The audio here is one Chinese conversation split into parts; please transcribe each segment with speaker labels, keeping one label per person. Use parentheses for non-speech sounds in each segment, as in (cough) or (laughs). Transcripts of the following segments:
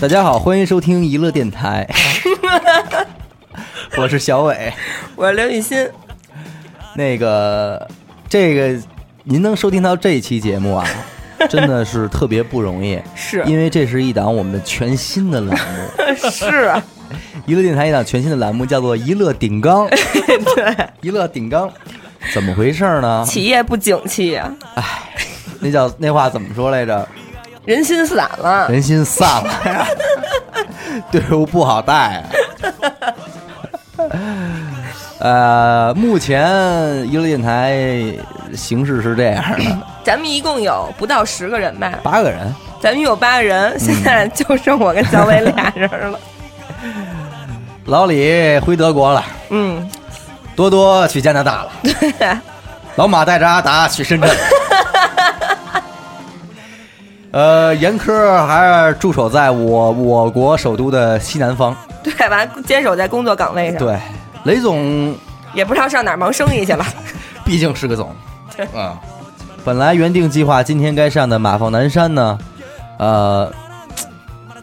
Speaker 1: 大家好，欢迎收听娱乐电台，我是小伟。
Speaker 2: 我是刘雨欣，
Speaker 1: 那个，这个您能收听到这一期节目啊，真的是特别不容易，
Speaker 2: 是
Speaker 1: 因为这是一档我们全新的栏目，
Speaker 2: 是，啊
Speaker 1: 娱乐电台一档全新的栏目叫做“娱乐顶缸”，对， (laughs) 娱乐顶缸，怎么回事呢？
Speaker 2: 企业不景气啊呀，
Speaker 1: 那叫那话怎么说来着？
Speaker 2: 人心散了，
Speaker 1: (laughs) 人心散了 (laughs) 呀，队伍不好带啊。 (laughs) 呃，目前娱乐电台形势是这样的：
Speaker 2: 咱们一共有不到十个人吧，
Speaker 1: 八个人，
Speaker 2: 咱们有八个人，现
Speaker 1: 嗯
Speaker 2: 在就剩我跟小伟俩人了。
Speaker 1: 老李回德国了，
Speaker 2: 嗯，
Speaker 1: 多多去加拿大了，
Speaker 2: 对，啊
Speaker 1: 老马带着阿达去深圳了。呃，严科还是驻守在我我国首都的西南方。
Speaker 2: 对，完坚守在工作岗位上，，
Speaker 1: 对，雷总
Speaker 2: 也不知道上哪儿忙生意
Speaker 1: (laughs)
Speaker 2: 去了。
Speaker 1: 毕竟是个总
Speaker 2: 对。
Speaker 1: 嗯，本来原定计划今天该上的马放南山呢，呃，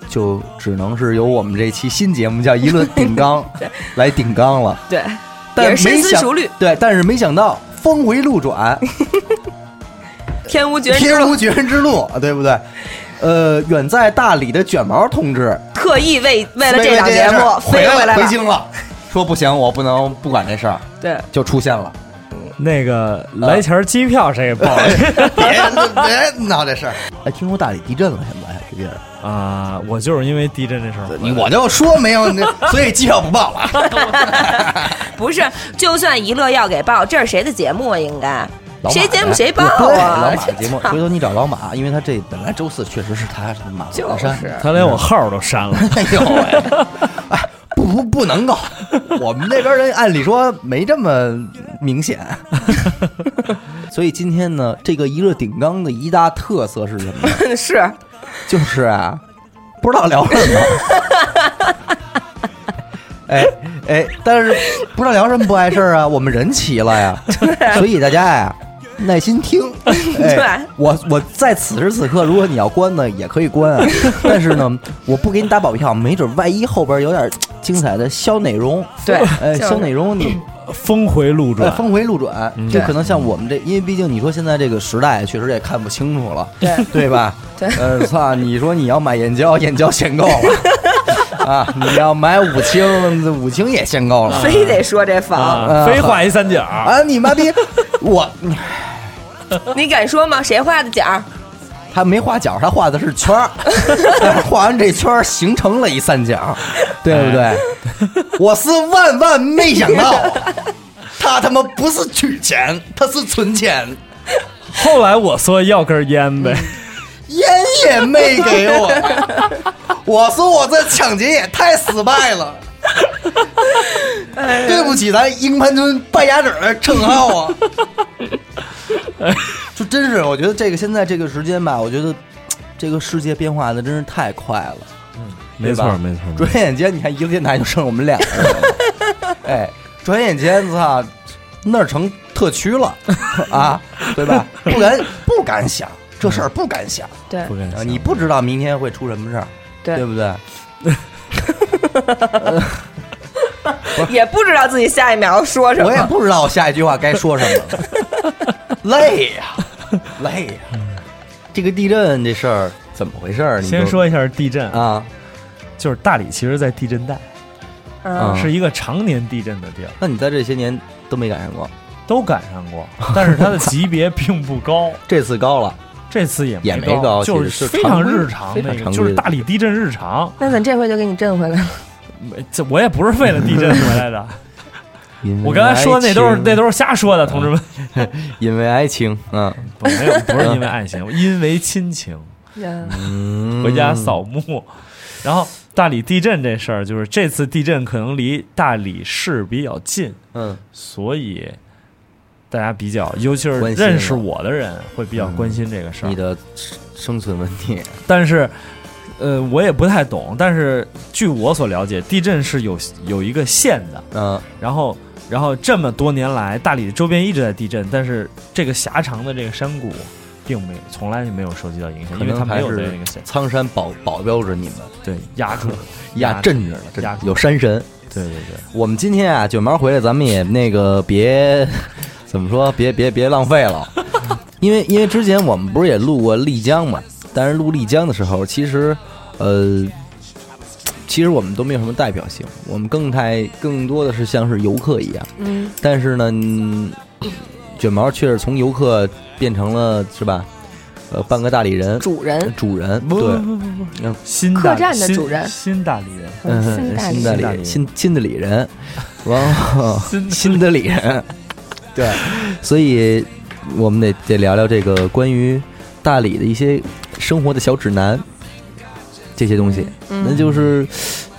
Speaker 1: 就只能是由我们这期新节目叫《一论顶缸
Speaker 2: (laughs) 对》
Speaker 1: 来顶缸了。
Speaker 2: 对，
Speaker 1: 但
Speaker 2: 也是
Speaker 1: 没
Speaker 2: 深思
Speaker 1: 想
Speaker 2: 熟虑，
Speaker 1: 对，但是没想到峰回
Speaker 2: (laughs)
Speaker 1: 路转，
Speaker 2: 天无绝人之
Speaker 1: 天
Speaker 2: 路，
Speaker 1: 无绝人之路，对不对？呃，远在大理的卷毛同志
Speaker 2: 特意为为了
Speaker 1: 为
Speaker 2: 这档节
Speaker 1: 件事
Speaker 2: 目
Speaker 1: 儿
Speaker 2: 飞
Speaker 1: 回来
Speaker 2: 来
Speaker 1: 了，回
Speaker 2: 了。
Speaker 1: 京了，说不行，我不能不管这事儿，
Speaker 2: 对，
Speaker 1: 就出现了。
Speaker 3: 那个来钱儿机票谁也报
Speaker 1: (laughs) 哎
Speaker 2: (laughs)
Speaker 1: 别别闹这事儿！哎，听说大理地震了，现在这地儿。
Speaker 3: (laughs) 啊？我就是因为地震这事儿，
Speaker 1: 你我就说没 (laughs) 有，那所以机票不报啊了。
Speaker 2: 不是，就算娱乐要给报，这是谁的节目啊？应该
Speaker 1: 老马哎
Speaker 2: 谁节目谁报
Speaker 1: 对
Speaker 2: 啊？(laughs)
Speaker 1: 老马的节目，回头你找老马，因为他这本来周四确实是他马
Speaker 2: 就
Speaker 1: 鞍山。
Speaker 2: 是
Speaker 3: 他连我号儿都
Speaker 1: (laughs)
Speaker 3: 删了。
Speaker 1: 哎
Speaker 2: (laughs)
Speaker 1: 呦喂！哎，不不不能够，我们这边人按理说没这么明显。 (laughs) 所以今天呢，这个一乐顶缸的一大特色是什么呢？
Speaker 2: 是，
Speaker 1: 就是啊，不知道聊什
Speaker 2: (laughs)
Speaker 1: 么。哎哎，但是不知道聊什么不碍事儿啊，我们人齐了呀，所以大家呀、耐心
Speaker 2: (laughs)
Speaker 1: 听。哎、
Speaker 2: 啊对啊
Speaker 1: 我我在此时此刻，如果你要关呢，也可以关
Speaker 2: (laughs)
Speaker 1: 啊。但是呢，我不给你打保票，没准万一后边有点精彩的小内容。
Speaker 2: 对
Speaker 1: 哎，
Speaker 2: 就是
Speaker 1: 小内容你
Speaker 3: 峰回路
Speaker 1: 哎
Speaker 3: 转，
Speaker 1: 峰回路转，就可能像我们这，因为毕竟你说现在这个时代确实也看不清楚了，
Speaker 2: 对
Speaker 1: 对吧？
Speaker 2: 对
Speaker 1: 呃，操，你说你要买燕郊，燕郊限购
Speaker 2: (laughs)
Speaker 1: 了啊！你要买五清，五清也限购了
Speaker 2: 非得说这房，
Speaker 3: 啊，非画一三角，
Speaker 1: 啊！你妈逼，我
Speaker 2: 你敢说吗？谁画的角儿？
Speaker 1: 他没画角，他画的
Speaker 2: (laughs)
Speaker 1: 是圈儿，但是画完这圈儿形成了一三角，对不对？我是万万没想到，他他妈不是取钱，他是存钱。
Speaker 3: 后来我说要根烟呗，
Speaker 1: 嗯烟也没给我，
Speaker 3: (laughs)
Speaker 1: 我说我这抢劫也太失败了，
Speaker 3: 哎
Speaker 1: 对不起咱鹰盘村败家子儿的称号啊！
Speaker 3: 哎
Speaker 1: 就真是，我觉得这个现在这个时间吧，我觉得这个世界变化的真是太快了。
Speaker 3: 没
Speaker 1: 对
Speaker 3: 错
Speaker 1: 吧
Speaker 3: 没错，
Speaker 1: 转眼间，你看一个电台就剩我们俩人了，
Speaker 3: (laughs)
Speaker 1: 哎，转眼间操，那儿成特区了啊，对吧？不敢不敢想这事儿，不敢想。
Speaker 2: 对
Speaker 3: 不敢
Speaker 1: 啊，
Speaker 3: 想
Speaker 1: 你不知道明天会出什么事儿，对
Speaker 2: 对，
Speaker 1: 不对？
Speaker 2: 也不知道自己下一秒要说
Speaker 3: 啊
Speaker 2: 什
Speaker 1: 我也
Speaker 2: 么。
Speaker 1: 不知道我下一句话该说什么
Speaker 3: (laughs)
Speaker 1: 了，累呀、累呀、这个地震这事儿怎么回事儿？你
Speaker 3: 嗯先
Speaker 1: 就
Speaker 3: 说一下地震，
Speaker 1: 啊，
Speaker 3: 就是大理其实在地震带，
Speaker 1: 啊
Speaker 2: 嗯，
Speaker 3: 是一个常年地震的地儿，
Speaker 1: 那你在这些年都没赶上过，
Speaker 3: 都赶上过，但是它的级别并不高。
Speaker 1: 这次高了，
Speaker 3: 这次也
Speaker 1: 也没
Speaker 3: 没
Speaker 1: 高
Speaker 3: 就
Speaker 1: 其实
Speaker 3: 是
Speaker 1: 是
Speaker 3: 非
Speaker 1: 常规
Speaker 3: 常日常
Speaker 1: 非
Speaker 3: 的
Speaker 1: 常
Speaker 3: 一个，
Speaker 1: 常
Speaker 3: 就
Speaker 1: 规
Speaker 3: 是
Speaker 1: 的
Speaker 3: 大理地震日常。
Speaker 2: 那怎么这回就给你震回来了？ (laughs)
Speaker 3: 没这我也不是为了地震回来的，
Speaker 1: 因为
Speaker 3: 我刚才说的那都是那都是瞎说的，同志们。
Speaker 1: 是因为爱情，嗯
Speaker 3: 不没有，不是因为爱 (laughs) 情，因为亲情，
Speaker 1: 嗯，
Speaker 3: 回家扫墓。然后大理地震这事儿，就是这次地震可能离大理市比较近，
Speaker 1: 嗯，
Speaker 3: 所以大家比较，尤其是
Speaker 1: 关心
Speaker 3: 认识我的人会比较关心这个事儿。嗯
Speaker 1: 你的生生存问题，
Speaker 3: 但是，呃，我也不太懂。但是据我所了解，地震是有有一个线的，
Speaker 1: 嗯
Speaker 3: 然后。然后这么多年来，大理的周边一直在地震，但是这个狭长的这个山谷并没从来就没有受及到影响，
Speaker 1: 可
Speaker 3: 因为
Speaker 1: 能
Speaker 3: 它
Speaker 1: 还
Speaker 3: 没有在
Speaker 1: 是
Speaker 3: 那个县
Speaker 1: 苍山保保镖着你们，
Speaker 3: 对压 (laughs) 住了，
Speaker 1: 压
Speaker 3: 住
Speaker 1: 镇着了，
Speaker 3: 压
Speaker 1: 这
Speaker 3: 住
Speaker 1: 有山神。
Speaker 3: 对对对，
Speaker 1: 我们今天啊，卷毛回来，咱们也那个别怎么说，别别别浪费了， (laughs) 因为因为之前我们不是也录过丽江嘛，但是录丽江的时候，其实呃，其实我们都没有什么代表性，我们更太更多的是像是游客一样，
Speaker 2: 嗯，
Speaker 1: 但是呢，嗯卷毛却是从游客变成了是吧，呃，半个大理人
Speaker 2: 主人，
Speaker 1: 主人，
Speaker 3: 不
Speaker 1: 对
Speaker 3: 不，不不不，新
Speaker 2: 客
Speaker 3: 大
Speaker 2: 栈的
Speaker 3: 新
Speaker 2: 主人
Speaker 3: 新大理人，
Speaker 1: 嗯，
Speaker 2: 大
Speaker 1: 新
Speaker 2: 理
Speaker 1: 的
Speaker 3: 新大理
Speaker 1: 里
Speaker 3: 人
Speaker 1: 新新的里人，然后
Speaker 3: 新的
Speaker 1: 新的里人，对，所以我们得得聊聊这个关于大理的一些生活的小指南，这些东西，
Speaker 2: 嗯
Speaker 1: 那就是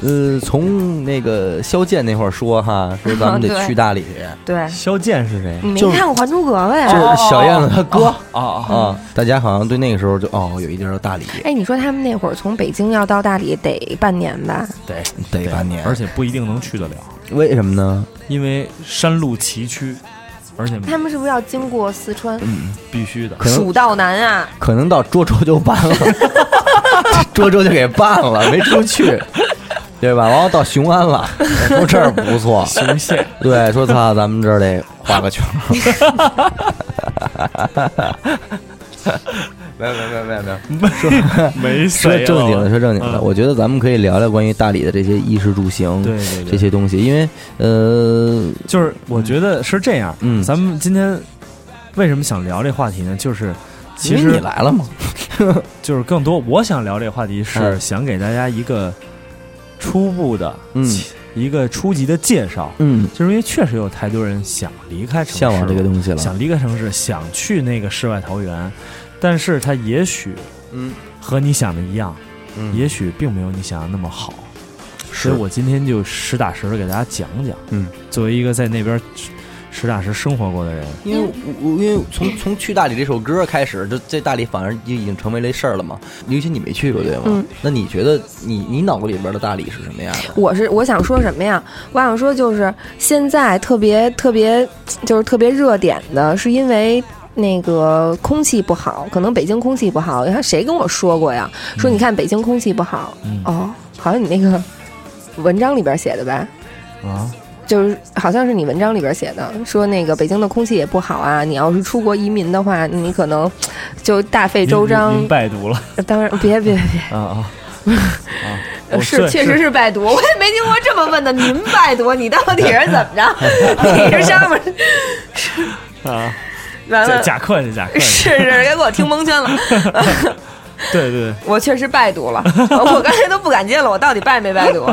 Speaker 1: 呃，从那个肖剑那会儿说哈，说咱们得
Speaker 2: 对
Speaker 1: 去大理，
Speaker 2: 对，
Speaker 3: 萧剑是谁？
Speaker 2: 你没
Speaker 1: 就是
Speaker 2: 看过《还珠格啊格》
Speaker 1: 就
Speaker 2: 呀？
Speaker 1: 是小燕子她哥
Speaker 3: 哦哦哦，
Speaker 1: 啊，大家好像对那个时候就哦，有一地儿叫大理，
Speaker 2: 哎，你说他们那会儿从北京要到大理得半年吧？
Speaker 1: 对，得半年，
Speaker 3: 而且不一定能去得了，
Speaker 1: 为什么呢？
Speaker 3: 因为山路崎岖，而且
Speaker 2: 他们是不是要经过四川、
Speaker 1: 嗯
Speaker 3: 必须的。 (laughs)
Speaker 1: 可能
Speaker 2: 蜀道难啊？
Speaker 1: 可能到涿州就办 (laughs) 了，涿州就给办了，没出去，对吧？然后到雄安了，说这儿不错，
Speaker 3: 雄县，
Speaker 1: 对，说操，咱们这儿得画个圈儿。 (laughs) 没有没有没有没有没有，
Speaker 3: (laughs) 没
Speaker 1: 说
Speaker 3: 谁
Speaker 1: 正经的，
Speaker 3: 了
Speaker 1: 说正经的，
Speaker 3: 嗯
Speaker 1: 我觉得咱们可以聊聊关于大理的这些衣食住行，
Speaker 3: 对对对
Speaker 1: 这些东西，因为呃，
Speaker 3: 就是我觉得是这样。
Speaker 1: 嗯
Speaker 3: 咱们今天为什么想聊这话题呢？就是其
Speaker 1: 因为你
Speaker 3: 实
Speaker 1: 来了嘛，
Speaker 3: 就是更多，我想聊这话题是
Speaker 1: 嗯
Speaker 3: 想给大家一个初步的，
Speaker 1: 嗯
Speaker 3: 一个初级的介绍。
Speaker 1: 嗯，
Speaker 3: 就是因为确实有太多人想离开城市，
Speaker 1: 向往这个东西了，
Speaker 3: 想离开城市，想去那个世外桃源，但是它也许
Speaker 1: 嗯
Speaker 3: 和你想的一样，
Speaker 1: 嗯
Speaker 3: 也许并没有你想的那么好。所以我今天就实打实的给大家讲讲，
Speaker 1: 嗯，
Speaker 3: 作为一个在那边实实打实生活过的人，
Speaker 2: 嗯
Speaker 1: 因为我因为从从去大理这首歌开始，就这大理反而就已经成为了一事儿了嘛。尤其你没去过对吗？
Speaker 2: 嗯
Speaker 1: 那你觉得你你脑子里边的大理是什么样的？
Speaker 2: 我是我想说什么呀？我想说就是现在特别特别就是特别热点的，是因为。那个空气不好，可能北京空气不好。你看谁跟我说过呀？说你看北京空气不好、
Speaker 3: 嗯
Speaker 2: 哦，好像你那个文章里边写的吧？
Speaker 3: 啊，
Speaker 2: 就是好像是你文章里边写的，说那个北京的空气也不好啊。你要是出国移民的话，你可能就大费周
Speaker 3: 您
Speaker 2: 章。
Speaker 3: 您拜
Speaker 2: (laughs)
Speaker 3: 读了
Speaker 2: 当然，别别别，
Speaker 3: 啊啊
Speaker 2: (laughs)
Speaker 3: 啊，
Speaker 2: 呃
Speaker 3: 我
Speaker 2: 是，确实
Speaker 3: 是
Speaker 2: 是拜读，我也没听过这么问的。您拜读，你到底是怎么
Speaker 3: (laughs)
Speaker 2: 着？你是上面
Speaker 3: 啊，
Speaker 2: 完
Speaker 3: 假
Speaker 2: 了，
Speaker 3: 假客气假客
Speaker 2: 是
Speaker 3: 气，
Speaker 2: 是，别给我听蒙圈了。
Speaker 3: (laughs) 对对
Speaker 2: 我确实拜
Speaker 3: (laughs)
Speaker 2: 读了，我刚才都不敢接了，我到底拜没拜读？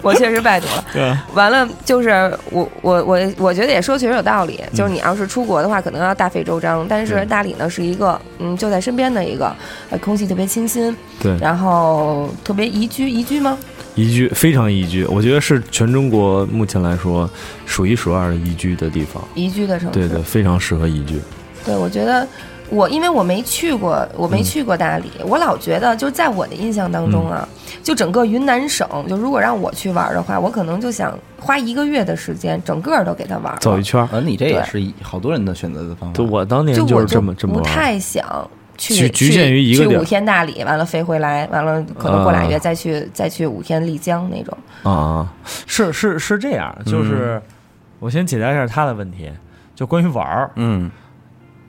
Speaker 2: 我确实拜读了。
Speaker 3: 对，
Speaker 2: 完了，就是我我我我觉得也说确实有道理，
Speaker 3: 嗯
Speaker 2: 就是你要是出国的话，可能要大费周章。但是
Speaker 3: 对
Speaker 2: 大理呢是一个，嗯，就在身边的一个，呃，空气特别清新，
Speaker 3: 对
Speaker 2: 然后特别宜居，宜居吗？
Speaker 3: 宜居非常宜居，我觉得是全中国目前来说数一数二的宜居的地方。
Speaker 2: 宜居的城市。
Speaker 3: 对对，非常适合宜居。
Speaker 2: 对，我觉得我因为我没去过，我
Speaker 3: 嗯
Speaker 2: 没去过大理，我老觉得就是在我的印象当中啊，
Speaker 3: 嗯
Speaker 2: 就整个云南省，就如果让我去玩的话，我可能就想花一个月的时间，整个都给它玩
Speaker 3: 走
Speaker 2: 了
Speaker 3: 一。圈儿，
Speaker 1: 而你这也
Speaker 2: 对
Speaker 1: 是一好多人的选择的方法。
Speaker 3: 对我当年
Speaker 2: 就
Speaker 3: 就
Speaker 2: 我
Speaker 3: 是这么这么
Speaker 2: 不
Speaker 3: 玩儿。
Speaker 2: 太想。去
Speaker 3: 局局限于一个
Speaker 2: 去
Speaker 3: 地儿
Speaker 2: 五天大理，完了飞回来，完了可能过俩月再去、再去五天丽江那种。
Speaker 3: 啊啊，嗯是是是这样，就是、我先解答一下他的问题，就关于玩儿，
Speaker 1: 嗯，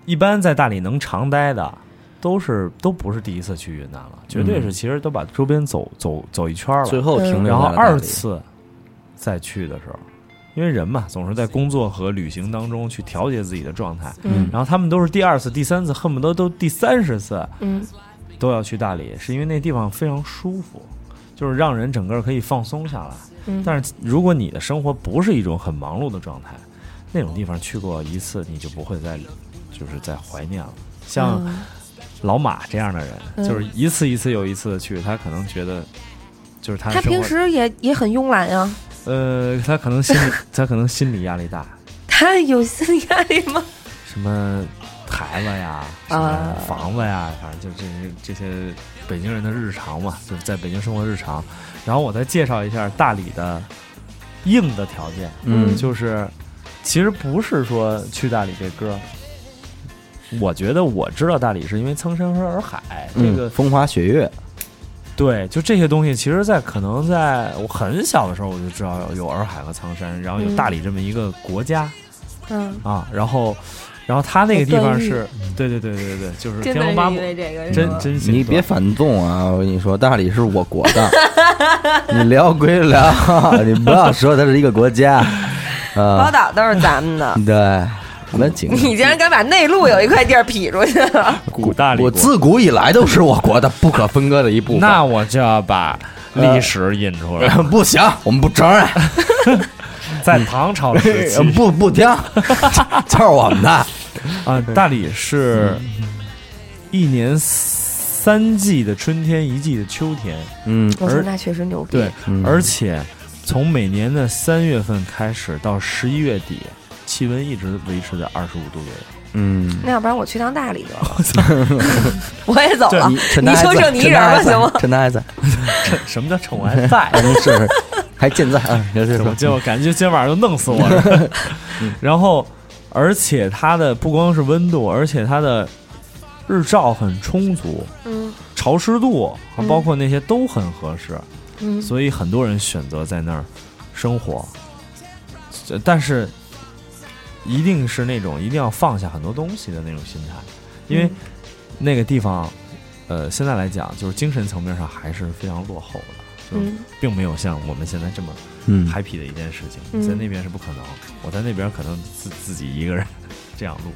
Speaker 3: 一般在大理能常待的。都是都不是第一次去云南了，绝对是其实都把周边走走走一圈儿
Speaker 1: 嗯最
Speaker 3: 了，
Speaker 1: 后
Speaker 2: 嗯
Speaker 1: 停留
Speaker 3: 然后
Speaker 1: 在了大理
Speaker 3: 二，次再去的时候，因为人嘛总是在工作和旅行当中去调节自己的状态，
Speaker 1: 嗯
Speaker 3: 然后他们都是第二次、第三次，恨不得都第三十次
Speaker 2: 嗯，
Speaker 3: 都要去大理，是因为那地方非常舒服，就是让人整个可以放松下来。
Speaker 2: 嗯
Speaker 3: 但是如果你的生活不是一种很忙碌的状态，那种地方去过一次，你就不会再就是再怀念了。像老马这样的人，
Speaker 2: 嗯
Speaker 3: 就是一次一次又一次的去，他可能觉得就是他的
Speaker 2: 他
Speaker 3: 生活
Speaker 2: 平时也也很慵懒啊呀，
Speaker 3: 呃，他可能心里他可能心理压力大，
Speaker 2: 他有心理压力吗？
Speaker 3: 什么孩子呀，什么
Speaker 2: 啊
Speaker 3: 房子呀，反正就这些这些北京人的日常嘛，就是在北京生活日常。然后我再介绍一下大理的硬的条件，
Speaker 1: 嗯
Speaker 3: 就是其实不是说去大理这歌，我觉得我知道大理是因为曾山和洱海这个
Speaker 1: 嗯、风花雪月，
Speaker 3: 对，就这些东西，其实在，可能在我很小的时候，我就知道有有洱海和苍山，然后有大理这么一个国家、
Speaker 2: 嗯，
Speaker 3: 啊，然后，然后它那个地方
Speaker 2: 有段誉
Speaker 3: 是，对对对对对，就是《
Speaker 2: 真
Speaker 3: 天
Speaker 2: 的
Speaker 3: 龙八
Speaker 2: 是因》
Speaker 3: 部
Speaker 2: 为这个，
Speaker 3: 真真
Speaker 1: 嗯
Speaker 3: 行
Speaker 1: 你别反动啊！我跟你说，大理是我国
Speaker 2: (laughs)
Speaker 1: 的，你聊归聊，你不要说它是一个国
Speaker 2: (laughs)
Speaker 1: 家
Speaker 2: 宝
Speaker 1: 啊。
Speaker 2: 岛都是咱们
Speaker 3: (laughs)
Speaker 2: 的。
Speaker 1: 对，我们景，
Speaker 2: 你竟然敢把内陆有一块地儿劈出去了， (laughs)
Speaker 3: 古大理
Speaker 1: 我
Speaker 3: 国，
Speaker 1: 自古以来都是我国的不可分割的一部分。
Speaker 3: 那我就要把历史引出 (laughs) 来，
Speaker 1: (laughs) 不行，我们不承认，
Speaker 3: 在唐朝时期
Speaker 1: 不不听， (laughs) 就是我们的。
Speaker 3: 啊，大理是一年三季的春天，一季的秋天，
Speaker 1: 嗯
Speaker 2: 我
Speaker 3: 而
Speaker 2: 操，那确实牛逼。
Speaker 3: 对，
Speaker 1: 嗯
Speaker 3: 而且从每年的三月份开始到十一月底，气温一直维持在二十五度左右。 (laughs)
Speaker 1: 嗯，
Speaker 2: 那要不然我去趟大理得了，我也走了
Speaker 1: 你。趁他
Speaker 2: 你
Speaker 1: 还
Speaker 2: 就
Speaker 1: 在
Speaker 2: 剩你一人吧，行吗？？
Speaker 1: 趁他还在，
Speaker 3: 什么叫趁我还在？
Speaker 1: 趁他还在是
Speaker 2: (laughs)
Speaker 1: 是还健在啊？有这
Speaker 3: 我
Speaker 1: 说，
Speaker 3: 今我感觉今晚上就弄死我了。嗯然后，而且它的不光是温度，而且它的日照很充足，
Speaker 2: 嗯
Speaker 3: 潮湿度和包括那些都很合适，
Speaker 2: 嗯，
Speaker 3: 所以很多人选择在那儿生活。呃但是，一定是那种一定要放下很多东西的那种心态，因
Speaker 2: 嗯
Speaker 3: 为那个地方，呃，现在来讲，就是精神层面上还是非常落后的，就是
Speaker 2: 嗯
Speaker 3: 并没有像我们现在这么
Speaker 1: 嗯
Speaker 3: happy 的一件事情，
Speaker 2: 嗯
Speaker 3: 在那边是不可能。我在那边可能自自己一个人这样录，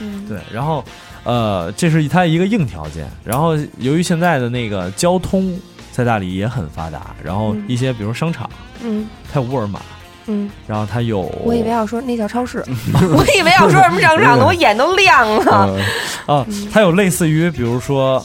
Speaker 2: 嗯，
Speaker 3: 对。然后，呃，这是它一个硬条件。然后，由于现在的那个交通在大理也很发达，然后
Speaker 2: 嗯
Speaker 3: 一些比如商场，
Speaker 2: 嗯
Speaker 3: 它有沃尔玛，
Speaker 2: 嗯，
Speaker 3: 然后它有，
Speaker 2: 我以为要说那叫超
Speaker 3: (laughs)
Speaker 2: 市，我以为要说什么商场呢，我眼都亮了。
Speaker 1: 呃
Speaker 3: 啊，
Speaker 2: 嗯
Speaker 3: 它有类似于比如说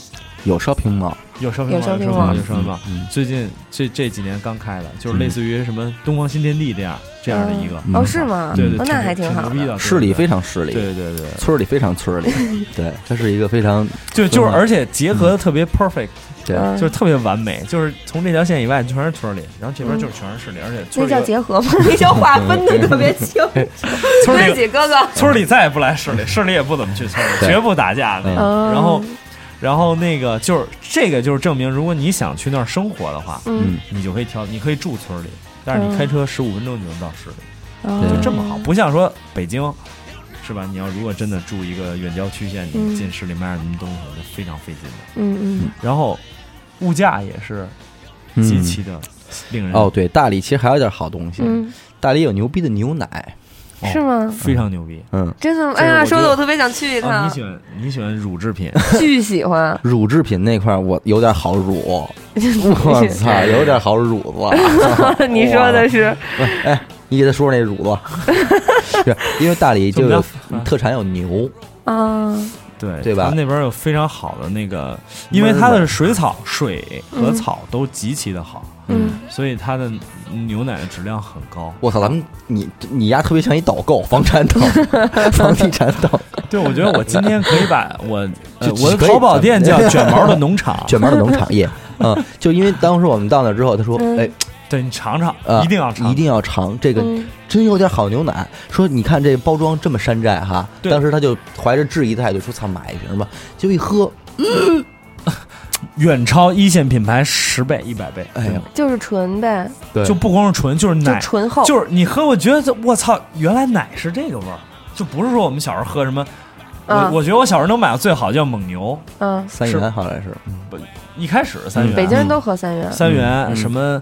Speaker 1: 有 shopping mall，
Speaker 3: 有商
Speaker 2: 有
Speaker 3: 品房、
Speaker 2: shopping
Speaker 3: 有商品
Speaker 2: mall
Speaker 3: 房、有商品房。
Speaker 1: 嗯
Speaker 3: 最近这这几年刚开的，就是类似于什么东方新天地这样这样的一个，
Speaker 1: 嗯
Speaker 2: 哦，是吗？
Speaker 3: 对对，
Speaker 2: 哦
Speaker 3: 挺
Speaker 2: 那还挺好
Speaker 3: 牛逼
Speaker 2: 的。
Speaker 3: 的，
Speaker 1: 市里非
Speaker 3: 常
Speaker 1: 常市里，
Speaker 3: 对对对，
Speaker 1: 村里非常村里，
Speaker 2: (laughs)
Speaker 1: 对，它是一个非常
Speaker 3: 就就是
Speaker 1: 嗯
Speaker 3: 而且结合的特别 perfect，
Speaker 1: 对，
Speaker 2: 嗯
Speaker 3: 就是特别完美，就是从这条线以外全是村里，然后这边就是全是市里，而且
Speaker 2: 那
Speaker 3: 村里
Speaker 2: 叫结
Speaker 3: (laughs)
Speaker 2: 合吗？那叫划分的特别清楚。
Speaker 3: 村
Speaker 2: 对不
Speaker 3: 里
Speaker 2: 起，哥 (laughs) 哥。
Speaker 3: 村里再也不来市里，市里也不怎么去村里，
Speaker 1: 对
Speaker 3: 绝不打架的。
Speaker 2: 嗯
Speaker 3: 然后然后那个就是这个就是证明，如果你想去那儿生活的话，
Speaker 2: 嗯，
Speaker 3: 你就可以挑，你可以住村里，但是你
Speaker 2: 嗯
Speaker 3: 开车十五分钟就能到市里。
Speaker 2: 哦
Speaker 1: 就
Speaker 3: 嗯这么好，不像说北京，是吧？你要如果真的住一个远郊区县，
Speaker 2: 嗯
Speaker 3: 你进市里卖点什么东西，就非常费劲的。
Speaker 2: 嗯嗯
Speaker 3: 然后物价也是极其的令人、
Speaker 1: 嗯哦，对，大理其实还有点好东西，
Speaker 2: 嗯，
Speaker 1: 大理有牛逼的牛奶，
Speaker 3: 哦
Speaker 2: 是吗？
Speaker 3: 非常牛逼。
Speaker 1: 嗯，
Speaker 2: 真的吗？
Speaker 3: 这
Speaker 2: 哎
Speaker 3: 个
Speaker 2: 呀，
Speaker 3: 我
Speaker 2: 说
Speaker 3: 觉
Speaker 2: 的
Speaker 3: 得
Speaker 2: 我特别想去一
Speaker 3: 啊，
Speaker 2: 趟
Speaker 3: 你喜，欢你喜欢乳
Speaker 1: (laughs)
Speaker 3: 制品，
Speaker 2: (laughs) 巨喜
Speaker 3: (laughs)
Speaker 2: 欢。
Speaker 1: 乳制品那块儿我有点好乳，我操，有点好乳啊子，
Speaker 2: (laughs) 你说的是，
Speaker 1: 哎，你给他说说那乳子，是因为大理就有
Speaker 3: 怎么着
Speaker 1: 特产有牛，
Speaker 2: 啊，
Speaker 3: 对
Speaker 1: 对吧
Speaker 3: 他们那边有非常好的那个，因为它的水草、水和草都极其的好，
Speaker 2: 嗯，
Speaker 3: 所以它的牛奶的质量很高。
Speaker 1: 我操，咱们你你丫特别像一导购，房产导，房地产导，
Speaker 3: 对，我觉得我今天可以把我呃
Speaker 1: (laughs) 就
Speaker 3: 我的
Speaker 1: 可以
Speaker 3: 淘宝店叫卷毛的
Speaker 1: (laughs)
Speaker 3: 农场，
Speaker 1: 卷毛的农场业，嗯，就因为当时我们到那之后，他说，
Speaker 2: 嗯
Speaker 1: 哎，
Speaker 3: 对你尝尝，
Speaker 1: 啊，
Speaker 3: 一定要尝，
Speaker 1: 一定要尝这个
Speaker 2: 嗯
Speaker 1: 真有点好牛奶。说你看这包装这么山寨哈，
Speaker 3: 对
Speaker 1: 当时他就怀着质疑的态度说：“操，买一瓶吧。”结果一喝，
Speaker 3: 远超一线品牌十倍、一百倍。
Speaker 1: 哎呀，
Speaker 2: 就是纯呗，
Speaker 1: 对
Speaker 3: 嗯就不光是纯，就是
Speaker 2: 就
Speaker 3: 奶，
Speaker 2: 醇厚，
Speaker 3: 就是你喝，我觉得我操，原来奶是这个味儿，就不是说我们小时候喝什么。我
Speaker 2: 嗯
Speaker 3: 我觉得我小时候能买到最好叫蒙牛，
Speaker 2: 嗯，
Speaker 1: 三元好像是，
Speaker 3: 一开始是三元，
Speaker 2: 北京人都喝三元，
Speaker 3: 三元
Speaker 1: 嗯
Speaker 3: 什么，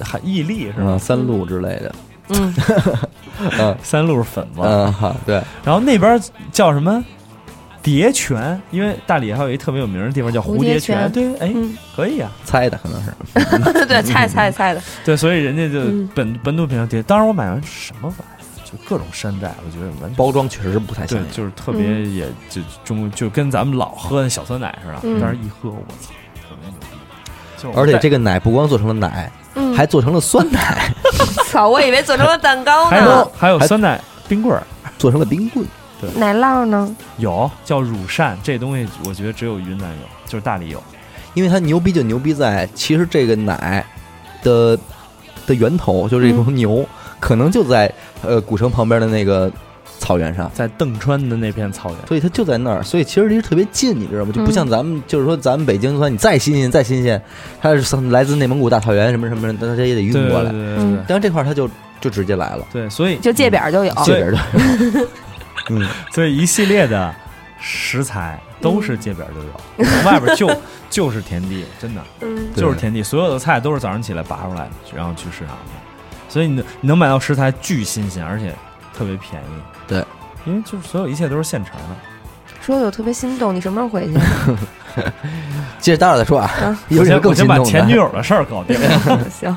Speaker 3: 还伊利是吧
Speaker 1: 嗯，？三鹿之类的，
Speaker 2: 嗯，
Speaker 3: 三鹿是粉嘛，
Speaker 1: 嗯，哈，对，
Speaker 3: 然后那边叫什么？蝶泉，因为大理还有一特别有名的地方叫
Speaker 2: 蝴
Speaker 3: 蝴
Speaker 2: 蝶
Speaker 3: 蝶
Speaker 2: 泉
Speaker 3: 对，哎
Speaker 2: 嗯， (laughs)
Speaker 3: 可以啊，
Speaker 1: 猜的可能是，
Speaker 2: 对，菜菜菜的，
Speaker 3: 对，所以人家就
Speaker 2: 嗯
Speaker 3: 本本土品牌蝶，当时我买完什么玩意儿，就各种山寨，我觉得完全
Speaker 1: 包装确实不太像
Speaker 3: 对，
Speaker 1: 样。
Speaker 3: 就是特别也就中就跟咱们老喝那小酸奶似的，
Speaker 2: 嗯
Speaker 3: 但是一喝我操，特别牛逼。就是
Speaker 1: 而且
Speaker 3: 在
Speaker 1: 这个奶不光做成了奶，
Speaker 2: 嗯，
Speaker 1: 还做成了酸奶，
Speaker 2: 草，我以为做成了蛋糕
Speaker 3: 还
Speaker 2: 呢
Speaker 3: 有，还有
Speaker 1: 还
Speaker 3: 酸奶冰棍儿，
Speaker 1: 做成了冰棍。
Speaker 2: 奶酪呢，
Speaker 3: 有叫乳扇这东西，我觉得只有云南有，就是大理有。
Speaker 1: 因为它牛逼就牛逼在，其实这个奶的
Speaker 3: 嗯
Speaker 1: 的源头就是这头牛，可能就在呃古城旁边的那个草原上，
Speaker 3: 在邓川的那片草原，
Speaker 1: 所以它就在那儿，所以其实离特别近，你知道吗？就不
Speaker 2: 嗯
Speaker 1: 像咱们，就是说咱们北京，算你再新鲜再新鲜，它是从来自内蒙古大草原什么什么，它它也得运
Speaker 3: 对对
Speaker 1: 过
Speaker 3: 对
Speaker 1: 来。
Speaker 3: 对
Speaker 2: 嗯
Speaker 3: 对
Speaker 1: 但是这块儿它就就直接来了，
Speaker 3: 对，所以
Speaker 2: 就界表就
Speaker 3: 啊
Speaker 2: 有，
Speaker 1: 这边儿就，嗯，
Speaker 3: 所以一系列的食材都
Speaker 2: 嗯
Speaker 3: 是界边儿就有，外边儿就就是田地，真的
Speaker 2: 嗯，
Speaker 1: 对
Speaker 3: 就是田地，所有的菜都是早上起来拔出来，然后去市场买，所以你能你能买到食材巨新鲜，而且特别便宜。
Speaker 1: 对，
Speaker 3: 因为就是所有一切都是现成的。
Speaker 2: 说的我特别心动，你什么时候
Speaker 3: (laughs)
Speaker 2: 回去？
Speaker 1: 接着待会儿再说啊
Speaker 2: 嗯，
Speaker 1: 有
Speaker 3: 我
Speaker 1: 你
Speaker 3: 先
Speaker 1: 更
Speaker 3: 我
Speaker 1: 心
Speaker 3: 先把
Speaker 1: 动
Speaker 3: 前女
Speaker 1: 的。
Speaker 3: 友的事儿搞定。
Speaker 2: 行，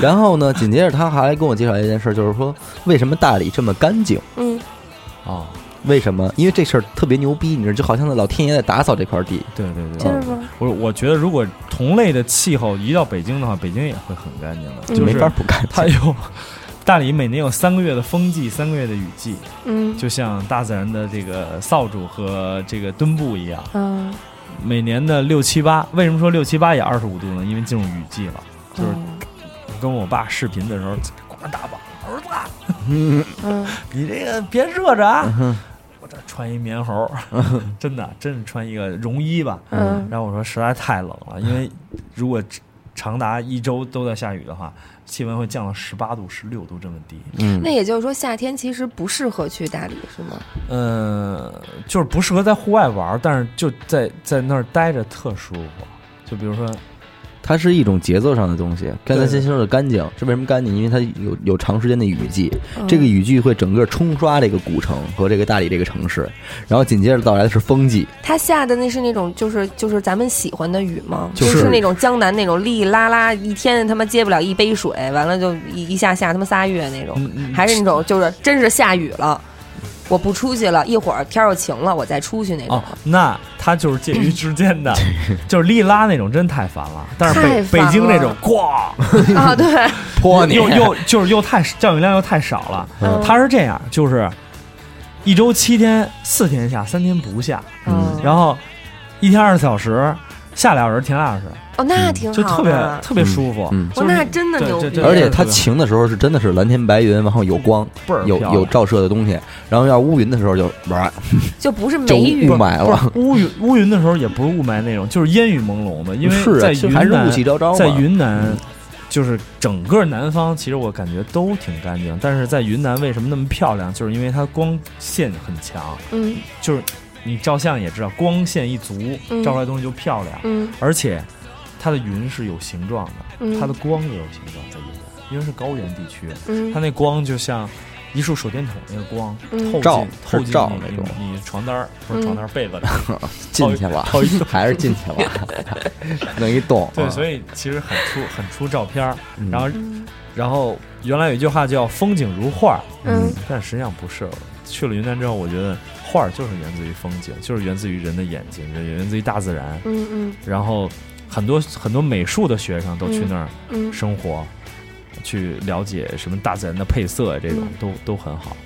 Speaker 1: 然后呢，紧接着他还跟我介绍一件事，就是说为什么大理这么干净。
Speaker 2: 嗯，
Speaker 3: (laughs) 哦，
Speaker 1: 为什么？因为这事儿特别牛逼，你知道，就好像老天爷在打扫这块地。
Speaker 3: 对对
Speaker 2: 真
Speaker 3: 对，
Speaker 2: 的吗？
Speaker 3: 我我觉得如果同类的气候移到北京的话，北京也会很干净的，
Speaker 2: 嗯
Speaker 3: 就
Speaker 1: 没
Speaker 3: 是
Speaker 1: 法不干
Speaker 3: 它有。 (laughs) 大理每年有三个月的风季，三个月的雨季，
Speaker 2: 嗯
Speaker 3: 就像大自然的这个扫帚和这个墩布一样，
Speaker 2: 嗯，
Speaker 3: 每年的六七八，为什么说六七八也二十五度呢？因为进入雨季了。
Speaker 2: 嗯
Speaker 3: 就是我跟我爸视频的时候，光大膀，儿子，
Speaker 1: 净。
Speaker 2: 嗯，
Speaker 3: 你这个别热着啊！
Speaker 1: 哼
Speaker 3: 我这穿一棉猴， (laughs) 真的，真是穿一个绒衣吧。
Speaker 2: 嗯
Speaker 3: 然后我说实在太冷了，因为如果长达一周都在下雨的话，气温会降到十八度、十六度这么低。
Speaker 1: 嗯
Speaker 2: 那也就是说夏天其实不适合去大理是吗？
Speaker 3: 嗯，就是不适合在户外玩，但是就在在那儿待着特舒服。就比如说，
Speaker 1: 它是一种节奏上的东西。刚才先
Speaker 3: 对
Speaker 1: 说的干净，是为什么干净？因为它有有长时间的雨季，
Speaker 2: 嗯
Speaker 1: 这个雨季会整个冲刷这个古城和这个大理这个城市，然后紧接着到来的是风季，
Speaker 2: 它下的那是那种就是就是咱们喜欢的雨吗？
Speaker 1: 就是
Speaker 2: 是那种江南那种沥沥拉拉，一天他妈接不了一杯水，完了就一一下下他妈仨月那种，
Speaker 3: 嗯嗯
Speaker 2: 还是那种就是真是下雨了，我不出去了，一会儿天儿又晴了，我再出去那种。
Speaker 3: 哦， (laughs) 那它就是介于之间
Speaker 2: (laughs)
Speaker 3: 的，就是利拉那种真太烦了，但是北
Speaker 2: 太烦
Speaker 3: 北京那种
Speaker 2: 了
Speaker 3: 咣，
Speaker 2: 啊，对，
Speaker 1: 泼你
Speaker 3: 又又就是又太降雨量又太少了。
Speaker 2: 嗯
Speaker 3: 它是这样，就是一周七天，四天下，三天不下，
Speaker 1: 嗯
Speaker 3: 然后一天二十四小时，下俩小时停俩小时，
Speaker 2: 哦，那挺
Speaker 3: 就
Speaker 2: 好
Speaker 3: 特别
Speaker 2: 的，
Speaker 3: 特别舒服。
Speaker 1: 嗯，
Speaker 2: 哦，
Speaker 3: 就是
Speaker 2: 那真的
Speaker 3: 对
Speaker 2: 牛
Speaker 3: 对
Speaker 2: 逼，
Speaker 3: 对
Speaker 1: 而且它晴的时候是真的是蓝天白云，然后有光，
Speaker 3: 倍儿
Speaker 1: 有
Speaker 3: 漂亮
Speaker 1: 有照射的东西，然后要是乌云的时候就玩
Speaker 2: 就不是
Speaker 1: 就
Speaker 2: 梅雨
Speaker 1: 雾，霾
Speaker 3: 不
Speaker 1: 了，
Speaker 3: 是乌云乌云的时候也不是雾霾那种，就是烟雨朦胧的，因
Speaker 1: 是
Speaker 3: 为
Speaker 1: 啊
Speaker 3: 在
Speaker 1: 其
Speaker 3: 云
Speaker 1: 实还是雾
Speaker 3: 南
Speaker 1: 气昭昭嘛，
Speaker 3: 在云南
Speaker 1: 嗯，
Speaker 3: 就是整个南方，其实我感觉都挺干净，但是在云南为什么那么漂亮？就是因为它光线很强，
Speaker 2: 嗯
Speaker 3: 就是你照相也知道，光线一足
Speaker 2: 嗯，
Speaker 3: 照出来的东西就漂亮，
Speaker 2: 嗯
Speaker 3: 而且它的云是有形状的，
Speaker 2: 嗯，
Speaker 3: 它的光也有形状，在云南，因为是高原地区，
Speaker 2: 嗯
Speaker 3: 它那光就像。一束手电筒那个光
Speaker 2: 嗯
Speaker 3: 透
Speaker 1: 照
Speaker 3: 进透
Speaker 1: 是
Speaker 3: 进
Speaker 1: 照那
Speaker 3: 你
Speaker 1: 种
Speaker 3: 你床单儿不是床单儿被子里，
Speaker 1: 进去了
Speaker 3: 掏一掏一，
Speaker 1: 还是进去了，
Speaker 3: (laughs)
Speaker 1: 弄一洞。
Speaker 3: 对，所
Speaker 1: 以
Speaker 3: 以其实很出 (laughs) 很出照片儿。
Speaker 1: 哦嗯
Speaker 3: 然后然后原来有一句话叫“风景如画
Speaker 2: 嗯”，
Speaker 3: 但实际上不是。去了云南之后，我觉得画儿就是源自于风景，就是源自于人的眼睛，源源自于大自然。
Speaker 2: 嗯嗯
Speaker 3: 然后很多很多美术的学生都去那儿
Speaker 2: 嗯
Speaker 3: 生活，去了解什么大自然的配色，啊这种
Speaker 2: 嗯
Speaker 3: 都都很好。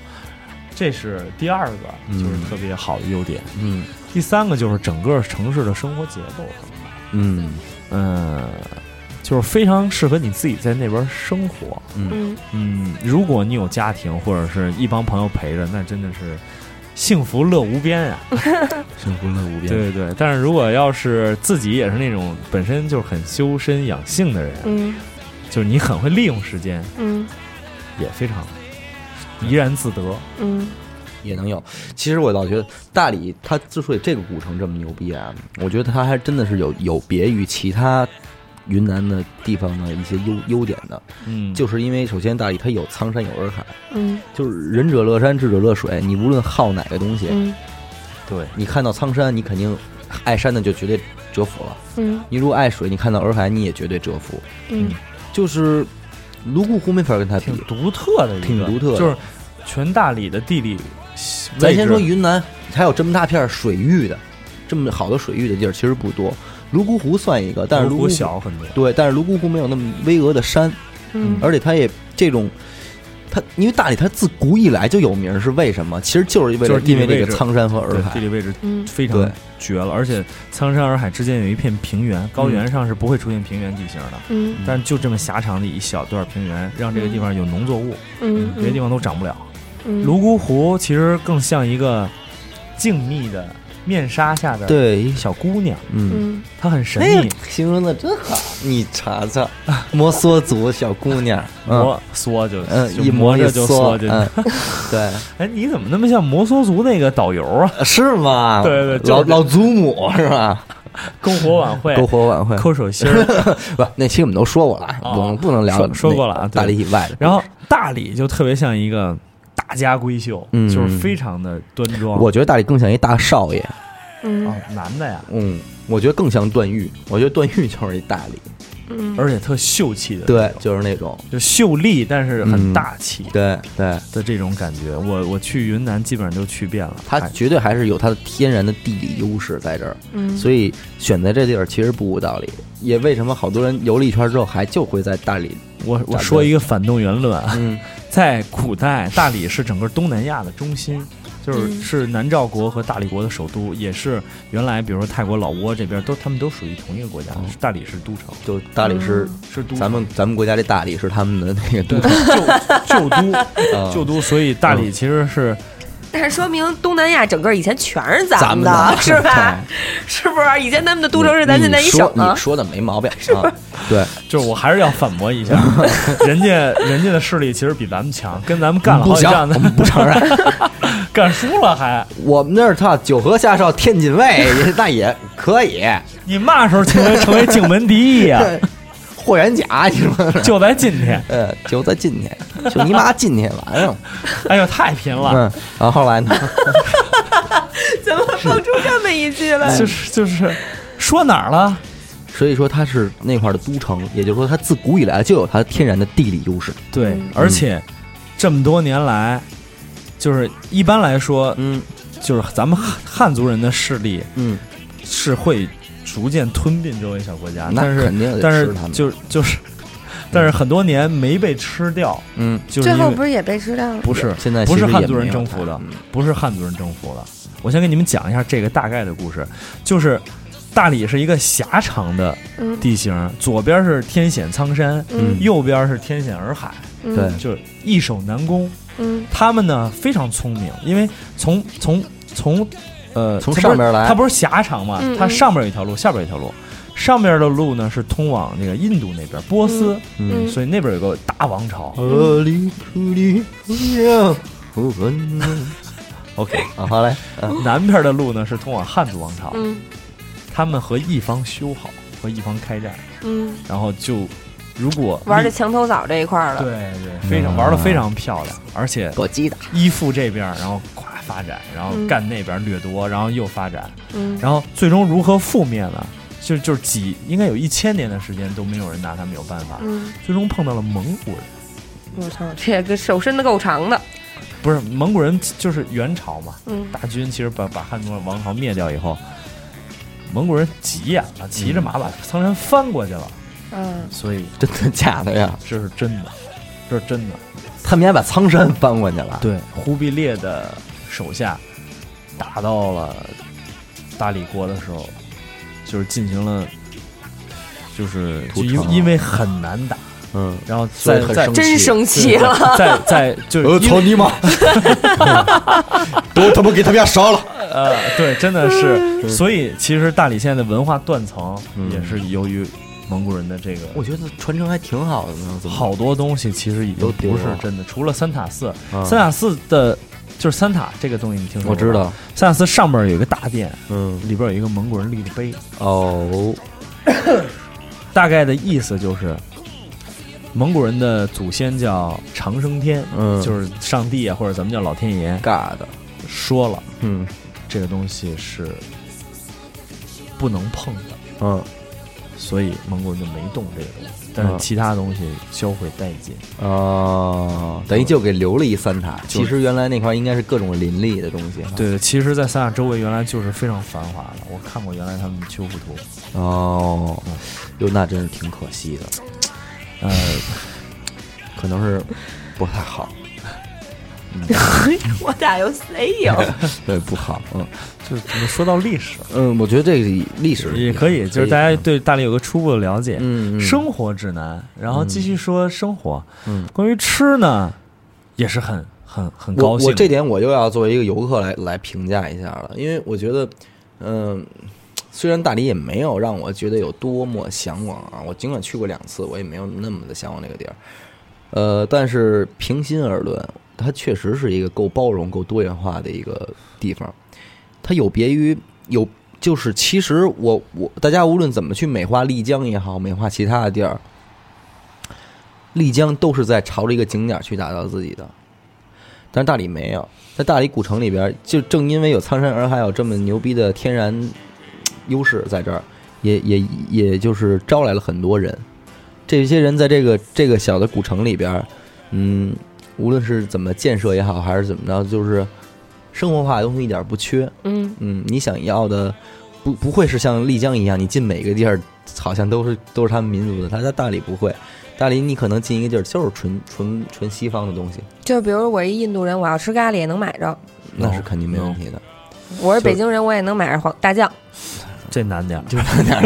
Speaker 3: 这是第二个，
Speaker 1: 嗯
Speaker 3: 就是特别好的优点。
Speaker 1: 嗯
Speaker 3: 第三个就是整个城市的生活节奏，
Speaker 1: 嗯
Speaker 3: 嗯，就是非常适合你自己在那边生活。
Speaker 2: 嗯
Speaker 3: 嗯，如果你有家庭或者是一帮朋友陪着，那真的是幸福乐无边啊呀、
Speaker 1: 幸福乐无边。
Speaker 3: 对对对，但是如果要是自己也是那种本身就是很修身养性的人，
Speaker 2: 嗯
Speaker 3: 就是你很会利用时间，
Speaker 2: 嗯
Speaker 3: 也非常怡然自得。
Speaker 2: 嗯
Speaker 1: 也能有。其实我倒觉得大理它之所以这个古城这么牛逼啊，我觉得它还真的是有有别于其他云南的地方的一些优优点的，
Speaker 3: 嗯，
Speaker 1: 就是因为首先大理它有苍山有洱海，
Speaker 2: 嗯
Speaker 1: 就是仁者乐山，智者乐水。你无论好哪个东西，
Speaker 2: 嗯
Speaker 3: 对，
Speaker 1: 你看到苍山，你肯定爱山的就绝对折服了；
Speaker 2: 嗯
Speaker 1: 你如果爱水，你看到洱海，你也绝对折服。
Speaker 2: 嗯
Speaker 1: 就是泸沽湖没法跟它比
Speaker 3: 挺。独特的一个，
Speaker 1: 挺独特的
Speaker 3: 就是全大理的地理
Speaker 1: 咱先说
Speaker 3: 位置
Speaker 1: 云南，还有这么大片水域的，这么好的水域的地儿其实不多。泸沽湖算一个，但是泸
Speaker 3: 泸
Speaker 1: 沽
Speaker 3: 沽
Speaker 1: 湖
Speaker 3: 小很多。
Speaker 1: 对，但是泸沽湖没有那么巍峨的山，
Speaker 2: 嗯
Speaker 1: 而且它也这种，它因为大理它自古以来就有名儿，是为什么？其实就是为
Speaker 3: 就
Speaker 1: 了
Speaker 3: 是地
Speaker 1: 因
Speaker 3: 理
Speaker 1: 为这
Speaker 3: 位
Speaker 1: 个
Speaker 3: 置
Speaker 1: 苍山和洱
Speaker 3: 对，地
Speaker 1: 海。
Speaker 3: 理位置
Speaker 2: 嗯
Speaker 3: 非
Speaker 1: 对
Speaker 3: 常绝了，而且苍山洱海之间有一片平原，高原
Speaker 1: 嗯
Speaker 3: 上是不会出现平原地形的，
Speaker 2: 嗯
Speaker 3: 但就这么狭长的一小段平原，让这个地方有农作物，
Speaker 2: 嗯，
Speaker 3: 别的地方都长不了。
Speaker 2: 嗯
Speaker 3: 泸沽湖其实更像一个静谧的面纱下的
Speaker 1: 对，
Speaker 3: 小姑娘，
Speaker 1: 嗯，
Speaker 2: 嗯，
Speaker 3: 她很神
Speaker 1: 哎呀
Speaker 3: 秘。，
Speaker 1: 形容的真好，你查查，摩梭族小姑娘，嗯
Speaker 3: (laughs) 摩梭就
Speaker 1: 嗯，
Speaker 3: 就
Speaker 1: 一
Speaker 3: 摸
Speaker 1: 摸
Speaker 3: 着就
Speaker 1: 梭
Speaker 3: 缩，进
Speaker 1: 嗯
Speaker 3: 去。， (laughs)
Speaker 1: 对， (laughs)
Speaker 3: 哎，你怎么那么像摩梭族那个导游啊？
Speaker 1: 是吗？
Speaker 3: 对对就是
Speaker 1: 老
Speaker 3: 这
Speaker 1: 老祖母是吧？
Speaker 3: 篝火晚会，
Speaker 1: 篝火晚会，
Speaker 3: 抠手心儿。
Speaker 1: (laughs) 不，那期我们都说过了啊，
Speaker 3: 哦
Speaker 1: 我们不能聊
Speaker 3: 说说过了啊
Speaker 1: 那
Speaker 3: 对
Speaker 1: 大理以外的。
Speaker 3: 然后大理就特别像一个大家闺秀，
Speaker 1: 嗯
Speaker 3: 就是非常的端庄。
Speaker 1: 我觉得大理更像一大少爷，
Speaker 3: 啊，男的呀，
Speaker 1: 嗯，我觉得更像段誉，我觉得段誉就是一大理，
Speaker 3: 而且特秀气的，，
Speaker 1: 对，嗯就是那种，
Speaker 3: 就秀丽但是很大气
Speaker 1: 对对，
Speaker 3: 的这种感觉。我我去云南基本上就去遍了，
Speaker 1: 它
Speaker 3: 哎
Speaker 1: 绝对还是有它的天然的地理优势在这儿，
Speaker 2: 嗯
Speaker 1: 所以选择这地儿其实不无道理。也为什么好多人游了一圈之后还就会在大理，
Speaker 3: 我
Speaker 1: 咋
Speaker 3: 我
Speaker 1: 的
Speaker 3: 说一个反动言论啊，
Speaker 1: 嗯
Speaker 3: (laughs) 在古代大理是整个东南亚的中心。就是
Speaker 2: 嗯
Speaker 3: 是南诏国和大理国的首都，也是原来比如说泰国、老挝这边都，他们都属于同一个国家。是大理是都城，
Speaker 1: 就大理是
Speaker 3: 是都城
Speaker 1: 哦咱们咱们国家这大理是他们的那个
Speaker 3: 嗯对
Speaker 1: (laughs) 都，
Speaker 3: 旧旧都
Speaker 1: (laughs) 啊
Speaker 3: 旧都，所以大理其实是
Speaker 2: 但是说明东南亚整个以前全是咱
Speaker 1: 咱
Speaker 2: 们
Speaker 1: 们
Speaker 2: 的，
Speaker 1: 的
Speaker 2: 是吧？是不是？以前他们的都城是咱
Speaker 1: 你
Speaker 2: 现在
Speaker 1: 你
Speaker 2: 一省
Speaker 1: 说
Speaker 2: 啊
Speaker 1: 你。说的没毛病，
Speaker 3: (laughs)
Speaker 1: 啊，对，
Speaker 3: 就是我还是要反驳
Speaker 1: (laughs)
Speaker 3: 一下，人家人家的势力其实比咱们强，跟咱们干了
Speaker 1: 嗯不
Speaker 3: 好几
Speaker 1: 行，
Speaker 3: 仗
Speaker 1: 我，们不承认。
Speaker 3: (laughs) 干输了还。
Speaker 1: 我们那儿操九河下哨天锦卫，那也可以。
Speaker 3: 你嘛时候成为
Speaker 1: (laughs)
Speaker 3: 成为景门第一啊？
Speaker 1: 霍元甲，你说？
Speaker 3: 就在今天，
Speaker 1: 呃，就在今天，就你妈今天
Speaker 3: (laughs)
Speaker 1: 晚上。
Speaker 3: 哎呦，太贫了。
Speaker 1: 嗯，然后后来呢？ (laughs)
Speaker 2: 怎么蹦出这么一
Speaker 3: 哎
Speaker 2: 句来？
Speaker 3: (laughs) 就是就是，说哪儿了？
Speaker 1: 所以说它是那块儿的都城，也就是说它自古以来就有它天然的地理优势。
Speaker 3: 对
Speaker 2: 嗯，
Speaker 3: 而且这么多年来，就是一般来说，
Speaker 1: 嗯
Speaker 3: 就是咱们汉汉族人的势力
Speaker 1: 嗯，
Speaker 3: 是会逐渐吞并周围小国家，
Speaker 1: 那
Speaker 3: 嗯但是
Speaker 1: 肯定得
Speaker 3: 但是
Speaker 1: 吃他们
Speaker 3: 就是就是，但是很多年没被吃掉，
Speaker 1: 嗯，
Speaker 3: 就是
Speaker 2: 最
Speaker 3: 因
Speaker 2: 后
Speaker 3: 为
Speaker 2: 不是也被吃掉了？
Speaker 3: 不是
Speaker 1: 现在
Speaker 3: 不
Speaker 1: 其
Speaker 3: 是
Speaker 1: 实
Speaker 3: 汉
Speaker 1: 也
Speaker 3: 族人
Speaker 1: 没有
Speaker 3: 征服的
Speaker 1: 它嗯，
Speaker 3: 不是汉族人征服的。我先给你们讲一下这个大概的故事，就是大理是一个狭长的
Speaker 2: 嗯
Speaker 3: 地形，左边是天险苍山，
Speaker 2: 嗯
Speaker 3: 右边是天险洱海，
Speaker 2: 嗯
Speaker 1: 对
Speaker 3: 就是易守难攻。
Speaker 2: 嗯
Speaker 3: 他们呢非常聪明，因为从从从呃
Speaker 1: 从
Speaker 3: 它不是
Speaker 1: 上边来
Speaker 3: 它不是狭长嘛
Speaker 2: 嗯，
Speaker 3: 它
Speaker 2: 嗯
Speaker 3: 上边有一条路，下边有一条路。上边的路呢是通往那个印度那边波斯，
Speaker 2: 嗯
Speaker 3: 所以那边有个大王朝。
Speaker 1: 河里土里不要不闻闻
Speaker 3: OK，
Speaker 1: 啊，好嘞，嗯
Speaker 3: 南边的路呢是通往汉族王朝，
Speaker 2: 嗯
Speaker 3: 他们和一方修好，和一方开战，
Speaker 2: 嗯，
Speaker 3: 然后就如果
Speaker 2: 玩的墙头草这一块儿
Speaker 3: 对
Speaker 2: 了。
Speaker 3: 对，非常
Speaker 1: 嗯
Speaker 3: 玩的非常漂亮，而且
Speaker 1: 我记得
Speaker 3: 依附这边，然后咵发展，然后干那边掠夺，然后又发展，
Speaker 2: 嗯
Speaker 3: 然后最终如何覆灭呢？就就是几应该有一千年的时间都没有人拿他们有办法，
Speaker 2: 嗯，
Speaker 3: 最终碰到了蒙古人，
Speaker 2: 我操，这个手伸的够长的。
Speaker 3: 不是蒙古人就是元朝嘛，
Speaker 2: 嗯
Speaker 3: 大军其实把把汉族王朝灭掉以后，蒙古人急眼了，骑着马把苍山翻过去了，
Speaker 2: 嗯，
Speaker 3: 所以
Speaker 1: 真的假的呀？
Speaker 3: 这是真的，这是真的。
Speaker 1: 他们家把苍山翻过去了。
Speaker 3: 对，忽必烈的手下打到了大理国的时候，就是进行了，就是
Speaker 1: 屠
Speaker 3: 就因
Speaker 1: 城
Speaker 3: 因为很难打，
Speaker 1: 嗯，
Speaker 3: 然后
Speaker 1: 所
Speaker 3: 再
Speaker 1: 以很
Speaker 3: 再
Speaker 1: 生呃
Speaker 2: 真生气了。
Speaker 3: 再再就是
Speaker 1: 我
Speaker 3: 因为
Speaker 1: 操你妈！都他妈给他们家烧了。
Speaker 3: 呃，对，真的是，所以其实大理现在的文化断层
Speaker 1: 嗯
Speaker 3: 也是由于蒙古人的这个。
Speaker 1: 我觉得传承还挺好的呢，怎么
Speaker 3: 好多东西其实已经
Speaker 1: 都丢
Speaker 3: 不
Speaker 1: 了
Speaker 3: 是真的，除了三塔寺，
Speaker 1: 啊
Speaker 3: 三塔寺的就是三塔这个东西，你听说
Speaker 1: 我
Speaker 3: 过
Speaker 1: 知
Speaker 3: 吗
Speaker 1: 道，
Speaker 3: 三塔寺上面有一个大殿，
Speaker 1: 嗯，
Speaker 3: 里边有一个蒙古人立的碑，
Speaker 1: 哦，
Speaker 3: 大概的意思就是，蒙古人的祖先叫长生天，
Speaker 1: 嗯
Speaker 3: 就是上帝啊，或者咱们叫老天爷，
Speaker 1: 尬的，
Speaker 3: 说了
Speaker 1: 嗯
Speaker 3: 这个东西是不能碰的，
Speaker 1: 嗯
Speaker 3: 所以蒙古人就没动这个东西。但是
Speaker 1: 嗯
Speaker 3: 其他东西销毁殆尽，
Speaker 1: 哦，等于就给留了一三塔。
Speaker 3: 就
Speaker 1: 其
Speaker 3: 是
Speaker 1: 实原来那块应该是各种林立的东西。，
Speaker 3: 对，其实，在三亚周围原来就是非常繁华的。我看过原来他们修复图，
Speaker 1: 哦，哟，那真是挺可惜的，
Speaker 3: 呃，
Speaker 1: 可能是不太好，
Speaker 2: 我咋又谁有？
Speaker 1: 对，不好。嗯
Speaker 3: 就是怎么说到历史，
Speaker 1: 嗯，我觉得这个历史
Speaker 3: 也可以，就是大家对大理有个初步的了解。
Speaker 1: 嗯嗯
Speaker 3: 生活指南，然后继续说生活。
Speaker 1: 嗯
Speaker 3: 关于吃呢，也是很很很
Speaker 1: 我
Speaker 3: 高兴。
Speaker 1: 我这点我又要作为一个游客来来评价一下了，因为我觉得，嗯、虽然大理也没有让我觉得有多么向往啊，我尽管去过两次，我也没有那么的向往这个地儿。呃，但是平心而论，它确实是一个够包容、够多元化的一个地方。它有别于有，就是其实我我大家无论怎么去美化丽江也好，美化其他的地儿，丽江都是在朝着一个景点儿去打造自己的。但是大理没有，在大理古城里边，就正因为有苍山洱海有这么牛逼的天然嘖优势在这儿，也也也就是招来了很多人。这些人在这个这个小的古城里边，嗯，无论是怎么建设也好，还是怎么着，就是生活化的东西一点不缺。
Speaker 2: 嗯，
Speaker 1: 嗯，你想要的不不会是像丽江一样，你进每个地儿好像都是都是他们民族的。他在大理不会，大理你可能进一个地儿就是纯纯纯西方的东西，
Speaker 2: 就比如我一印度人，我要吃咖喱也能买着；
Speaker 1: 那是肯定没问题的。
Speaker 2: 我是
Speaker 1: 就
Speaker 2: 北京人，我也能买着黄大酱，
Speaker 3: 这难点儿，
Speaker 1: 就是那点儿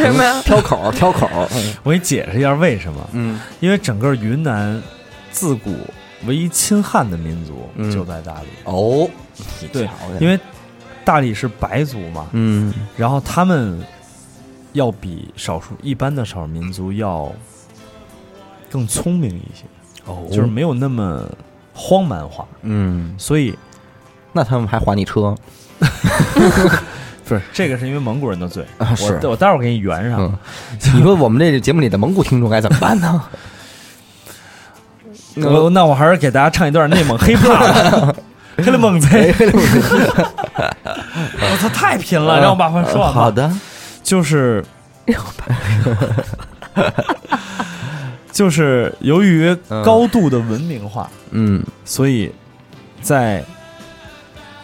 Speaker 2: 什么
Speaker 3: (laughs)
Speaker 2: 呀？
Speaker 1: 挑口儿挑口儿，
Speaker 3: 我给你解释一下为什么。
Speaker 1: 嗯
Speaker 3: 因为整个云南自古唯一亲汉的民族
Speaker 1: 嗯
Speaker 3: 就在大理，
Speaker 1: 哦，
Speaker 3: 对
Speaker 1: 因
Speaker 3: 因
Speaker 1: 为
Speaker 3: 为大理是白族嘛，
Speaker 1: 嗯
Speaker 3: 然后他们要比少数一般的少数民族要更聪明一些，
Speaker 1: 哦
Speaker 3: 就是没有那么荒蛮化，
Speaker 1: 嗯，
Speaker 3: 所以
Speaker 1: 那他们还还你车
Speaker 3: 不是这个是因为蒙古人的罪，
Speaker 1: 啊？
Speaker 3: 我我待会儿给你圆上。
Speaker 1: 嗯，你说我们这节目里的蒙古听众该怎么办
Speaker 3: (laughs)
Speaker 1: 呢？
Speaker 3: 我那我还是给大家唱一段内蒙黑怕，黑了蒙贼， (laughs) 我操，太贫了，让我把话说完吧。
Speaker 1: 好，的，
Speaker 3: 就是，就是由于高度的文明化，
Speaker 1: 嗯
Speaker 3: 所以在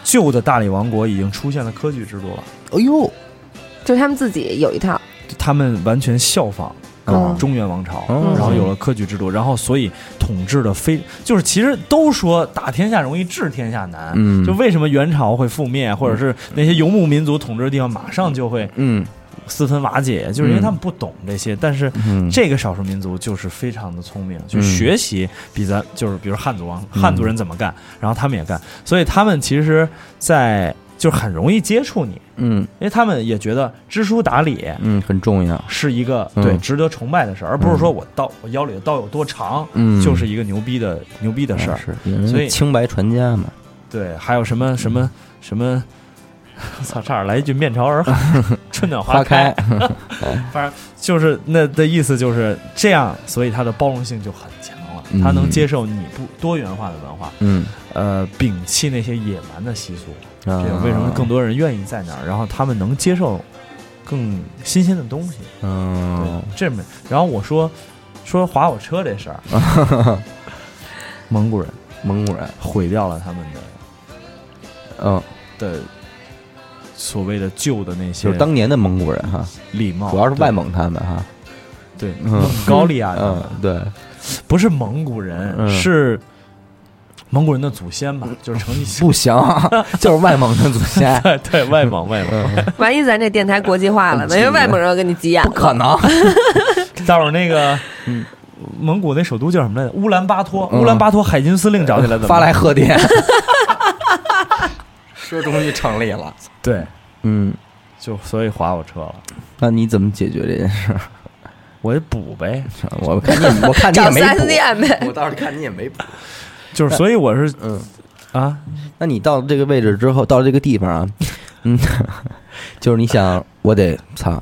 Speaker 3: 旧的大理王国已经出现了科举制度了，
Speaker 1: 哎呦
Speaker 2: 就是他们自己有一套，
Speaker 3: 他们完全效仿
Speaker 1: 啊
Speaker 3: 中原王朝，
Speaker 1: 嗯
Speaker 3: 然后有了科举制度，然后所以统治的非就是其实都说打天下容易治天下难，
Speaker 1: 嗯
Speaker 3: 就为什么元朝会覆灭，或者是那些游牧民族统治的地方马上就会
Speaker 1: 嗯
Speaker 3: 四分瓦解，就是因为他们不懂这些，但是。
Speaker 1: 嗯
Speaker 3: 这个少数民族就是非常的聪明，就
Speaker 1: 嗯
Speaker 3: 学习比咱就是比如汉族王
Speaker 1: 嗯
Speaker 3: 汉族人怎么干，然后他们也干，所以他们其实在，就是很容易接触你，
Speaker 1: 嗯
Speaker 3: 因为他们也觉得知书达理
Speaker 1: 嗯很重要，
Speaker 3: 是一个
Speaker 1: 嗯
Speaker 3: 对值得崇拜的事儿，而不是说我刀我腰里的刀有多长，
Speaker 1: 嗯哎
Speaker 3: 就是一个牛逼的牛逼的事儿。
Speaker 1: 是嗯
Speaker 3: 所以
Speaker 1: 清白传家嘛，
Speaker 3: 对，还有什么什么什么， (laughs) 我操，差点来一句面朝洱海，春暖
Speaker 1: 花
Speaker 3: 花
Speaker 1: 开，
Speaker 3: 反正就是那的意思就是这样，所以它的包容性就很强了
Speaker 1: 嗯，
Speaker 3: 它能接受你不多元化的文化，
Speaker 1: 嗯，
Speaker 3: 呃，摒弃那些野蛮的习俗，
Speaker 1: 啊
Speaker 3: 这个为什么更多人愿意在那儿，然后他们能接受更新鲜的东西，
Speaker 1: 嗯
Speaker 3: 对，这没。然后我说说划我车这事儿， (laughs) 蒙古人
Speaker 1: 嗯蒙古人，
Speaker 3: 毁掉了他们
Speaker 1: 嗯，
Speaker 3: 的的所谓的旧的那些
Speaker 1: 就是当年的蒙古人哈，
Speaker 3: 礼貌，
Speaker 1: 主要是外蒙他们哈，
Speaker 3: 对哦对
Speaker 1: 嗯
Speaker 3: 蒙高利亚的。
Speaker 1: 嗯，对，
Speaker 3: 不是蒙古人，
Speaker 1: 嗯
Speaker 3: 是蒙古人的祖先吧？就是成吉思
Speaker 1: 不行， (laughs) 就是外蒙的祖先，
Speaker 3: 汗， (laughs) 对外蒙外蒙。
Speaker 1: 嗯，
Speaker 2: 万一咱这电台国际化了，没有外国人要跟你急眼
Speaker 1: (laughs) 不，可能，
Speaker 3: 待会儿那个
Speaker 1: 嗯
Speaker 3: 蒙古那首都叫什么来着？乌兰巴托，
Speaker 1: 嗯
Speaker 3: 乌兰巴托海军司令找起来怎么
Speaker 1: 发来贺电，说终于成立了，
Speaker 3: 对，
Speaker 1: 嗯，
Speaker 3: 就所以划我车了，
Speaker 1: 那你怎么解决这件事儿？
Speaker 3: 我就补呗。
Speaker 1: 我看你，我看你
Speaker 2: 找
Speaker 1: 也
Speaker 2: 四 S
Speaker 1: 没
Speaker 2: 店呗。
Speaker 1: 补，我倒是看你也没补，
Speaker 3: 就是所以我是
Speaker 1: 嗯，
Speaker 3: 啊，
Speaker 1: 那你到这个位置之后，到这个地方啊，嗯， (laughs) 就是你想，我得操，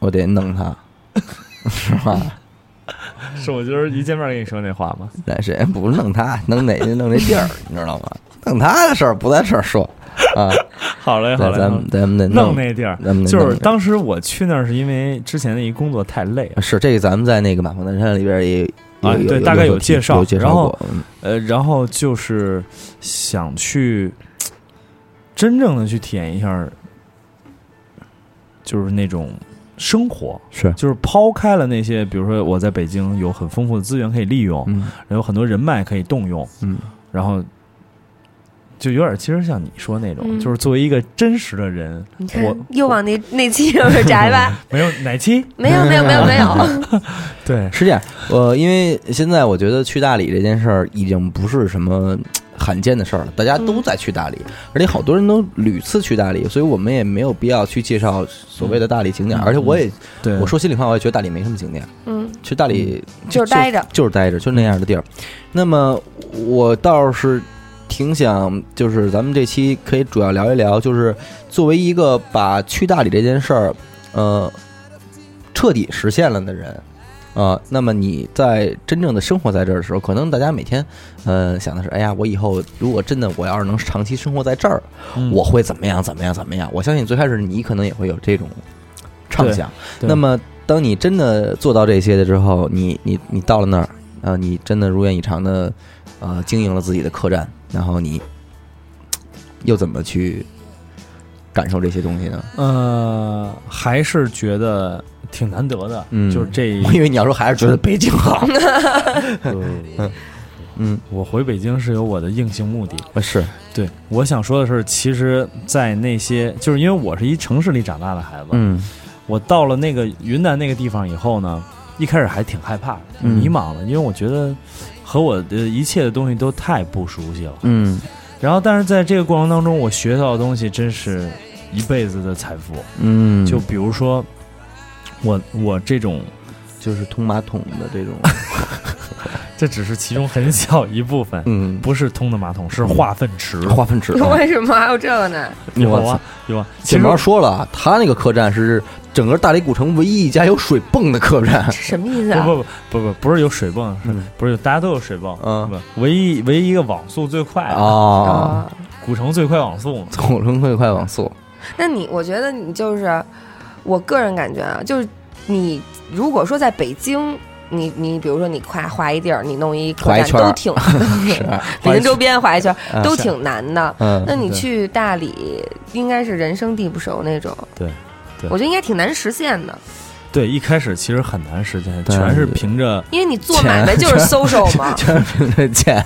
Speaker 1: 我得弄他， (laughs) 是吧？
Speaker 3: 是我就是一见面跟你说那话吗？
Speaker 1: 那谁不是弄他，弄哪弄那地儿，你知道吗？弄他的事儿不在这儿说啊，
Speaker 3: 好嘞，好
Speaker 1: 咱
Speaker 3: 嘞，
Speaker 1: 咱
Speaker 3: 好嘞
Speaker 1: 们咱们得
Speaker 3: 弄那地儿
Speaker 1: 咱们，得
Speaker 3: 就
Speaker 1: 弄
Speaker 3: 是
Speaker 1: 那
Speaker 3: 当时我去那儿是因为之前的一工作太累了，
Speaker 1: 是这个，咱们在那个《马红南山》里边也有
Speaker 3: 啊
Speaker 1: 有
Speaker 3: 对
Speaker 1: 有
Speaker 3: 大概
Speaker 1: 有
Speaker 3: 有介绍
Speaker 1: 有介
Speaker 3: 然
Speaker 1: 绍
Speaker 3: 后
Speaker 1: 过，嗯
Speaker 3: 呃，然后就是想去真正的去体验一下儿，就是那种生活，
Speaker 1: 是，
Speaker 3: 就是抛开了那些，比如说我在北京有很丰富的资源可以利用，
Speaker 1: 嗯
Speaker 3: 有很多人脉可以动用，
Speaker 1: 嗯
Speaker 3: 然后就有点其实像你说那种，
Speaker 2: 嗯
Speaker 3: 就是作为一个真实的人，
Speaker 2: 你看
Speaker 3: 我，
Speaker 2: 又往那那期上面摘
Speaker 1: 嗯
Speaker 2: 吧。
Speaker 3: 没有哪
Speaker 1: (laughs)
Speaker 3: 期
Speaker 2: 没有，没有，没有，没有。
Speaker 3: 对
Speaker 1: 是这样，呃，因为现在我觉得去大理这件事儿已经不是什么罕见的事儿了，大家都在去大理，而且好多人都屡次去大理，所以我们也没有必要去介绍所谓的大理景点。
Speaker 3: 嗯
Speaker 1: 而且我也，
Speaker 3: 对，
Speaker 1: 我说心里话，我也觉得大理没什么景点，
Speaker 2: 嗯，
Speaker 1: 去大理
Speaker 2: 就是待着。
Speaker 1: 就是待着，就是那样的地儿。那么我倒是挺想，就是咱们这期可以主要聊一聊，就是作为一个把去大理这件事儿，呃，彻底实现了的人。啊、那么你在真正的生活在这儿的时候，可能大家每天，呃，想的是，哎呀，我以后如果真的我要是能长期生活在这儿，
Speaker 3: 嗯
Speaker 1: 我会怎么样怎么样怎么样？我相信最开始你可能也会有这种畅想。
Speaker 3: 对
Speaker 1: 那么，当你真的做到这些的之后，你你你到了那儿，啊，你真的如愿以偿的，呃，经营了自己的客栈，然后你嘖又怎么去感受这些东西呢？
Speaker 3: 呃，还是觉得挺难得的，
Speaker 1: 嗯
Speaker 3: 就是
Speaker 1: (laughs)
Speaker 3: 这
Speaker 1: 我以为你要说还是觉得北京
Speaker 3: (laughs)
Speaker 1: 好，嗯，
Speaker 3: 我回北京是有我的硬性目的。
Speaker 1: 是，
Speaker 3: 对，我想说的是，其实，在那些就是因为我是一城市里长大的孩子，
Speaker 1: 嗯
Speaker 3: 我到了那个云南那个地方以后呢，一开始还挺害怕的、
Speaker 1: 嗯
Speaker 3: 迷茫的，因为我觉得和我的一切的东西都太不熟悉了。
Speaker 1: 嗯
Speaker 3: 然后，但是在这个过程当中，我学到的东西真是一辈子的财富。
Speaker 1: 嗯，
Speaker 3: 就比如说，我我这种
Speaker 1: 就是通马桶的这
Speaker 3: (laughs)
Speaker 1: 种，
Speaker 3: 这只是其中很小一部分，
Speaker 1: 嗯，
Speaker 3: 不是通的马桶，是化粪池。
Speaker 1: (laughs) 化粪池，
Speaker 2: 为什么还有这个
Speaker 1: (laughs)
Speaker 2: 呢？
Speaker 3: (laughs) 有
Speaker 1: 我操
Speaker 3: 啊有啊，其
Speaker 1: 简
Speaker 3: 实
Speaker 1: 毛说了啊，他那个客栈是整个大理古城唯一一家有水泵的客栈
Speaker 2: 这。什么意思 (laughs) 啊？
Speaker 3: 不不不不不不是有水泵，是
Speaker 1: 嗯
Speaker 3: 不是有大家都有水泵？
Speaker 1: 嗯
Speaker 3: 不，唯一唯一一个网速最快的，
Speaker 1: 哦，
Speaker 2: 哦
Speaker 3: 古城最快网速
Speaker 1: (laughs)
Speaker 3: 嘛。
Speaker 1: 古城会快网速，
Speaker 2: 那你，我觉得你就是，我个人感觉啊，就是你如果说在北京，你你比如说你夸划一地儿，你弄一客
Speaker 1: 划一
Speaker 2: 栈
Speaker 1: 圈儿
Speaker 2: 都挺，
Speaker 1: (laughs) 是啊，
Speaker 2: (laughs) 北京周边划一圈儿
Speaker 1: 啊
Speaker 2: 都
Speaker 3: 是
Speaker 2: 挺难的。
Speaker 1: 嗯
Speaker 2: 那你
Speaker 3: 对
Speaker 2: 去大理，应该是人生地不熟那种。
Speaker 3: 对对
Speaker 2: 我觉得应该挺难实现的，
Speaker 3: 对，一开始其实很难实现，
Speaker 1: 对
Speaker 3: 全是凭着
Speaker 2: 因为你做
Speaker 1: 钱
Speaker 2: 买卖就是 social 嘛。
Speaker 1: (laughs) 全是凭着钱，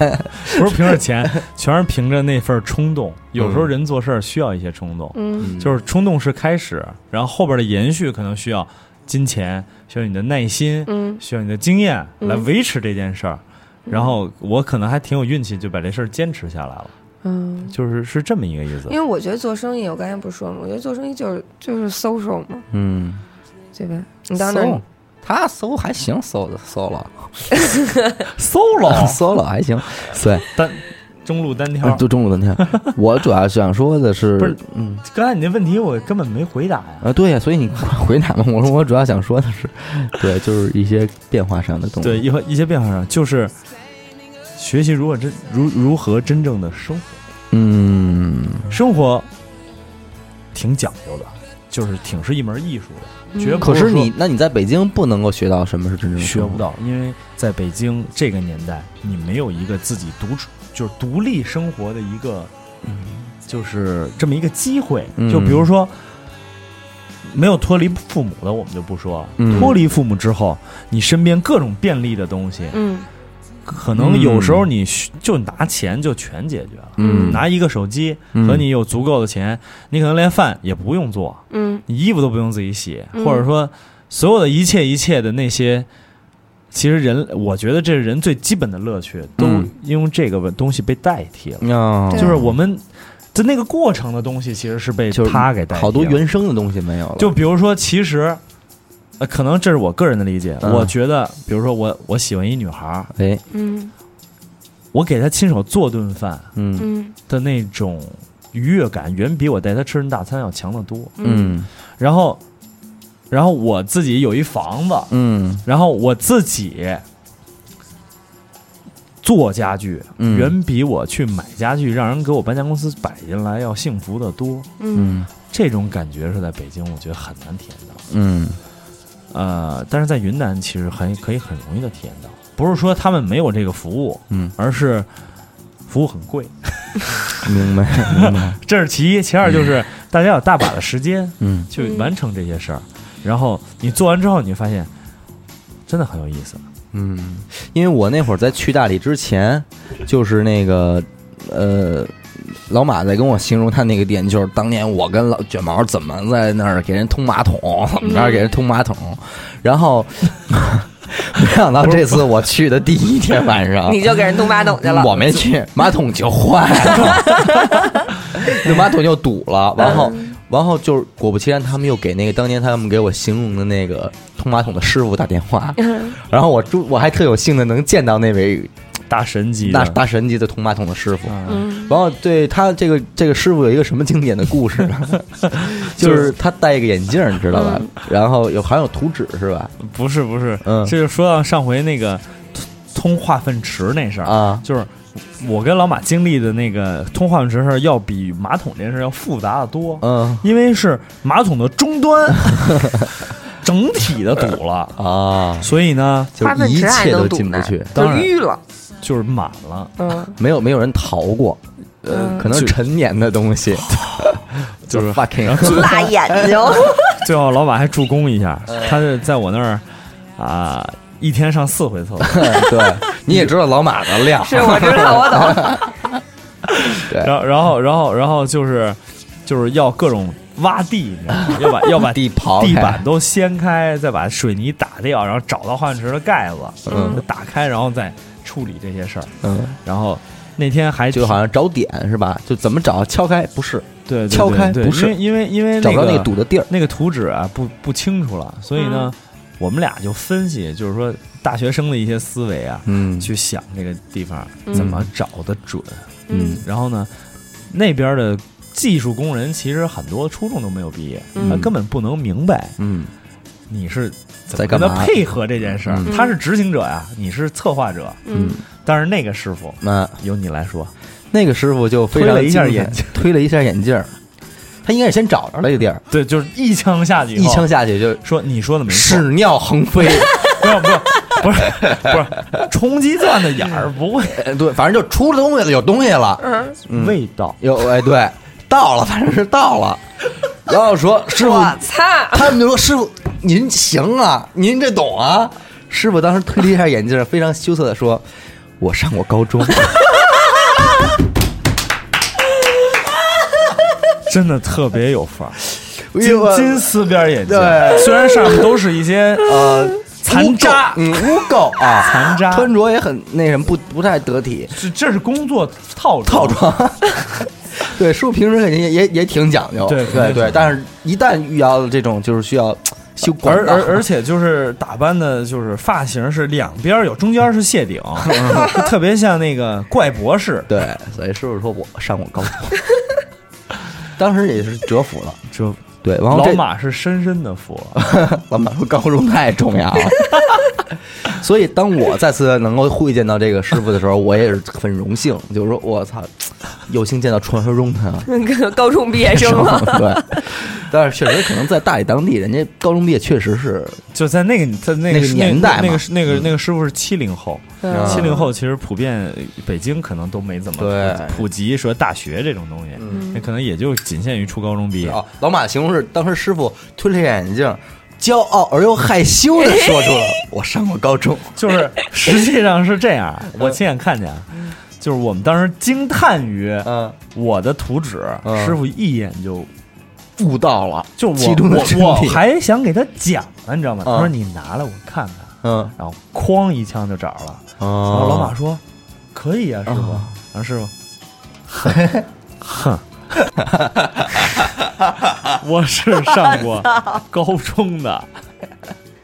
Speaker 3: 不是凭着钱， (laughs) 全是凭着那份冲动。有时候
Speaker 1: 嗯
Speaker 3: 人做事儿需要一些冲动，
Speaker 2: 嗯，
Speaker 3: 就是冲动是开始，然后后边的延续可能需要金钱，需要你的耐心，
Speaker 2: 嗯
Speaker 3: 需要你的经验
Speaker 2: 嗯
Speaker 3: 来维持这件事儿。然后我可能还挺有运气，就把这事儿坚持下来了，
Speaker 2: 嗯，
Speaker 3: 就是是这么一个意思
Speaker 2: 因。为我觉得做生意，我刚才不是说嘛，我觉得做生意就是就是 social 嘛，
Speaker 1: 嗯，
Speaker 2: 对吧？你到那儿
Speaker 1: 搜他搜还行，搜的搜了
Speaker 3: (laughs)
Speaker 1: (laughs)
Speaker 3: solo
Speaker 1: 搜了还行， (laughs) 对，
Speaker 3: 单中路单挑，
Speaker 1: 就中午的那天， (laughs) 我主要想说的是，
Speaker 3: 不是
Speaker 1: 嗯
Speaker 3: 刚才你那问题我根本没回答呀。
Speaker 1: 啊，对呀，所以你回答嘛，我说我主要想说的是，对，就是一些变化上的东西，
Speaker 3: 对，一和一些变化上，就是学习如何真如如何真正的生活，
Speaker 1: 嗯，
Speaker 3: 生活挺讲究的，就是挺是一门艺术的，
Speaker 2: 嗯
Speaker 3: 绝不
Speaker 1: 可是
Speaker 3: 说
Speaker 1: 你，那你在北京不能够学到什么是真正的
Speaker 3: 学
Speaker 1: 生活
Speaker 3: 不，到，因为在北京这个年代，你没有一个自己独处就是独立生活的一个，就是这么一个机会。
Speaker 1: 嗯
Speaker 3: 就比如说，没有脱离父母的，我们就不说了。
Speaker 1: 嗯
Speaker 3: 脱离父母之后，你身边各种便利的东西，
Speaker 2: 嗯
Speaker 3: 可能有时候你需就拿钱就全解决了。
Speaker 1: 嗯，
Speaker 3: 拿一个手机
Speaker 1: 嗯
Speaker 3: 和你有足够的钱，你可能连饭也不用做，
Speaker 2: 嗯
Speaker 3: 你衣服都不用自己洗，
Speaker 2: 嗯
Speaker 3: 或者说所有的一切一切的那些，其实人，我觉得这是人最基本的乐趣，都
Speaker 1: 嗯
Speaker 3: 因为这个东西被代替了。
Speaker 1: 哦
Speaker 2: 对
Speaker 3: 就是我们的那个过程的东西，其实是被
Speaker 1: 就是
Speaker 3: 他给代替了。
Speaker 1: 好多原生的东西没有了，
Speaker 3: 就比如说，其实。呃，可能这是我个人的理解。
Speaker 1: 嗯
Speaker 3: 我觉得，比如说我我喜欢一女孩儿，
Speaker 1: 哎，
Speaker 2: 嗯
Speaker 3: 我给她亲手做顿饭
Speaker 1: 嗯
Speaker 2: 嗯
Speaker 3: 的那种愉悦感，远比我带她吃顿大餐要强得多。
Speaker 1: 嗯
Speaker 3: 然后，然后我自己有一房子，
Speaker 1: 嗯
Speaker 3: 然后我自己做家具，
Speaker 1: 嗯
Speaker 3: 远比我去买家具让人给我搬家公司摆进来要幸福的多。
Speaker 2: 嗯
Speaker 1: 嗯
Speaker 3: 这种感觉是在北京，我觉得很难体验到。
Speaker 1: 嗯
Speaker 3: 呃，但是在云南其实很可以很容易的体验到，不是说他们没有这个服务，
Speaker 1: 嗯，
Speaker 3: 而是服务很贵，
Speaker 1: 明白明白，
Speaker 3: 这是其一。其二就是大家有大把的时间，
Speaker 1: 嗯
Speaker 3: 去完成这些事儿，然后你做完之后，你发现真的很有意思。
Speaker 1: 嗯，因为我那会儿在去大理之前，就是那个呃，老马在跟我形容他那个店，就是当年我跟老卷毛怎么在那儿给人通马桶， (laughs) 怎么着给人通马桶，然后 (laughs) 没想到这次我去的第一天晚上，
Speaker 2: 你就给人东马桶去了。
Speaker 1: 嗯我
Speaker 2: (laughs)
Speaker 1: 没去，马桶就坏了， (laughs) 那马桶就堵了。然后，
Speaker 2: 嗯
Speaker 1: 然后就是果不其然，他们又给那个当年他们给我形容的那个通马桶的师傅打电话，
Speaker 2: 嗯
Speaker 1: 然后我祝我还特有幸的能见到那位
Speaker 3: 大神级
Speaker 1: 大
Speaker 2: 嗯
Speaker 3: 的，
Speaker 1: 大神级的通马桶的师傅。
Speaker 3: 嗯
Speaker 1: 然后对他这个这个师傅有一个什么经典的故
Speaker 2: (laughs)
Speaker 1: 事呢？就是他戴一个眼镜儿，你知道
Speaker 2: 嗯
Speaker 1: 吧？然后有好像有图纸是吧？
Speaker 3: 不是不是，
Speaker 1: 嗯
Speaker 3: 这就说到上回那个通通化粪池那
Speaker 2: 嗯
Speaker 3: 事儿，
Speaker 1: 啊，
Speaker 3: 就是我跟老马经历的那个通化粪池事儿，要比马桶这件事儿要复杂的多，
Speaker 1: 嗯
Speaker 3: 因为是马桶的终
Speaker 1: (laughs)
Speaker 3: 端整体的堵了，
Speaker 1: 啊，
Speaker 3: 所以呢
Speaker 1: 就
Speaker 2: 花
Speaker 1: 是
Speaker 2: 粪
Speaker 1: 一
Speaker 2: 池啊还
Speaker 1: 切都
Speaker 2: 能堵
Speaker 1: 进不
Speaker 2: 呢
Speaker 1: 去，，
Speaker 2: 就
Speaker 3: 当然
Speaker 2: 淤了。
Speaker 3: 就是满了，
Speaker 2: 嗯，
Speaker 1: 没有没有人逃过。呃，可能
Speaker 3: 就
Speaker 1: 陈年的东西，
Speaker 3: 就
Speaker 1: (laughs)
Speaker 3: 是
Speaker 1: fucking
Speaker 2: 辣眼睛。
Speaker 3: 最后老板还助攻一下，
Speaker 1: 哎
Speaker 3: 他是在我那儿啊、一天上四回
Speaker 1: (laughs)
Speaker 3: 厕所，
Speaker 1: 对，你也知道老马的量，
Speaker 2: 是我知道，我懂。
Speaker 3: 然后然后然后然后就是就是要各种挖地，你知道吗？
Speaker 1: (laughs)
Speaker 3: 要把要把
Speaker 1: 地刨开
Speaker 3: 地板都掀开，再把水泥打掉，然后找到化粪池的盖子，
Speaker 1: 嗯
Speaker 3: 打开，然后再处理这些事儿。
Speaker 1: 嗯，
Speaker 3: 然后那天还
Speaker 1: 就好像找点是吧？就怎么找？敲开不是，
Speaker 3: 对对对
Speaker 1: 敲开
Speaker 3: 对
Speaker 1: 不是
Speaker 3: 因为因为因为
Speaker 1: 找不到那
Speaker 3: 那
Speaker 1: 个堵的地儿。
Speaker 3: 那个图纸啊不不清楚了，所以
Speaker 1: 嗯
Speaker 3: 呢，我们俩就分析，就是说大学生的一些思维啊，
Speaker 1: 嗯
Speaker 3: 去想这个地方怎么找的准。
Speaker 1: 嗯
Speaker 3: 然后呢，那边的技术工人其实很多初中都没有毕业，
Speaker 2: 嗯
Speaker 3: 他根本不能明白
Speaker 1: 嗯
Speaker 3: 你是怎
Speaker 1: 在
Speaker 3: 么
Speaker 1: 干
Speaker 3: 跟
Speaker 1: 嘛
Speaker 3: 他配合这件事儿。
Speaker 1: 嗯
Speaker 3: 他是执行者呀，你是策划者，
Speaker 1: 嗯，
Speaker 3: 但是那个师傅
Speaker 1: 那
Speaker 3: 由你来说，
Speaker 1: 那个师傅就非常
Speaker 3: 推了一下
Speaker 1: 精彩
Speaker 3: 眼镜，
Speaker 1: 推了一下眼镜儿，他应该是先找着了一个地儿，
Speaker 3: 对，就是一枪下去以
Speaker 1: 一
Speaker 3: 后，
Speaker 1: 枪下去就
Speaker 3: 说你说的没错，
Speaker 1: 屎尿横飞，
Speaker 3: 不是不是不是不是冲击钻的眼儿不会
Speaker 1: 呃对，反正就出了东西了，有东西了，嗯
Speaker 3: 味道，
Speaker 1: 有哎对，到了，反正是到了，然后说师傅
Speaker 2: 我操！
Speaker 1: 他们就说：“师傅，您行啊，您这懂啊。”师傅当时推了一下眼镜，非常羞涩的说：“我上过高中。
Speaker 3: 哎真的特别有范儿，”
Speaker 1: 因为
Speaker 3: 金
Speaker 1: 我
Speaker 3: 金丝边眼镜，
Speaker 1: 对
Speaker 3: 虽然上面都是一些呃残渣
Speaker 1: 污垢，嗯，污垢啊，
Speaker 3: (laughs) 残渣
Speaker 1: 穿着也很那什么，不不太得体，
Speaker 3: 这这是工作套
Speaker 1: 套装。 (laughs) 对，师傅平时肯定也也也挺讲究，
Speaker 3: 对
Speaker 1: 对
Speaker 3: 肯定
Speaker 1: 对，
Speaker 3: 讲究
Speaker 1: 但是一旦遇到了这种，就是需要修管
Speaker 3: 而
Speaker 1: 道
Speaker 3: 而而且就是打扮的，就是发型是两边有，中间是谢
Speaker 1: (laughs)
Speaker 3: 顶，特别像那个怪博士，
Speaker 1: 对，所以师傅说我上过高中， (laughs) 当时也是折服了。
Speaker 3: 就
Speaker 1: 对，然后
Speaker 3: 老
Speaker 1: 这
Speaker 3: 马是深深的服了。
Speaker 1: 老板说高中太重要了。 (laughs) 所以，当我再次能够会见到这个师傅的时候，我也是很荣幸，就是说，我操，有幸见到传说中的
Speaker 2: 高中毕业生
Speaker 1: 啊
Speaker 2: 了，
Speaker 1: (laughs) 对，但是确实可能在大理当地，人家高中毕业确实是，
Speaker 3: 就在那个在
Speaker 1: 那
Speaker 3: 那个
Speaker 1: 个
Speaker 3: 时
Speaker 1: 年代嘛嗯
Speaker 3: 那个那个那个师傅是七零后，
Speaker 1: 啊
Speaker 3: 七零后其实普遍北京可能都没怎么
Speaker 1: 对嗯
Speaker 3: 普及说大学这种东西，那可能也就仅限于初高中毕业。
Speaker 1: 啊，老马形容是当时师傅推了一下眼镜，骄傲而又害羞的说出了我上过高中，
Speaker 3: 就是实际上是这样，我亲眼看见，啊，就是我们当时惊叹于
Speaker 1: 嗯，
Speaker 3: 我的图纸，
Speaker 1: 嗯
Speaker 3: 师傅一眼就
Speaker 1: 悟到了，
Speaker 3: 就
Speaker 1: 其
Speaker 3: 我
Speaker 1: 中的真
Speaker 3: 我我
Speaker 1: 谛
Speaker 3: 还想给他讲呢，你知道吗？
Speaker 1: 嗯
Speaker 3: 他说你拿来我看看，
Speaker 1: 嗯，
Speaker 3: 然后哐一枪就找着了。
Speaker 1: 啊，
Speaker 3: 然后
Speaker 1: 老
Speaker 3: 老马说可以啊，师傅，
Speaker 1: 啊
Speaker 3: 然后师傅， (laughs) 哼。哼，我是上过高中的，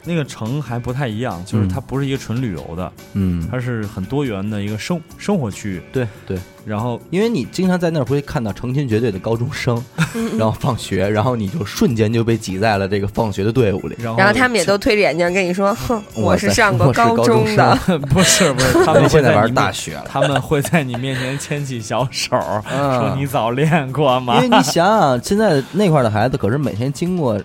Speaker 3: 那个城还不太一样，就是
Speaker 1: 嗯
Speaker 3: 它不是一个纯旅游的，
Speaker 1: 嗯，
Speaker 3: 它是很多元的一个生生活区域。
Speaker 1: 对对，
Speaker 3: 然后
Speaker 1: 因为你经常在那儿会看到成群结队的高中生，然后放学，然后你就瞬间就被挤在了这个放学的队伍里。
Speaker 3: 然后
Speaker 2: 然后他们也都推着眼镜跟你
Speaker 1: (laughs)
Speaker 2: 说：“哼，
Speaker 1: 我
Speaker 2: 是
Speaker 1: 在
Speaker 2: 上过
Speaker 1: 我是高
Speaker 2: 中
Speaker 1: 中
Speaker 2: 的。
Speaker 3: (laughs) 不是不 (laughs) 是，他们会
Speaker 1: 现在
Speaker 3: 在
Speaker 1: 玩
Speaker 3: 你
Speaker 1: 大
Speaker 3: 面 (laughs)
Speaker 1: 学了
Speaker 3: 他们会在你面前牵起小手，
Speaker 1: 嗯
Speaker 3: 说你早恋过
Speaker 1: 因
Speaker 3: 吗
Speaker 1: 为？你想想，现在那块儿的孩子可是每天经过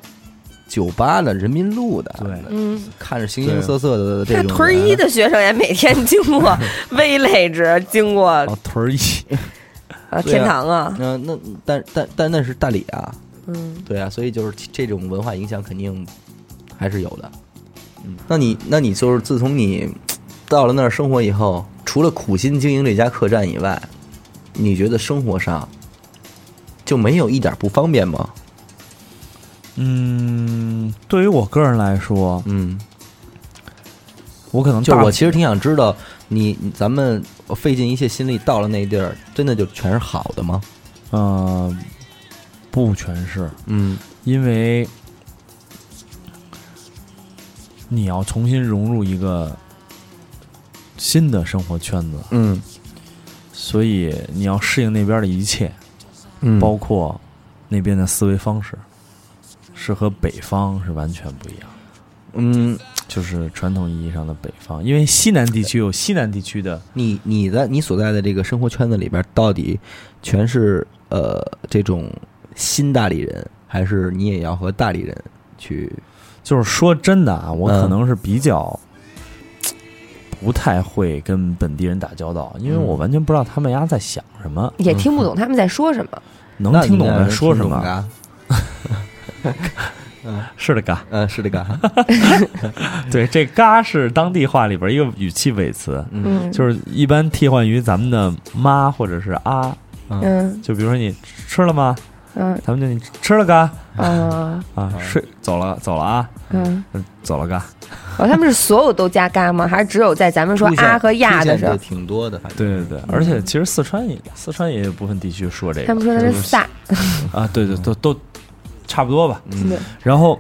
Speaker 1: 酒吧的、人民路的，
Speaker 3: 对，
Speaker 2: 嗯，
Speaker 1: 看着形形色色的这
Speaker 2: 那
Speaker 1: 种人哦
Speaker 2: 屯儿一，的学生也每天经过啊 village，经过
Speaker 3: 哦，屯儿一，
Speaker 2: 呃天堂啊，
Speaker 1: 嗯、那但但但那是大理啊，
Speaker 2: 嗯，
Speaker 1: 对啊，所以就是这种文化影响肯定还是有的。嗯，那你那你就是自从你到了那儿生活以后，除了苦心经营这家客栈以外，你觉得生活上就没有一点不方便吗？
Speaker 3: 嗯，对于我个人来说，
Speaker 1: 嗯，
Speaker 3: 我可能
Speaker 1: 就是
Speaker 3: 大
Speaker 1: 我其实挺想知道你，你咱们我费尽一切心力到了那地儿，真的就全是好的吗？
Speaker 3: 呃，不全是，
Speaker 1: 嗯
Speaker 3: 因为你要重新融入一个新的生活圈子，
Speaker 1: 嗯
Speaker 3: 所以你要适应那边的一切，
Speaker 1: 嗯
Speaker 3: 包括那边的思维方式，是和北方是完全不一样，
Speaker 1: 嗯，
Speaker 3: 就是传统意义上的北方，因为西南地区有西南地区的
Speaker 1: 你你的你所在的这个生活圈子里边，到底全是呃这种新大理人，还是你也要和大理人去？
Speaker 3: 就是说真的啊，我
Speaker 1: 嗯
Speaker 3: 可能是比较不太会跟本地人打交道，因为
Speaker 1: 嗯
Speaker 3: 我完全不知道他们家在想什么，
Speaker 2: 也听不懂他们在说什么。
Speaker 3: 能听懂在说什
Speaker 1: 那你应该
Speaker 3: 么。
Speaker 1: 能听懂啊
Speaker 3: 是的，嘎
Speaker 1: 的，，嗯，是这个，
Speaker 3: 对，这嘎是当地话里边一个语气尾词，
Speaker 1: 嗯
Speaker 2: 嗯，
Speaker 3: 就是一般替换于咱们的妈或者是啊，
Speaker 2: 嗯
Speaker 3: 就比如说你吃了吗？
Speaker 2: 嗯
Speaker 3: 咱们就你吃了嘎
Speaker 2: 嗯
Speaker 3: 啊，睡走了走了啊，
Speaker 2: 嗯，
Speaker 3: 嗯走了嘎。
Speaker 2: 哦，他们是所有都加嘎吗？还是只有在咱们说
Speaker 1: 出现
Speaker 2: 啊和呀的时
Speaker 1: 出现
Speaker 2: 候
Speaker 1: 就，挺多的，反正
Speaker 3: 对对对，而且其实四川也四川也有部分地区说这个，
Speaker 2: 他们说的是
Speaker 3: 就是
Speaker 2: 撒，
Speaker 3: 啊，对对，都都差不多吧。
Speaker 1: 嗯
Speaker 2: 对
Speaker 3: 然后，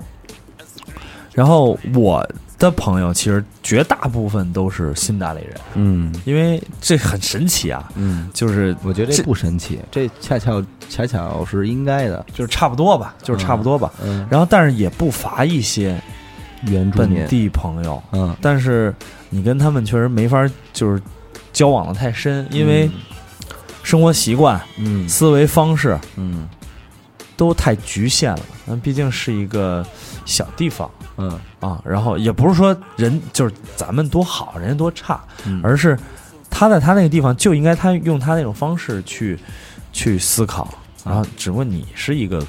Speaker 3: 然后我的朋友其实绝大部分都是新大类人，
Speaker 1: 嗯
Speaker 3: 因为这很神奇啊，
Speaker 1: 嗯，
Speaker 3: 就是
Speaker 1: 我觉得这
Speaker 3: 这
Speaker 1: 不神奇，这恰巧恰巧是应该的，
Speaker 3: 就是差不多吧，就是差不多吧。
Speaker 1: 嗯，
Speaker 3: 然后，但是也不乏一些
Speaker 1: 原住民
Speaker 3: 本，地朋友，
Speaker 1: 嗯，
Speaker 3: 但是你跟他们确实没法就是交往的太深，因为生活习惯、
Speaker 1: 嗯
Speaker 3: 思维方式
Speaker 1: 嗯
Speaker 3: 都太局限了。那毕竟是一个小地方。
Speaker 1: 嗯
Speaker 3: 啊，然后也不是说人就是咱们多好，人家多差，
Speaker 1: 嗯，
Speaker 3: 而是他在他那个地方就应该他用他那种方式去去思考，然后只不过你是一个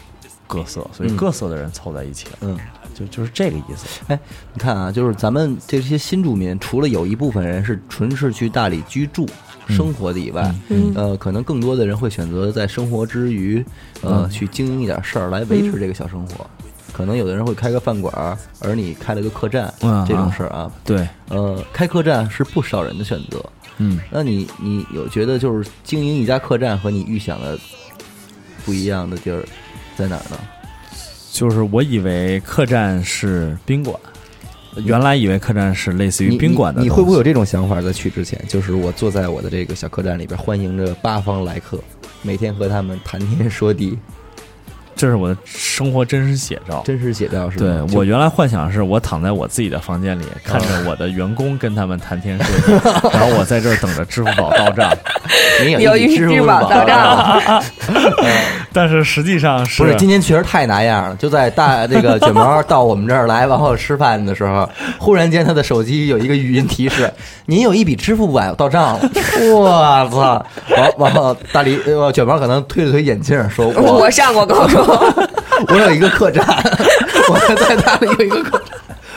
Speaker 3: 各色，所以
Speaker 1: 嗯
Speaker 3: 各色的人凑在一起了，
Speaker 1: 嗯。
Speaker 3: 就就是这个意思。
Speaker 1: 你看啊，就是咱们这些新住民，除了有一部分人是纯是去大理居住、
Speaker 3: 嗯
Speaker 1: 生活的以外，
Speaker 2: 嗯
Speaker 1: 呃，可能更多的人会选择在生活之余，呃，
Speaker 3: 嗯
Speaker 1: 去经营一点事儿来维持这个小生活。可能有的人会开个饭馆儿，而你开了个客栈，
Speaker 3: 嗯
Speaker 1: 这种
Speaker 3: 啊
Speaker 1: 事儿啊，
Speaker 3: 对，
Speaker 1: 呃，开客栈是不少人的选择。
Speaker 3: 嗯，
Speaker 1: 那你你有觉得就是经营一家客栈和你预想的不一样的地儿在哪儿呢？
Speaker 3: 就是我以为客栈是宾馆，原来以为客栈是类似于
Speaker 1: 你
Speaker 3: 宾馆的
Speaker 1: 你，你会不会有
Speaker 3: 有？
Speaker 1: 这种想法？在去之前，就是我坐在我的这个小客栈里边，欢迎着八方来客，每天和他们谈天说地，
Speaker 3: 这是我的生活真实写照。
Speaker 1: 真实写照是吧？
Speaker 3: 对
Speaker 1: 就
Speaker 3: 我原来幻想是我躺在我自己的房间里，看着我的员工跟他们谈天说
Speaker 1: (laughs)
Speaker 3: 地，然后我在这儿等着支付宝到账。
Speaker 1: 你
Speaker 2: 有
Speaker 1: 一笔
Speaker 2: 一
Speaker 1: 支
Speaker 2: 支
Speaker 1: 付啊
Speaker 2: 付宝到账，
Speaker 3: 但是实际上是
Speaker 1: 嗯不是今天确实太拿样了。就在大这个卷毛到我们这儿来，然后吃饭的时候，忽然间他的手机有一个语音提示：“您有一笔支付宝到账了。” (laughs) 我操！然后然后大李呃卷毛可能推了推眼镜，说：“我
Speaker 2: 我上过高
Speaker 1: (laughs)
Speaker 2: 中，
Speaker 1: 我有一个客栈，我在大理有一个客栈。”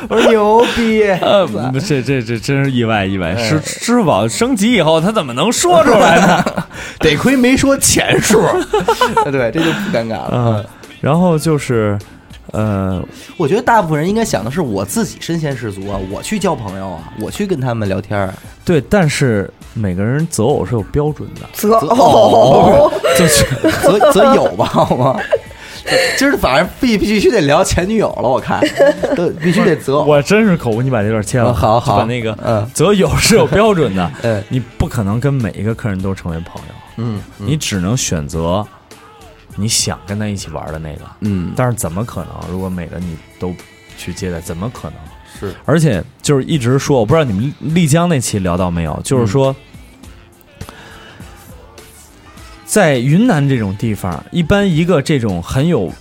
Speaker 1: 我说牛逼，
Speaker 3: 呃，不这这这真是意外意外，是支付宝升级以后，他怎么能说出来呢？
Speaker 1: 得亏没说钱数， (laughs) 对，这就不尴尬了。
Speaker 3: (laughs) 嗯，然后就是，呃，
Speaker 1: 我觉得大部分人应该想的是我自己身先士卒啊，我去交朋友啊，我去跟他们聊天儿。
Speaker 3: 对，但是每个人择偶是有标准的，
Speaker 2: 择
Speaker 1: 哦
Speaker 2: 偶，
Speaker 3: 就是
Speaker 1: 择择友吧，好吗？ (laughs) 今儿反正必必须得聊前女友了，我看，都必须得择偶。
Speaker 3: (laughs) 我真是口误，你把这段切了，
Speaker 1: 嗯好好
Speaker 3: 就把那个
Speaker 1: 嗯
Speaker 3: 择友是有标准 (laughs) 的，
Speaker 1: 嗯
Speaker 3: 你不可能跟每一个客人都成为朋友，
Speaker 1: 嗯
Speaker 3: 你只能选择你想跟他一起玩的那个，
Speaker 1: 嗯，
Speaker 3: 但是怎么可能？如果每个你都去接待，怎么可能？
Speaker 1: 是
Speaker 3: 而且就是一直说，我不知道你们丽江那期聊到没
Speaker 1: 嗯
Speaker 3: 有，就是说，在云南这种地方，一般一个这种很有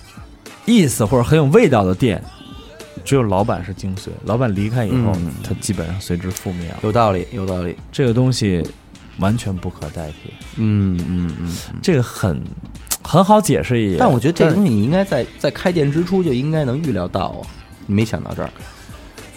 Speaker 3: 意思或者很有味道的店，只有老板是精髓，老板离开以后，
Speaker 1: 嗯
Speaker 3: 他基本上随之覆灭了。
Speaker 1: 有道理，有道理。
Speaker 3: 这个东西完全不可代替，
Speaker 1: 嗯嗯嗯。
Speaker 3: 这个很很好解释也。
Speaker 1: 但我觉得这个
Speaker 3: 但
Speaker 1: 东西你应该在在开店之初就应该能预料到啊，你没想到这儿。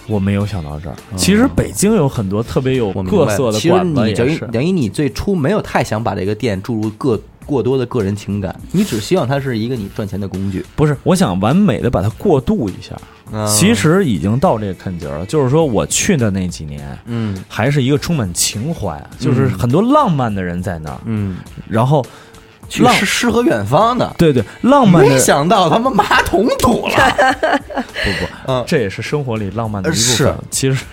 Speaker 3: 我没有想到这儿。其实北京有很多特别有
Speaker 1: 嗯我明
Speaker 3: 各
Speaker 1: 白
Speaker 3: 色的
Speaker 1: 其实
Speaker 3: 馆子
Speaker 1: 你
Speaker 3: 也
Speaker 1: 等于
Speaker 3: 是。
Speaker 1: 等于你最初没有太想把这个店注入各过多的个人情感，你只希望它是一个你赚钱的工具。嗯
Speaker 3: 不是，我想完美的把它过渡一下。其，实已经到这个坎节儿了，就是说我去的那几年，
Speaker 1: 嗯
Speaker 3: 还是一个充满情怀，啊就是很多浪漫的人在那儿，
Speaker 1: 嗯，
Speaker 3: 然后
Speaker 1: 去
Speaker 3: 浪
Speaker 1: 诗诗和远方的，
Speaker 3: 对对，浪漫
Speaker 1: 没
Speaker 3: 的
Speaker 1: 想到他妈马桶堵了。
Speaker 3: (laughs) 不不，
Speaker 1: 嗯呃
Speaker 3: 这也是生活里浪漫的一部分。
Speaker 1: 是
Speaker 3: 其实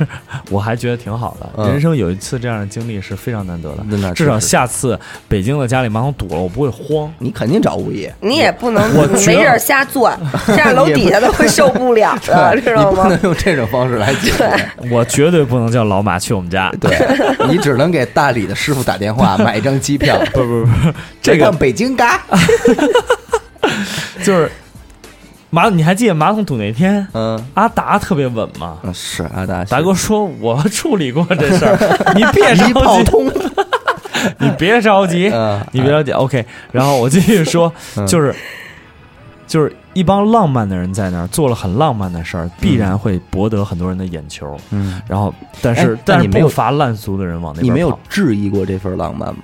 Speaker 3: 我还觉得挺好的，
Speaker 1: 嗯
Speaker 3: 人生有一次这样的经历是非常难得的。
Speaker 1: 那那
Speaker 3: 至少
Speaker 1: 是
Speaker 3: 下次北京的家里马桶堵了，我不会
Speaker 1: (laughs)
Speaker 3: 慌。
Speaker 1: 你肯定找物
Speaker 3: (laughs)
Speaker 1: 业，
Speaker 2: 你也不能
Speaker 3: 我觉
Speaker 2: 没
Speaker 3: 得
Speaker 2: 事儿瞎
Speaker 1: (laughs)
Speaker 2: 钻，这样楼底下都会受不了
Speaker 3: 啊
Speaker 2: 的，
Speaker 1: 对
Speaker 2: 知
Speaker 1: 你
Speaker 2: 道
Speaker 1: 不
Speaker 2: 吗？
Speaker 1: 能用这种方式来解决。
Speaker 3: 我绝对不能叫老马去我们家。
Speaker 1: 对你只能给大理的师傅打电
Speaker 3: (laughs)
Speaker 1: 话买一张机票，
Speaker 3: 不不不，这
Speaker 1: 来
Speaker 3: 个
Speaker 1: 趟北京嘎，
Speaker 3: 就是马，你还记得马桶堵那天，
Speaker 1: 嗯
Speaker 3: 阿达特别稳吗？
Speaker 1: 嗯是啊，大
Speaker 3: 达哥说：“我处理过这事 (laughs) 儿，你别
Speaker 1: 一炮
Speaker 3: 着急，
Speaker 1: 通，
Speaker 3: 你别着急，
Speaker 1: 嗯
Speaker 3: 你别着急。”OK，然后我继续说， (laughs)
Speaker 1: 嗯
Speaker 3: 就是就是一帮浪漫的人在那儿做了很浪漫的事儿，必然会博得很多人的眼球。
Speaker 1: 嗯，
Speaker 3: 然后，但是、
Speaker 1: 哎
Speaker 3: 但
Speaker 1: 那
Speaker 3: 是
Speaker 1: 你没有
Speaker 3: 不乏烂俗的人往那边
Speaker 1: 你没有
Speaker 3: 跑
Speaker 1: 质疑过这份浪漫吗？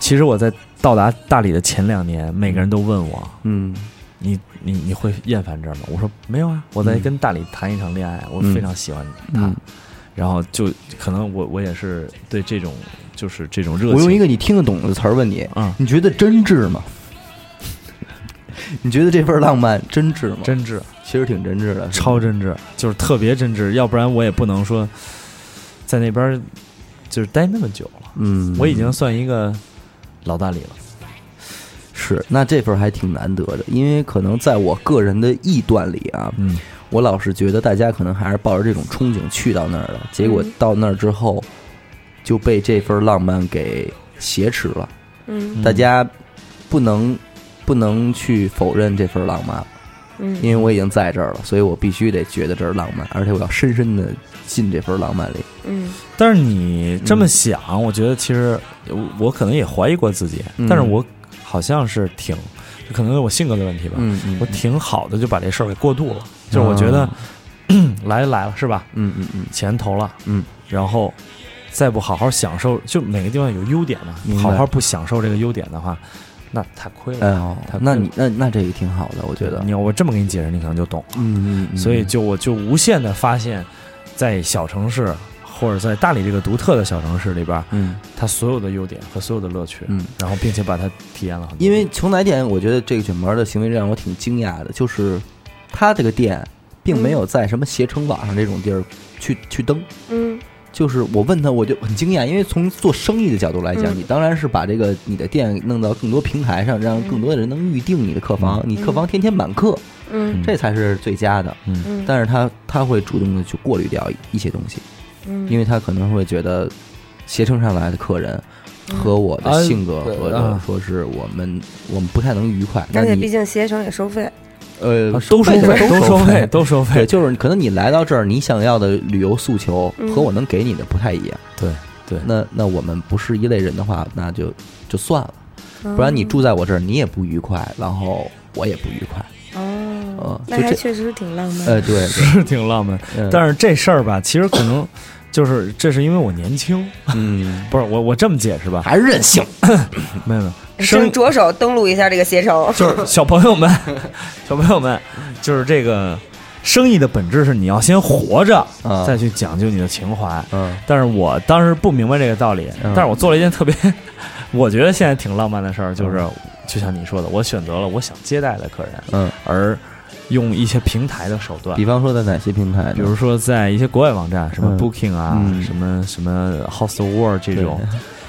Speaker 3: 其实我在到达大理的前两年，每个人都问我
Speaker 1: 嗯，：“
Speaker 3: 你你你会厌烦这儿吗？”我说：“没有啊，我在
Speaker 1: 嗯
Speaker 3: 跟大理谈一场恋爱，我
Speaker 1: 嗯
Speaker 3: 非常喜欢他。
Speaker 1: 嗯
Speaker 3: 然后就可能我我也是对这种就是这种热情，
Speaker 1: 我用一个你听得懂的词儿问你，
Speaker 3: 嗯
Speaker 1: 你觉得真挚吗？你觉得这份浪漫真挚吗？
Speaker 3: 真挚，
Speaker 1: 其实挺真挚的，是吧
Speaker 3: 超真挚，就是特别真挚，要不然我也不能说在那边儿就是待那么久了。
Speaker 1: 嗯，
Speaker 3: 我已经算一个老大理了。
Speaker 1: 是那这份还挺难得的，因为可能在我个人的臆断里啊，
Speaker 3: 嗯，
Speaker 1: 我老是觉得大家可能还是抱着这种憧憬去到那儿的，结果
Speaker 2: 嗯
Speaker 1: 到那儿之后就被这份浪漫给挟持了。
Speaker 2: 嗯
Speaker 1: 大家不能不能去否认这份浪漫，
Speaker 2: 嗯
Speaker 1: 因为我已经在这儿了，所以我必须得觉得这儿浪漫，而且我要深深的进这份浪漫里。
Speaker 2: 嗯
Speaker 3: 但是你这么想，我觉得其实我我可能也怀疑过自己，
Speaker 1: 嗯
Speaker 3: 但是我好像是挺，可能是我性格的问题吧，
Speaker 1: 嗯嗯
Speaker 3: 我挺好的就把这事儿给过渡了，就是我觉得、来就来了是吧？
Speaker 1: 嗯嗯嗯
Speaker 3: 钱投了，
Speaker 1: 嗯，
Speaker 3: 然后再不好好享受，就每个地方有优点嘛
Speaker 1: 明，白
Speaker 3: 好好不享受这个优点的话，那太亏了。
Speaker 1: 哎呦
Speaker 3: 太亏了
Speaker 1: 那你那那这个挺好的，我觉得。
Speaker 3: 你要我这么给你解释，你可能就懂了。
Speaker 1: 嗯嗯嗯，
Speaker 3: 所以就我就无限的发现，在小城市或者在大理这个独特的小城市里边，
Speaker 1: 嗯
Speaker 3: 它所有的优点和所有的乐趣，
Speaker 1: 嗯，
Speaker 3: 然后并且把它体验了很多。
Speaker 1: 因为从哪点，我觉得这个卷毛的行为让我挺惊讶的，就是他这个店并没有在什么携程网上这种地儿去去登。
Speaker 2: 嗯
Speaker 1: 就是我问他，我就很惊讶，因为从做生意的角度来讲，
Speaker 2: 嗯
Speaker 1: 你当然是把这个你的店弄到更多平台上，让更多的人能预定你的客房，你客房天天满客，
Speaker 2: 嗯
Speaker 1: 这才是最佳的。
Speaker 2: 嗯，
Speaker 1: 但是他他会主动的去过滤掉一些东西，因
Speaker 2: 嗯
Speaker 1: 为他可能会觉得携程上来的客人
Speaker 2: 嗯
Speaker 1: 和我的
Speaker 3: 啊
Speaker 1: 性格
Speaker 3: 对
Speaker 1: 或者
Speaker 3: 啊
Speaker 1: 说是我们我们不太能愉快。那
Speaker 2: 而且毕
Speaker 1: 你
Speaker 2: 竟携程也收费，
Speaker 1: 呃
Speaker 3: 啊都收费，
Speaker 1: 都
Speaker 3: 都收
Speaker 1: 费
Speaker 3: 费，。都收
Speaker 1: 对，
Speaker 3: 费。
Speaker 1: 就是可能你来到这儿，你想要的旅游诉求
Speaker 2: 嗯
Speaker 1: 和我能给你的不太一样。
Speaker 3: 对对， (laughs)
Speaker 1: 那那我们不是一类人的话，那就就算了，
Speaker 2: 不
Speaker 1: 不然你住在我这儿，你也不愉快，然后我也不愉快。
Speaker 2: 哦
Speaker 1: 嗯，
Speaker 2: 那
Speaker 1: 就
Speaker 2: 还
Speaker 1: 这
Speaker 2: 确实挺浪漫
Speaker 1: 呃，
Speaker 2: 的。
Speaker 1: 对，嗯
Speaker 3: 是挺浪漫。 (laughs) 但是这事儿吧，其实可能就是这是因为我年轻，
Speaker 1: 是
Speaker 3: (laughs)
Speaker 1: 嗯，
Speaker 3: 不是我我这么解释吧？
Speaker 1: 还是任性。
Speaker 3: 没有没有，生
Speaker 2: 请着手登录一下这个携
Speaker 1: (laughs)
Speaker 2: 程。
Speaker 3: 就是小朋友们，小朋友们，就是这个生意的本质是你要先活着，
Speaker 1: 啊
Speaker 3: 再去讲究你的情怀。
Speaker 1: 嗯
Speaker 3: 但是我当时不明白这个道理，
Speaker 1: 嗯
Speaker 3: 但是我做了一件特别， (laughs) 我觉得现在挺浪漫的事儿，就是就像你说的，我选择了我想接待的客人，
Speaker 1: 嗯，
Speaker 3: 而用一些平台的手段
Speaker 1: 比。方说在哪些平台呢？
Speaker 3: 比如说，在一些国外网站，什么
Speaker 1: 嗯
Speaker 3: Booking 啊，
Speaker 1: 嗯
Speaker 3: 什么什么 Hostelworld 这种，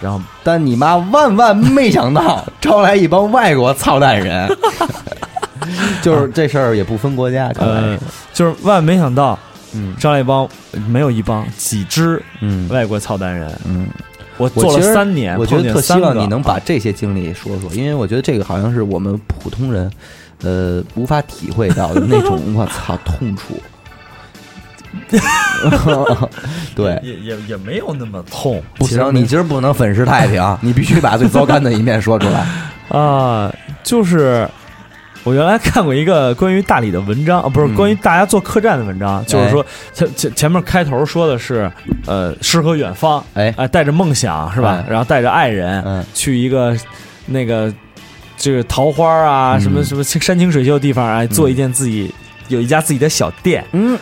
Speaker 3: 然后
Speaker 1: (laughs) 但你妈万万没想到招来一帮外国操蛋人， (laughs) 就是这事儿也不分国家，看来
Speaker 3: (laughs) 呃，就是万万没想到，
Speaker 1: 嗯
Speaker 3: 张一帮没有一帮几支
Speaker 1: 嗯
Speaker 3: 外国操蛋人，
Speaker 1: 嗯，
Speaker 3: 我
Speaker 1: 我
Speaker 3: 做
Speaker 1: 其实
Speaker 3: 了三年，
Speaker 1: 我觉
Speaker 3: 碰
Speaker 1: 得
Speaker 3: 见
Speaker 1: 特希
Speaker 3: 三
Speaker 1: 望
Speaker 3: 个啊
Speaker 1: 你能把这些经历说说，因为我觉得这个好像是我们普通人，呃，无法体会到的那种，我操，痛楚。 (laughs) 对，
Speaker 3: 也也也没有那么痛，
Speaker 1: 不
Speaker 3: 其实
Speaker 1: 行，
Speaker 3: 没
Speaker 1: 你今儿不能粉饰太
Speaker 3: (laughs)
Speaker 1: 平，你必须把最糟糕的一面说出来。
Speaker 3: 啊、就是我原来看过一个关于大理的文章啊，不是、
Speaker 1: 嗯哎
Speaker 3: 关于大家做客栈的文章，就是说前前前面开头说的是呃诗和远方，
Speaker 1: 哎
Speaker 3: 哎、带着梦想是吧？
Speaker 1: 哎
Speaker 3: 然后带着爱人、
Speaker 1: 嗯
Speaker 3: 去一个那个这个桃花啊，
Speaker 1: 嗯
Speaker 3: 什么什么山清水秀的地方啊，做一件自己有一家自己的小店，
Speaker 2: 嗯，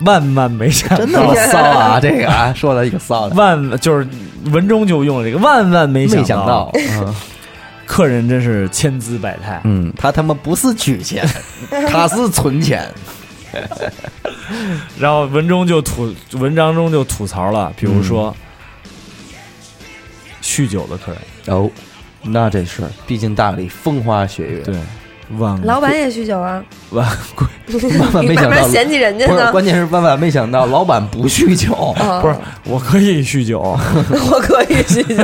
Speaker 3: 万万没想
Speaker 1: 真
Speaker 3: 到
Speaker 1: 他妈骚啊！这个啊，说的一个骚的，
Speaker 3: 万就是文中就用了这个，万万没
Speaker 1: 没
Speaker 3: 想
Speaker 1: 想到，
Speaker 3: 嗯客人真是千姿百态。
Speaker 1: 嗯，他他妈不是取钱，他是存钱。
Speaker 3: 然后文中就吐，文章中就吐槽了，比如说、酗酒的客人，
Speaker 1: 哦，那这是，毕竟大理风花雪月，
Speaker 3: 对，万
Speaker 2: 老板也酗酒
Speaker 1: (laughs)
Speaker 2: 啊，
Speaker 3: 万贵，
Speaker 1: 万
Speaker 2: (laughs)
Speaker 1: 万没
Speaker 2: 你
Speaker 1: 想
Speaker 2: 慢
Speaker 1: 到
Speaker 2: 慢嫌弃人家
Speaker 1: 不
Speaker 3: (laughs)
Speaker 1: 是，
Speaker 3: 嗯
Speaker 2: 呢。
Speaker 1: 关键是万万没想到，老板不酗酒。
Speaker 2: 啊
Speaker 3: 不是，我可以酗酒，
Speaker 2: 我可以酗
Speaker 1: (laughs)
Speaker 2: 酒，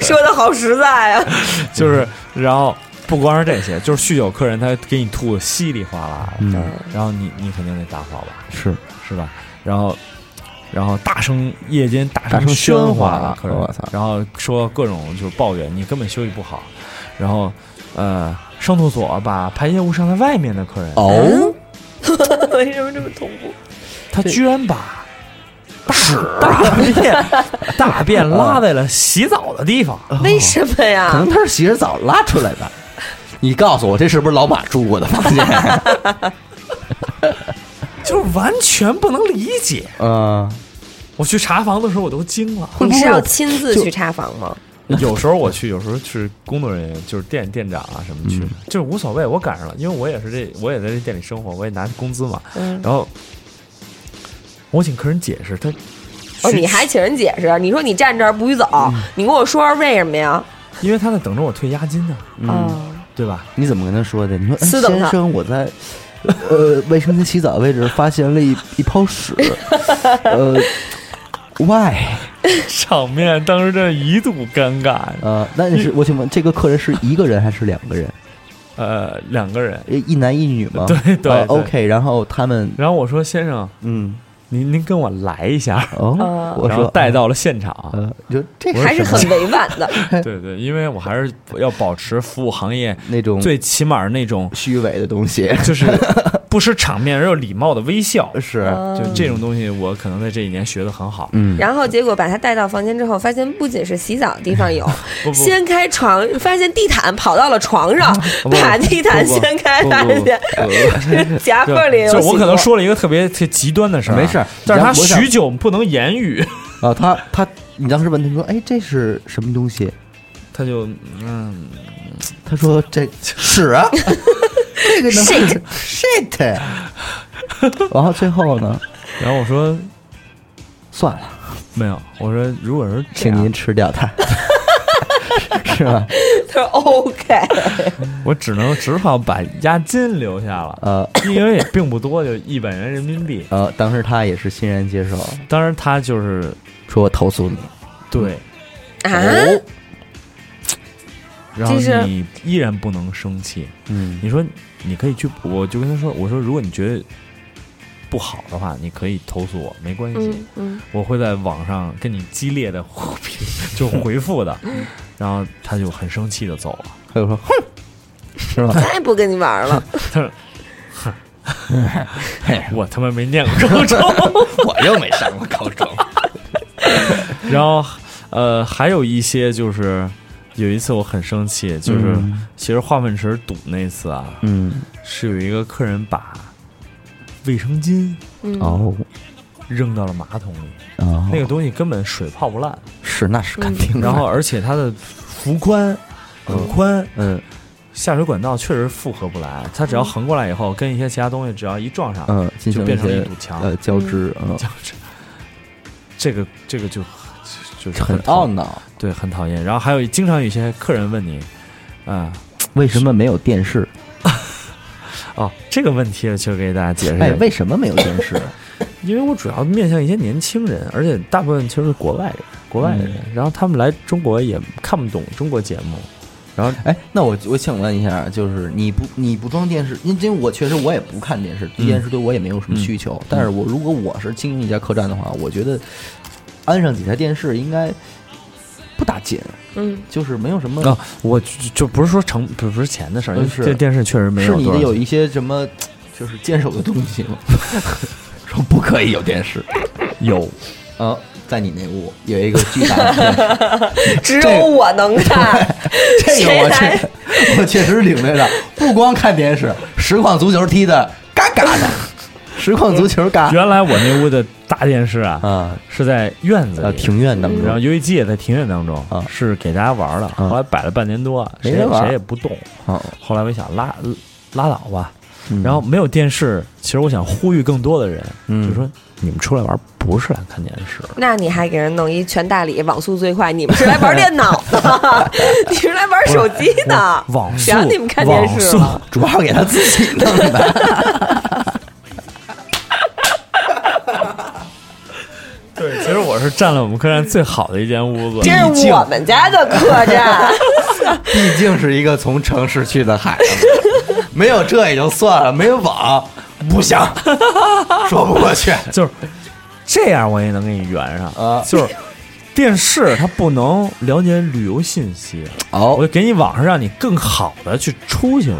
Speaker 2: 说的好实在啊。 (laughs)
Speaker 3: 就是然后不光是这些，就是酗酒客人他给你吐的稀里哗啦的，
Speaker 1: 嗯，
Speaker 3: 然后你你肯定得打火吧，
Speaker 1: 是
Speaker 3: 是吧？然后。然后大声夜间大
Speaker 1: 大
Speaker 3: 声
Speaker 1: 声
Speaker 3: 喧
Speaker 1: 喧哗
Speaker 3: 的客人，
Speaker 1: 我操
Speaker 3: 然后说各种就是抱怨你根本休息不好，然后呃上厕所把排泄物上在外面的客人，
Speaker 1: 哦，
Speaker 2: 为什么这么同步？
Speaker 3: 他居
Speaker 1: (laughs)
Speaker 3: 然把大大便大便
Speaker 1: 嗯
Speaker 3: 拉在了洗澡的地方，
Speaker 2: 为什么
Speaker 1: 哦
Speaker 3: 啊
Speaker 1: 可
Speaker 2: 呀
Speaker 1: 能？他是洗着澡拉出来的。 (laughs) 你告诉我，这是不是老马住过的房
Speaker 3: (laughs)
Speaker 1: 间？
Speaker 3: 就是完全不能理解。
Speaker 1: 嗯，
Speaker 3: 我去查房的时候，我都惊了。
Speaker 1: 能
Speaker 2: 你是
Speaker 1: 会不会
Speaker 2: 要
Speaker 1: 有
Speaker 2: 亲自去查房吗？
Speaker 1: (laughs)
Speaker 3: 有时候我去，有时候是工作人员，就是店店长啊什么
Speaker 1: 嗯
Speaker 3: 去的，就是无所谓，我赶上了，因为我也是这，我也在这店里生活，我也拿工资嘛。
Speaker 1: 哦
Speaker 2: 嗯，
Speaker 3: 然后我请客人解释，他
Speaker 2: 哦，你还请人解释？你说你站这儿不许走，
Speaker 1: 嗯
Speaker 2: 你跟我说说为什么呀？
Speaker 3: 因为他在等着我退押金呢，
Speaker 1: 嗯
Speaker 2: 哦，
Speaker 3: 对
Speaker 2: (laughs)
Speaker 3: 吧？
Speaker 1: 你怎么跟他说的？你说，哎
Speaker 2: 私等
Speaker 1: 先
Speaker 2: 他
Speaker 1: 生，我在呃卫生间洗澡位置发现了一一泡
Speaker 3: (laughs)
Speaker 1: 屎，呃，why？
Speaker 3: 场面当时真是一度尴尬。
Speaker 1: 呃，那是我请问，这个客人是一个人还是两个人？
Speaker 3: 呃，两个人，
Speaker 1: 一男一女吗？
Speaker 3: 对对
Speaker 1: 呃
Speaker 3: 对
Speaker 1: OK，然后他们，
Speaker 3: 然后我说先生，
Speaker 1: 嗯，
Speaker 3: 您您跟我来一下，
Speaker 1: 哦
Speaker 2: 啊，
Speaker 1: 我
Speaker 3: 呃然
Speaker 1: 说
Speaker 3: 后带，到了现场。
Speaker 1: (laughs) 呃，就这
Speaker 2: 还是
Speaker 1: 什么
Speaker 2: 很委婉
Speaker 3: (laughs)
Speaker 2: 的。
Speaker 3: 对对，因为我还是要保持服务行业
Speaker 1: 那种
Speaker 3: 最起码那种
Speaker 1: 虚伪的东西，
Speaker 3: 就是不失场面而又礼貌的微笑，
Speaker 1: (laughs) 是，
Speaker 3: 就这种东西，我可能在这一年学的很好。
Speaker 1: 嗯，
Speaker 2: 嗯然后结果把他带到房间之后，发现不仅是洗澡的地方有，
Speaker 3: (laughs) 不不
Speaker 2: 掀开床，发现地毯跑到了床上， (laughs)
Speaker 3: 不
Speaker 2: 把地毯掀开，
Speaker 3: 不不
Speaker 2: 发
Speaker 3: 不
Speaker 2: 现 (laughs) 夹克里有洗
Speaker 3: 就是
Speaker 2: 头。
Speaker 3: 我可能说了一个特别特极端的事儿啊，
Speaker 1: 没事儿
Speaker 3: 但是他
Speaker 1: 你要我想
Speaker 3: 许久不能言
Speaker 1: (laughs)
Speaker 3: 语，
Speaker 1: 啊，他他，你当时问他说，哎，这是什么东西？
Speaker 3: 他就嗯，
Speaker 1: 他说这屎啊， (laughs) 这个能
Speaker 2: Shit
Speaker 1: (laughs) shit，然 (laughs) 后最后呢，
Speaker 3: 然后我说
Speaker 1: 算了，
Speaker 3: 没有，我说如果是这
Speaker 1: 请您
Speaker 3: 样，
Speaker 1: 吃掉它， (laughs) 是吧？
Speaker 2: 他说
Speaker 3: (laughs)
Speaker 2: OK，
Speaker 3: 我只能只好把押金留下
Speaker 1: (laughs)
Speaker 3: 了，
Speaker 1: 呃
Speaker 3: 因为也并不多，就一百元人民币。
Speaker 1: 呃，当时他也是欣然接受，
Speaker 3: 当然他就是
Speaker 1: 说我投诉你，
Speaker 3: 对，
Speaker 1: 嗯
Speaker 2: 啊，
Speaker 3: 哦然后
Speaker 2: 这是
Speaker 3: 你依然不能生气。
Speaker 1: 嗯
Speaker 3: 你说你可以去，我就跟他说，我说如果你觉得不好的话，你可以投诉我，没关系，
Speaker 2: 嗯嗯，
Speaker 3: 我会在网上跟你激烈的 (laughs) 就回复的。然后他就很生气的走了。
Speaker 1: 他就说哼，是吧？
Speaker 2: 再不跟你玩了，
Speaker 3: 他说哼：“哎我他妈没念过高中。
Speaker 1: (laughs) 我又没上过高 (laughs) 中，”
Speaker 3: (laughs) 然后呃，还有一些就是有一次我很生气，就是、
Speaker 1: 嗯
Speaker 3: 其实化粪池堵那次啊，
Speaker 1: 嗯，
Speaker 3: 是有一个客人把卫生巾
Speaker 2: 嗯，
Speaker 1: 哦。
Speaker 3: 扔到了马桶里，
Speaker 1: 哦
Speaker 3: 那个东西根本水泡不烂，
Speaker 1: 是，那是肯定的。
Speaker 3: 然后，而且它的幅宽很宽，
Speaker 1: 嗯
Speaker 3: 下水管道确实负荷不来，它只要横过来以后，跟一些其他东西只要一撞上，
Speaker 1: 嗯，进行
Speaker 3: 就
Speaker 1: 了
Speaker 3: 变成了
Speaker 1: 些
Speaker 3: 一堵墙，
Speaker 1: 呃交织，嗯，
Speaker 3: 就是这个这个就就就是
Speaker 1: 很
Speaker 3: 讨
Speaker 1: 懊恼。
Speaker 3: 对，很讨厌。然后还有经常有一些客人问你，啊、
Speaker 1: 为什么没有电视？
Speaker 3: 哦，这个问题就给大家解释一下，
Speaker 1: 哎，为什么没有电视？
Speaker 3: 因为我主要面向一些年轻人，而且大部分其实是国外人，国外的人，
Speaker 1: 嗯
Speaker 3: 然后他们来中国也看不懂中国节目，然后
Speaker 1: (laughs) 哎，那我我请问一下，就是你不你不装电视，因因为我确实我也不看电视，对电视对我也没有什么需求。但是我如果我是经营一家客栈的话，我觉得安上几台电视应该不打紧，
Speaker 2: 嗯，
Speaker 1: 就是没有什么。
Speaker 3: 啊、我就就不是说成不不是钱的事儿，因为
Speaker 1: 嗯是
Speaker 3: 这电视确实没
Speaker 1: 是
Speaker 3: 有
Speaker 1: 你
Speaker 3: 多
Speaker 1: 的
Speaker 3: 少
Speaker 1: 有
Speaker 3: 钱
Speaker 1: 一些什么就是 (laughs) 坚守的东西吗？说不可以有电视
Speaker 3: 有
Speaker 1: 啊？在你那屋有一个巨大 (laughs) 的天使，
Speaker 2: 只
Speaker 1: 这
Speaker 2: 有我能看。 (laughs)
Speaker 1: (laughs) 这个
Speaker 2: 谁
Speaker 1: 我
Speaker 2: 来
Speaker 1: 确我确实领略了，不光看电视，实况足球踢的嘎嘎的，实况足球嘎
Speaker 3: 原来我那屋的大电视啊，
Speaker 1: 啊
Speaker 3: 是在院子
Speaker 1: 啊
Speaker 3: 里，
Speaker 1: 庭院当
Speaker 3: 然后
Speaker 1: 中
Speaker 3: 游戏机也在庭院当中
Speaker 1: 啊，
Speaker 3: 是给大家玩儿的。后来摆了半年多，
Speaker 1: 没
Speaker 3: 谁也
Speaker 1: 人玩儿
Speaker 3: 谁也不动。
Speaker 1: 啊，
Speaker 3: 后来我一想拉拉倒吧，
Speaker 1: 嗯
Speaker 3: 然后没有电视，其实我想呼吁更多的人，
Speaker 1: 嗯
Speaker 3: 就说你们出来玩儿不是来看电视，
Speaker 2: 那你还给人弄一全代理，网速最快，你们是来玩电脑的， (laughs) 你是来玩手机的，
Speaker 3: 我网速
Speaker 2: 谁让你们看电视
Speaker 3: 网
Speaker 2: 了
Speaker 3: 速？
Speaker 1: 哦主要给他自己弄的，
Speaker 3: 对，其实我是占了我们客栈最好的一间屋子。
Speaker 2: 这是我们家的客
Speaker 1: (laughs)
Speaker 2: 栈，
Speaker 1: 毕竟是一个从城市去的孩子，没有这也就算了，没有网不行，说不过去。
Speaker 3: 就是这样，我也能给你圆上
Speaker 1: 啊
Speaker 3: 就是电视它不能了解旅游信息，我
Speaker 1: 哦，
Speaker 3: 就给你网上让你更好的去出去玩。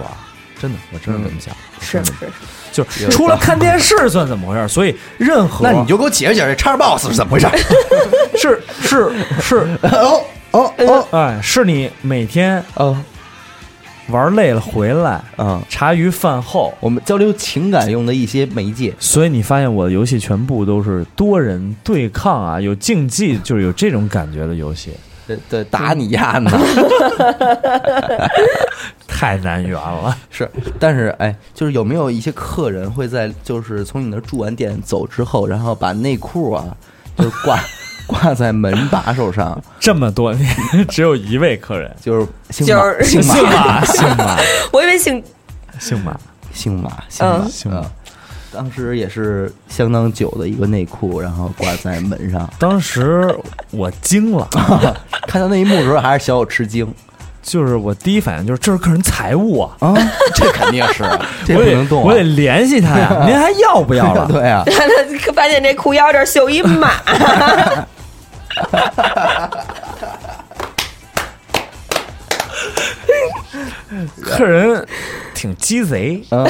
Speaker 3: 真的，我真
Speaker 1: 嗯
Speaker 3: 是这么想。
Speaker 2: 是是是，
Speaker 3: 就是除了看电视算怎么回事？所以任何
Speaker 1: 那你就给我解释解释叉 box 是怎么回事？
Speaker 3: 是是是，
Speaker 1: (laughs) 哦哦哦
Speaker 3: 哎，是你每天
Speaker 1: 哦，
Speaker 3: 玩累了回来，
Speaker 1: 嗯，
Speaker 3: 茶余饭后。
Speaker 1: 我们交流情感用的一些媒介，
Speaker 3: 所以你发现我的游戏全部都是多人对抗啊，有竞技，就是有这种感觉的游戏，
Speaker 1: 对对，呃打你丫呢。
Speaker 3: 太难圆
Speaker 1: (laughs)
Speaker 3: 了。
Speaker 1: 是，但是哎，就是有没有一些客人会在就是从你那儿住完店走之后，然后把内裤啊，就是挂挂在门把手上，
Speaker 3: 这么多年，只有一位客人，
Speaker 1: 就是姓
Speaker 2: 就
Speaker 1: 马
Speaker 2: 是
Speaker 1: 姓
Speaker 3: 姓
Speaker 1: 马
Speaker 3: 马
Speaker 1: 姓马
Speaker 2: 我以为姓
Speaker 3: 姓马，
Speaker 1: 姓马姓马
Speaker 2: 嗯
Speaker 3: 姓马
Speaker 1: 嗯当时也是相当久的一个内裤，然后挂在门上。 (laughs)
Speaker 3: 当时我惊了，
Speaker 1: 看到那一幕的时候，还是小有吃惊
Speaker 3: 就是我第一反应就是这是客人财物啊，
Speaker 1: 啊！这肯定是， (laughs) 这
Speaker 3: 我
Speaker 1: 不
Speaker 3: 得
Speaker 1: 能动、啊
Speaker 3: 我得联系他
Speaker 1: (laughs)
Speaker 3: 呀，您还要不要了？
Speaker 1: 对啊，
Speaker 2: 发现这裤腰这儿绣一马，
Speaker 3: 客人挺鸡贼，
Speaker 1: 嗯，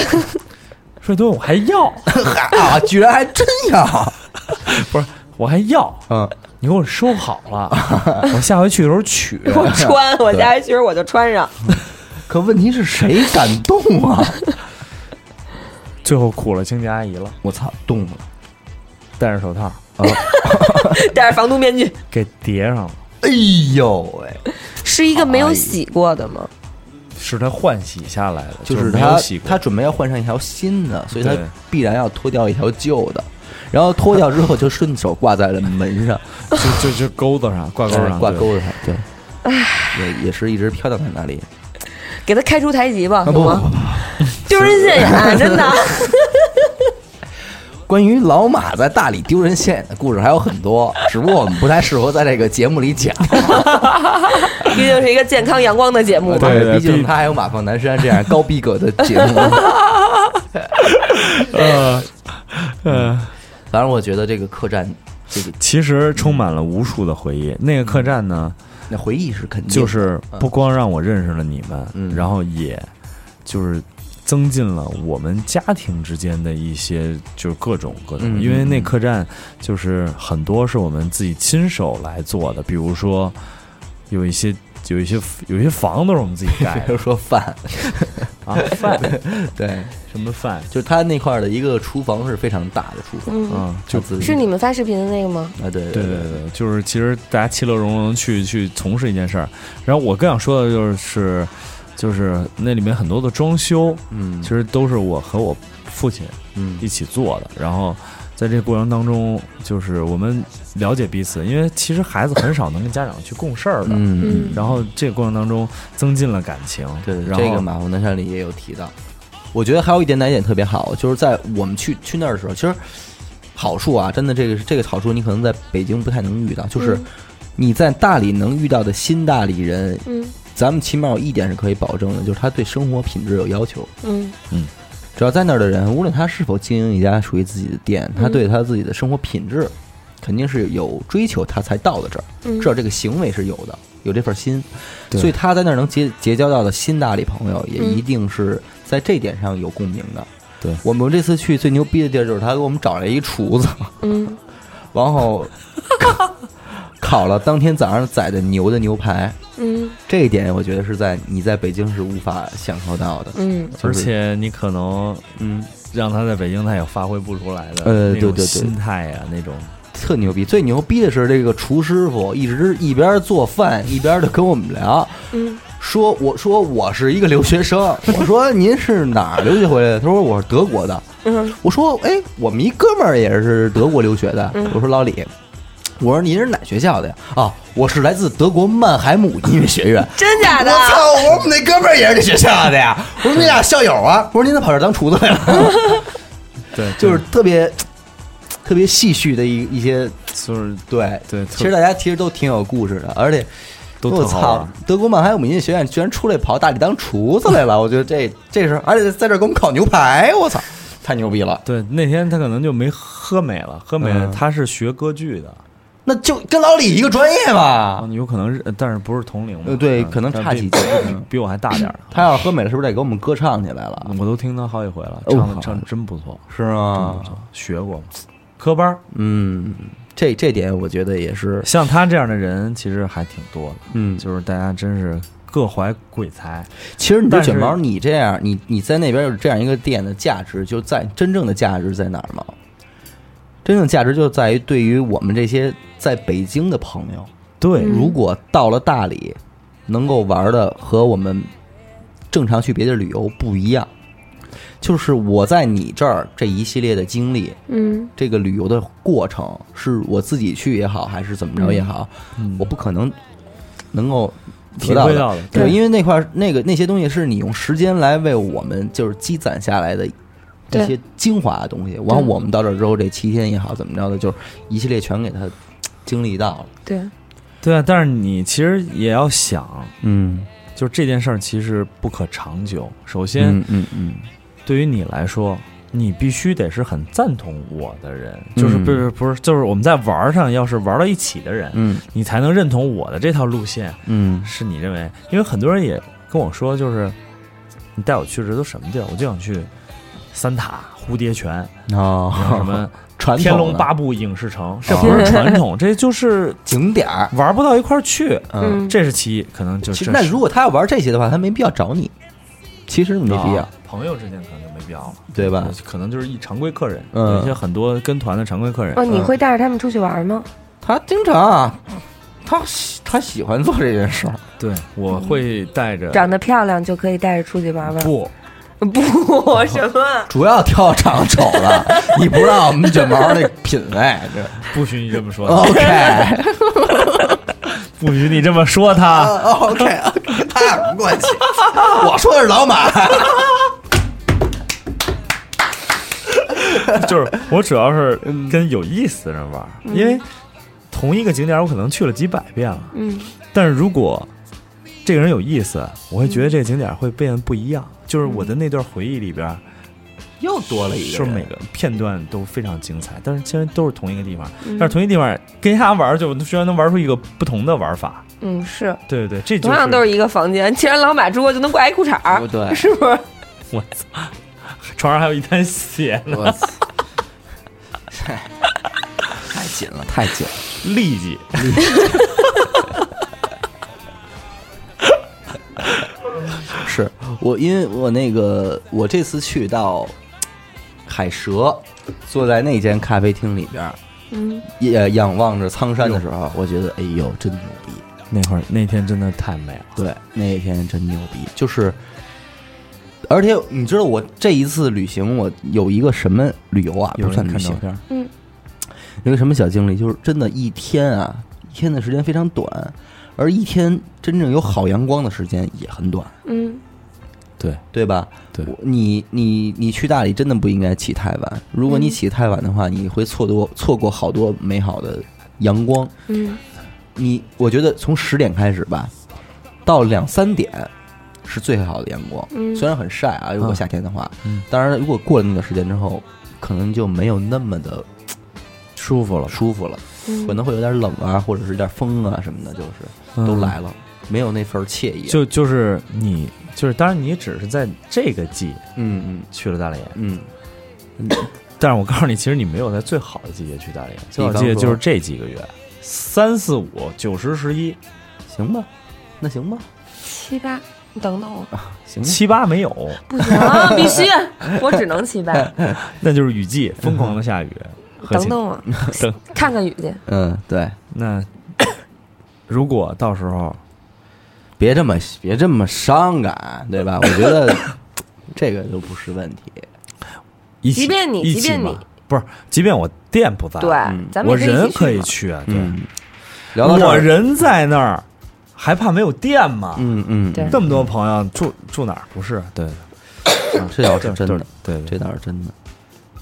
Speaker 3: (laughs) 说东西我还要，
Speaker 1: (laughs) 啊，居然还真要，
Speaker 3: (laughs) 不是我还要，
Speaker 1: 嗯，
Speaker 3: 你给我收好 (laughs) 了，我下回去的时候取。
Speaker 1: 啊
Speaker 2: 我穿，我家其实我就穿上，
Speaker 1: 可问题是谁敢动啊？
Speaker 3: 最后苦了清洁阿姨了，
Speaker 1: 我操，动了。
Speaker 3: 戴着手套
Speaker 1: 啊
Speaker 2: 戴着防毒面具，
Speaker 3: 给叠上了，
Speaker 1: 哎呦喂，
Speaker 2: 是一个没有洗过的吗？
Speaker 3: 是他换洗下来的，
Speaker 1: 就
Speaker 3: 就是
Speaker 1: 是
Speaker 3: 没有
Speaker 1: 他
Speaker 3: 洗过
Speaker 1: 他准备要换上一条新的，所以他
Speaker 3: 对
Speaker 1: 必然要脱掉一条旧的，然后脱掉之后就顺手挂在了门
Speaker 3: (laughs)
Speaker 1: 上，
Speaker 3: (laughs) 就就就钩子上哎挂钩上
Speaker 1: 挂
Speaker 3: 对
Speaker 1: 钩子上，对，也也是一直飘荡在那里。
Speaker 2: 给他开除台籍吧，
Speaker 1: 啊
Speaker 2: 好
Speaker 1: 不不
Speaker 2: 吗？
Speaker 1: 不，
Speaker 2: (laughs) 丢人现眼，啊真
Speaker 1: (laughs)
Speaker 2: 的。
Speaker 1: 关于老马在大理丢人现眼的故事还有很多，只不过我们不太适合在这个节目里讲，
Speaker 2: 毕竟是一个健康阳光的节目嘛。
Speaker 3: (laughs) 对对
Speaker 1: 毕竟他还有马放南山这样高逼格的节目。
Speaker 3: 呃呃，
Speaker 1: 反正我觉得这个客栈，这个
Speaker 3: 其实充满了无数的回忆。那个客栈呢，
Speaker 1: 那回忆是肯定
Speaker 3: 就是不光让我认识了你们，
Speaker 1: 嗯
Speaker 3: 然后也就是增进了我们家庭之间的一些就是各种各种，
Speaker 1: 嗯
Speaker 3: 因为那
Speaker 1: 嗯
Speaker 3: 客栈就是很多是我们自己亲手来做的，比如说有一些有一些有一些房都是我们自己
Speaker 1: (laughs)
Speaker 3: (laughs) 盖
Speaker 1: 比如说饭，
Speaker 3: 的啊，饭
Speaker 1: 对，
Speaker 3: 什么饭，
Speaker 1: 就是他那块儿的一个厨房是非常大的厨房，
Speaker 2: 嗯，
Speaker 3: 嗯，就。
Speaker 1: 自己
Speaker 2: 是你们发视频的那个吗？
Speaker 1: 啊，对
Speaker 3: 对对对，就是其实大家其乐融融去去从事一件事儿，然后我更想说的就是，就是那里面很多的装修，
Speaker 1: 嗯
Speaker 3: 其实都是我和我父亲
Speaker 1: 嗯
Speaker 3: 一起做的。然后在这个过程当中，就是我们了解彼此，因为其实孩子很少能跟家长去共事儿的。
Speaker 1: 嗯
Speaker 3: 然后这个过程当中增进了感情，
Speaker 1: 对对，
Speaker 3: 然
Speaker 1: 这个
Speaker 3: 后
Speaker 1: 马红南山里也有提到。我觉得还有一点哪一点特别好，就是在我们去去那儿的时候，其实好处啊，真的这个这个好处你可能在北京不太能遇到，就是
Speaker 2: 嗯
Speaker 1: 你在大理能遇到的新大理人，
Speaker 2: 嗯
Speaker 1: 咱们起码有一点是可以保证的，就是他对生活品质有要求。
Speaker 2: 嗯
Speaker 1: 只要在那儿的人，无论他是否经营一家属于自己的店，
Speaker 2: 嗯
Speaker 1: 他对他自己的生活品质肯定是有追求，他才到了这儿。
Speaker 2: 嗯
Speaker 1: 至少这个行为是有的，有这份心，
Speaker 3: 对
Speaker 1: 所以他在那儿能结结交到的新大理朋友，也
Speaker 2: 嗯
Speaker 1: 一定是在这点上有共鸣的。
Speaker 3: 对
Speaker 2: (laughs)
Speaker 1: 我们这次去最牛逼的地儿就是他给我们找了一厨子，
Speaker 2: 嗯，
Speaker 1: 然后烤了当天早上宰的牛的牛排，
Speaker 2: 嗯
Speaker 1: 这一点我觉得是在你在北京是无法享受到的。
Speaker 2: 嗯
Speaker 1: 就
Speaker 3: 而
Speaker 1: 是，
Speaker 3: 且你可能
Speaker 1: 嗯，
Speaker 3: 让他在北京，他也发挥不出来的
Speaker 1: 呃对
Speaker 3: 那种
Speaker 1: 对对
Speaker 3: 心态呀、那种
Speaker 1: 特牛逼。最牛逼的是，这个厨师傅一直一边做饭一边就跟我们聊，
Speaker 2: 嗯，
Speaker 1: 说我说我是一个留学生，我说您是哪儿留学回来的？他说我是德国的。
Speaker 2: 嗯
Speaker 1: 我说哎，我们一哥们儿也是德国留学的。我说老李。我说您是哪学校的呀？啊，我是来自德国曼海姆音乐学院。
Speaker 2: 真假的
Speaker 1: 我？操！我说我们那哥们儿也是这学校的呀。我说你俩校友啊。我说您咋跑这儿当厨子来了？
Speaker 3: 对，
Speaker 1: 就是特别特别戏谑的一一些
Speaker 3: 就是
Speaker 1: 对。
Speaker 3: 对，特
Speaker 1: (laughs) 其实大家其实都挺有故事的，而且
Speaker 3: 都
Speaker 1: 我
Speaker 3: 特好
Speaker 1: 操
Speaker 3: 玩，
Speaker 1: 德国曼海姆音乐学院居然出来跑大理当厨子来了，我觉得这这是，而且在这儿给我们烤牛排，我操，太牛逼了！
Speaker 3: 对，那天他可能就没喝美了，喝美了，
Speaker 1: 嗯啊
Speaker 3: 他是学歌剧的，
Speaker 1: 那就跟老李一个专业嘛。
Speaker 3: 有可能是，呃但是不是同龄嘛？
Speaker 1: 呃对
Speaker 3: 嗯
Speaker 1: 可能
Speaker 3: 但
Speaker 1: 差
Speaker 3: 比
Speaker 1: 几届嗯
Speaker 3: 比我还大点儿呢。
Speaker 1: 他要是喝美了，是不是得给我们歌唱起来了？
Speaker 3: 我都听他好几回了，
Speaker 1: 啊哦
Speaker 3: 唱
Speaker 1: 好啊
Speaker 3: 的唱得真不错，
Speaker 1: 是
Speaker 3: 真
Speaker 1: 吗
Speaker 3: 不？错，学过，科班儿。
Speaker 1: 嗯，这这点我觉得也是，
Speaker 3: 像他这样的人其实还挺多的，
Speaker 1: 嗯，
Speaker 3: 就是大家真是各怀鬼才，
Speaker 1: 其实你说
Speaker 3: 但是
Speaker 1: 卷毛，你这样，你你在那边有这样一个店的价值，就在真正的价值在哪儿吗？真正价值就在于对于我们这些在北京的朋友，
Speaker 3: 对
Speaker 2: 嗯
Speaker 1: 如果到了大理，能够玩的和我们正常去别的旅游不一样，就是我在你这儿这一系列的经历，
Speaker 2: 嗯
Speaker 1: 这个旅游的过程，是我自己去也好，还是怎么着也好，
Speaker 3: 嗯
Speaker 1: 我不可能能够
Speaker 3: 体
Speaker 1: 得到
Speaker 3: 会
Speaker 1: 的
Speaker 3: 到了，
Speaker 1: 对，
Speaker 2: 对
Speaker 1: 因为那块儿那个那些东西是你用时间来为我们就是积攒下来的一
Speaker 2: 对
Speaker 1: 些精华的东西。完，
Speaker 2: 对
Speaker 1: 我们到这儿之后，这七天也好，怎么着的，就是一系列全给他经历到了。
Speaker 2: 对
Speaker 3: 对啊。但是你其实也要想，
Speaker 1: 嗯，
Speaker 3: 就这件事儿其实不可长久。首先，
Speaker 1: 嗯嗯，
Speaker 3: 对于你来说，你必须得是很赞同我的人，
Speaker 1: 嗯
Speaker 3: 就是不是不是，就是我们在玩儿上要是玩到一起的人，
Speaker 1: 嗯
Speaker 3: 你才能认同我的这套路线。
Speaker 1: 嗯
Speaker 3: 是你认为，因为很多人也跟我说，就是你带我去这都什么地儿，我就想去三塔、蝴
Speaker 1: (laughs)
Speaker 3: 蝶泉，
Speaker 1: 嗯，
Speaker 3: 然后
Speaker 1: 哦，
Speaker 3: 什么
Speaker 1: 传统
Speaker 3: 天龙
Speaker 1: 的
Speaker 3: 八部影视城，这
Speaker 1: (laughs)
Speaker 3: 不是传统，这就是
Speaker 1: 景点儿，
Speaker 3: 玩不到一块儿去。
Speaker 1: 嗯。
Speaker 2: 嗯
Speaker 3: 这是其一，可能就
Speaker 1: 其实
Speaker 3: 这
Speaker 1: 那
Speaker 3: 是
Speaker 1: 如果他要玩这些的话，他没必要找你，其实没必要
Speaker 3: 啊，朋友之间可能就没必要了，
Speaker 1: 对吧？
Speaker 3: 可能就是一常规客人，
Speaker 1: 嗯
Speaker 3: 有一些很多跟团的常规客人
Speaker 2: 哦，，你
Speaker 1: 嗯
Speaker 2: 会带着他们出去玩吗？
Speaker 1: 他经常啊，他喜他喜欢做这件事儿，
Speaker 3: 对我会带着
Speaker 2: 长得漂亮就可以带着出去玩玩？
Speaker 3: 不，
Speaker 2: (laughs) 不，什么？
Speaker 1: 主要挑长得丑 (laughs) 了，你不知道我们卷毛那品味。这
Speaker 3: 不许你这么说
Speaker 1: 哦
Speaker 3: 他，
Speaker 1: (laughs) OK
Speaker 3: 不许你这么说
Speaker 1: (laughs)
Speaker 3: 他。
Speaker 1: OK，他 (laughs) 有什么关系？我说的是老马，
Speaker 3: (laughs) 就是我主要是跟有意思的人玩儿，
Speaker 2: 嗯
Speaker 3: 因为同一个景点儿我可能去了几百遍了，
Speaker 2: 嗯
Speaker 3: 但是如果这个人有意思，我会
Speaker 2: 嗯
Speaker 3: 觉得这个景点儿会变得不一样。就是我的那段回忆里边儿，
Speaker 1: (laughs) 又多了一
Speaker 3: 是
Speaker 1: 个
Speaker 3: 每
Speaker 1: 人。
Speaker 3: 个片段都非常精彩，但是其实都是同一个地方，
Speaker 2: 嗯
Speaker 3: 但是同一地方跟他玩儿就居然能玩出一个不同的玩法。
Speaker 2: (laughs) 嗯，是，
Speaker 3: 对对对，这就
Speaker 2: 同样都
Speaker 3: 是
Speaker 2: 是一个房间，既然老马住过，就能挂一裤衩儿，(laughs)
Speaker 1: 对
Speaker 2: 是不是？
Speaker 3: 我操，床上还有一滩血呢，
Speaker 1: 我操 (laughs) 太太紧了，太紧了。
Speaker 3: 痢疾。
Speaker 1: 是我，因为我那个，我这次去到海蛇，坐在那间咖啡厅里边儿，
Speaker 2: 嗯
Speaker 1: 也仰望着苍山的时候，我觉得，哎呦，真牛逼！
Speaker 3: 那会儿那天真的太美了，
Speaker 1: 对，那天真牛逼，就是，而且你知道我这一次旅行，我有一个什么旅游啊，
Speaker 3: 有
Speaker 1: 不算
Speaker 3: 人
Speaker 1: 旅
Speaker 3: 看照
Speaker 1: 行，
Speaker 3: 片儿，
Speaker 2: 嗯
Speaker 1: 有一个什么小经历，就是真的，一天啊，一天的时间非常短，而一天真正有好阳光的时间也很短，
Speaker 2: 嗯
Speaker 3: 对
Speaker 1: 对吧？
Speaker 3: 对
Speaker 1: 我你你你去大理真的不应该起太晚，如果你
Speaker 2: 嗯
Speaker 1: 起太晚的话，你会错多错过好多美好的阳光。
Speaker 2: 嗯
Speaker 1: 你我觉得从十点开始吧，到两三点是最好的阳光。
Speaker 2: 嗯
Speaker 1: 虽然很晒啊，如果
Speaker 3: 嗯
Speaker 1: 夏天的话，
Speaker 3: 嗯
Speaker 1: 当然如果过了那个时间之后，可能就没有那么的
Speaker 3: 舒服了，
Speaker 1: 舒服了，可
Speaker 2: 嗯，
Speaker 1: 能会有点冷啊，或者是有点风啊什么的，就是都
Speaker 3: 嗯
Speaker 1: 来了，没有那份儿惬意。
Speaker 3: 就就是你就是，当然你只是在这个季
Speaker 1: 嗯嗯
Speaker 3: 去了大连，
Speaker 1: 嗯，
Speaker 3: 但是我告诉你，其实你没有在最好的季节去大连，最好的季节就是这几个月，三四五九十十一
Speaker 1: 行吧，那行吧，
Speaker 2: 七八，你等等我，嗯
Speaker 1: 行吧，
Speaker 3: 七八没有，
Speaker 2: 不行啊，必须，我只能
Speaker 1: (laughs)
Speaker 2: 七八，
Speaker 3: 那就是雨季，疯狂的下雨。
Speaker 2: 嗯
Speaker 3: 和
Speaker 2: 等
Speaker 3: 晴
Speaker 2: 等
Speaker 1: (laughs)
Speaker 2: 我，
Speaker 3: 等
Speaker 2: 看看雨去。
Speaker 1: 嗯，对，
Speaker 3: 那如果到时候
Speaker 1: 别这么别这么伤感，对吧？我觉 (coughs) 得这个都不是问题。
Speaker 3: 一起，
Speaker 2: 即便你
Speaker 3: 一起
Speaker 2: 即便
Speaker 3: 嘛
Speaker 2: 你
Speaker 3: 不是，即便我店不在，
Speaker 2: 对，咱们
Speaker 3: 我
Speaker 2: 也可以一
Speaker 3: 人
Speaker 2: 起
Speaker 3: 可以
Speaker 2: 嘛
Speaker 3: 去啊。对，
Speaker 1: 嗯，聊到这
Speaker 3: 我
Speaker 1: 儿，
Speaker 3: 人在那儿，还怕没有电吗？
Speaker 1: 嗯嗯，
Speaker 2: 对
Speaker 1: 嗯
Speaker 3: 这么多朋友住住哪儿？不是，对，
Speaker 1: 嗯这倒是
Speaker 3: 对
Speaker 1: 真的，
Speaker 3: 对
Speaker 1: 这
Speaker 3: 对，
Speaker 1: 倒是真的。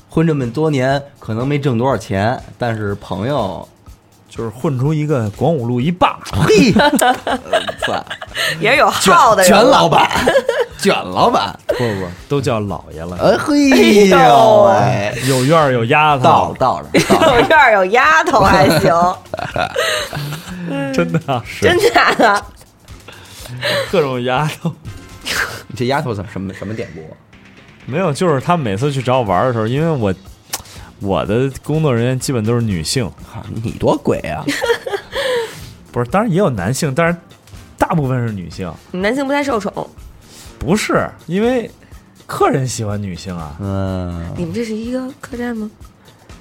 Speaker 1: 混这么多年，可能没挣多少钱，但是朋 (laughs) 友，
Speaker 3: 就是混出一个广武路一霸，
Speaker 1: 嘿，呃操
Speaker 2: 也是有号的人
Speaker 1: 卷
Speaker 2: 了
Speaker 1: 老板，卷老板，
Speaker 3: 不不，都叫老爷了，
Speaker 1: 呃，嘿
Speaker 2: 哎
Speaker 1: 呦
Speaker 2: 呦
Speaker 1: 喂，
Speaker 3: 有院儿有丫
Speaker 1: 到
Speaker 3: 头
Speaker 1: 了，到了，
Speaker 2: (laughs)
Speaker 1: (laughs) 到了，
Speaker 2: 有院儿有丫头
Speaker 1: (laughs)
Speaker 2: 还行，
Speaker 3: 真的是
Speaker 2: 真假的？
Speaker 3: 各种丫头。
Speaker 1: 你这丫头怎么什么什么典故？
Speaker 3: 没有，就是他们每次去找我玩的时候，因为我我的工作人员基本都是女性，
Speaker 1: 啊你多鬼啊！
Speaker 3: 不是，当然也有男性，但是大部分是女性。
Speaker 2: 你男性不太受宠，
Speaker 3: 不是因为客人喜欢女性啊，
Speaker 1: 嗯， (laughs)
Speaker 2: 你们这是一个客栈吗？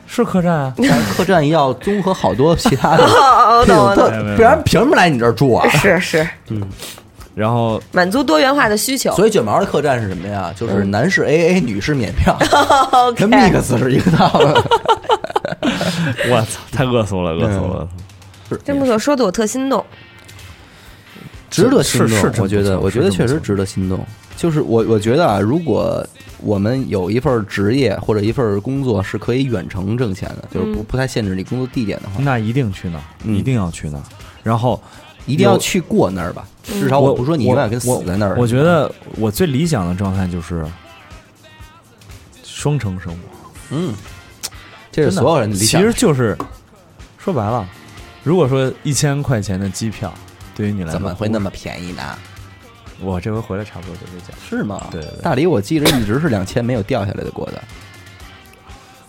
Speaker 3: 是客栈啊，
Speaker 1: 咱客栈要综合好多其
Speaker 2: (laughs)
Speaker 1: 他的
Speaker 2: 哦哦，
Speaker 1: 这
Speaker 2: 我懂
Speaker 1: 种
Speaker 2: 我懂，
Speaker 1: 特，哎不然凭什么来你这儿住啊？ (laughs)
Speaker 2: 是是，
Speaker 3: 然后
Speaker 2: 满足多元化的需求。
Speaker 1: 所以卷毛的客栈是什么呀？就是男士 AA，女士免票，
Speaker 2: 嗯 (laughs) OK，
Speaker 1: 跟 Mix 是一个道理。
Speaker 2: (laughs)
Speaker 3: 我操，太恶俗了，恶俗了。
Speaker 2: 真不错，说的我特心动。
Speaker 1: 值得心
Speaker 3: 是是
Speaker 1: 动
Speaker 3: 真不，错
Speaker 1: 我觉得，我觉得确实值得心动。就是我，我觉得啊，如果我们有一份职业或者一份工作是可以远程挣钱的，
Speaker 2: 嗯
Speaker 1: 就是不不太限制你工作地点的话，
Speaker 3: 那一定去那儿，
Speaker 1: 嗯
Speaker 3: 一定要去那儿。然后
Speaker 1: 一定要去过那儿吧。
Speaker 2: 嗯
Speaker 1: 至啊少我不说你永远跟死在那儿。
Speaker 3: 我我觉，得我最理想的状态就是双城生活，
Speaker 1: 嗯，这是
Speaker 3: 真的
Speaker 1: 所有人的理想。
Speaker 3: 其实就是说白了，如果说一千块钱的机票对于你来说
Speaker 1: 怎么会那么便宜呢？
Speaker 3: 我这回回来差不多就这价。
Speaker 1: 是吗？
Speaker 3: 对对对
Speaker 1: 大理我记着一直是两千没有掉下来的过的，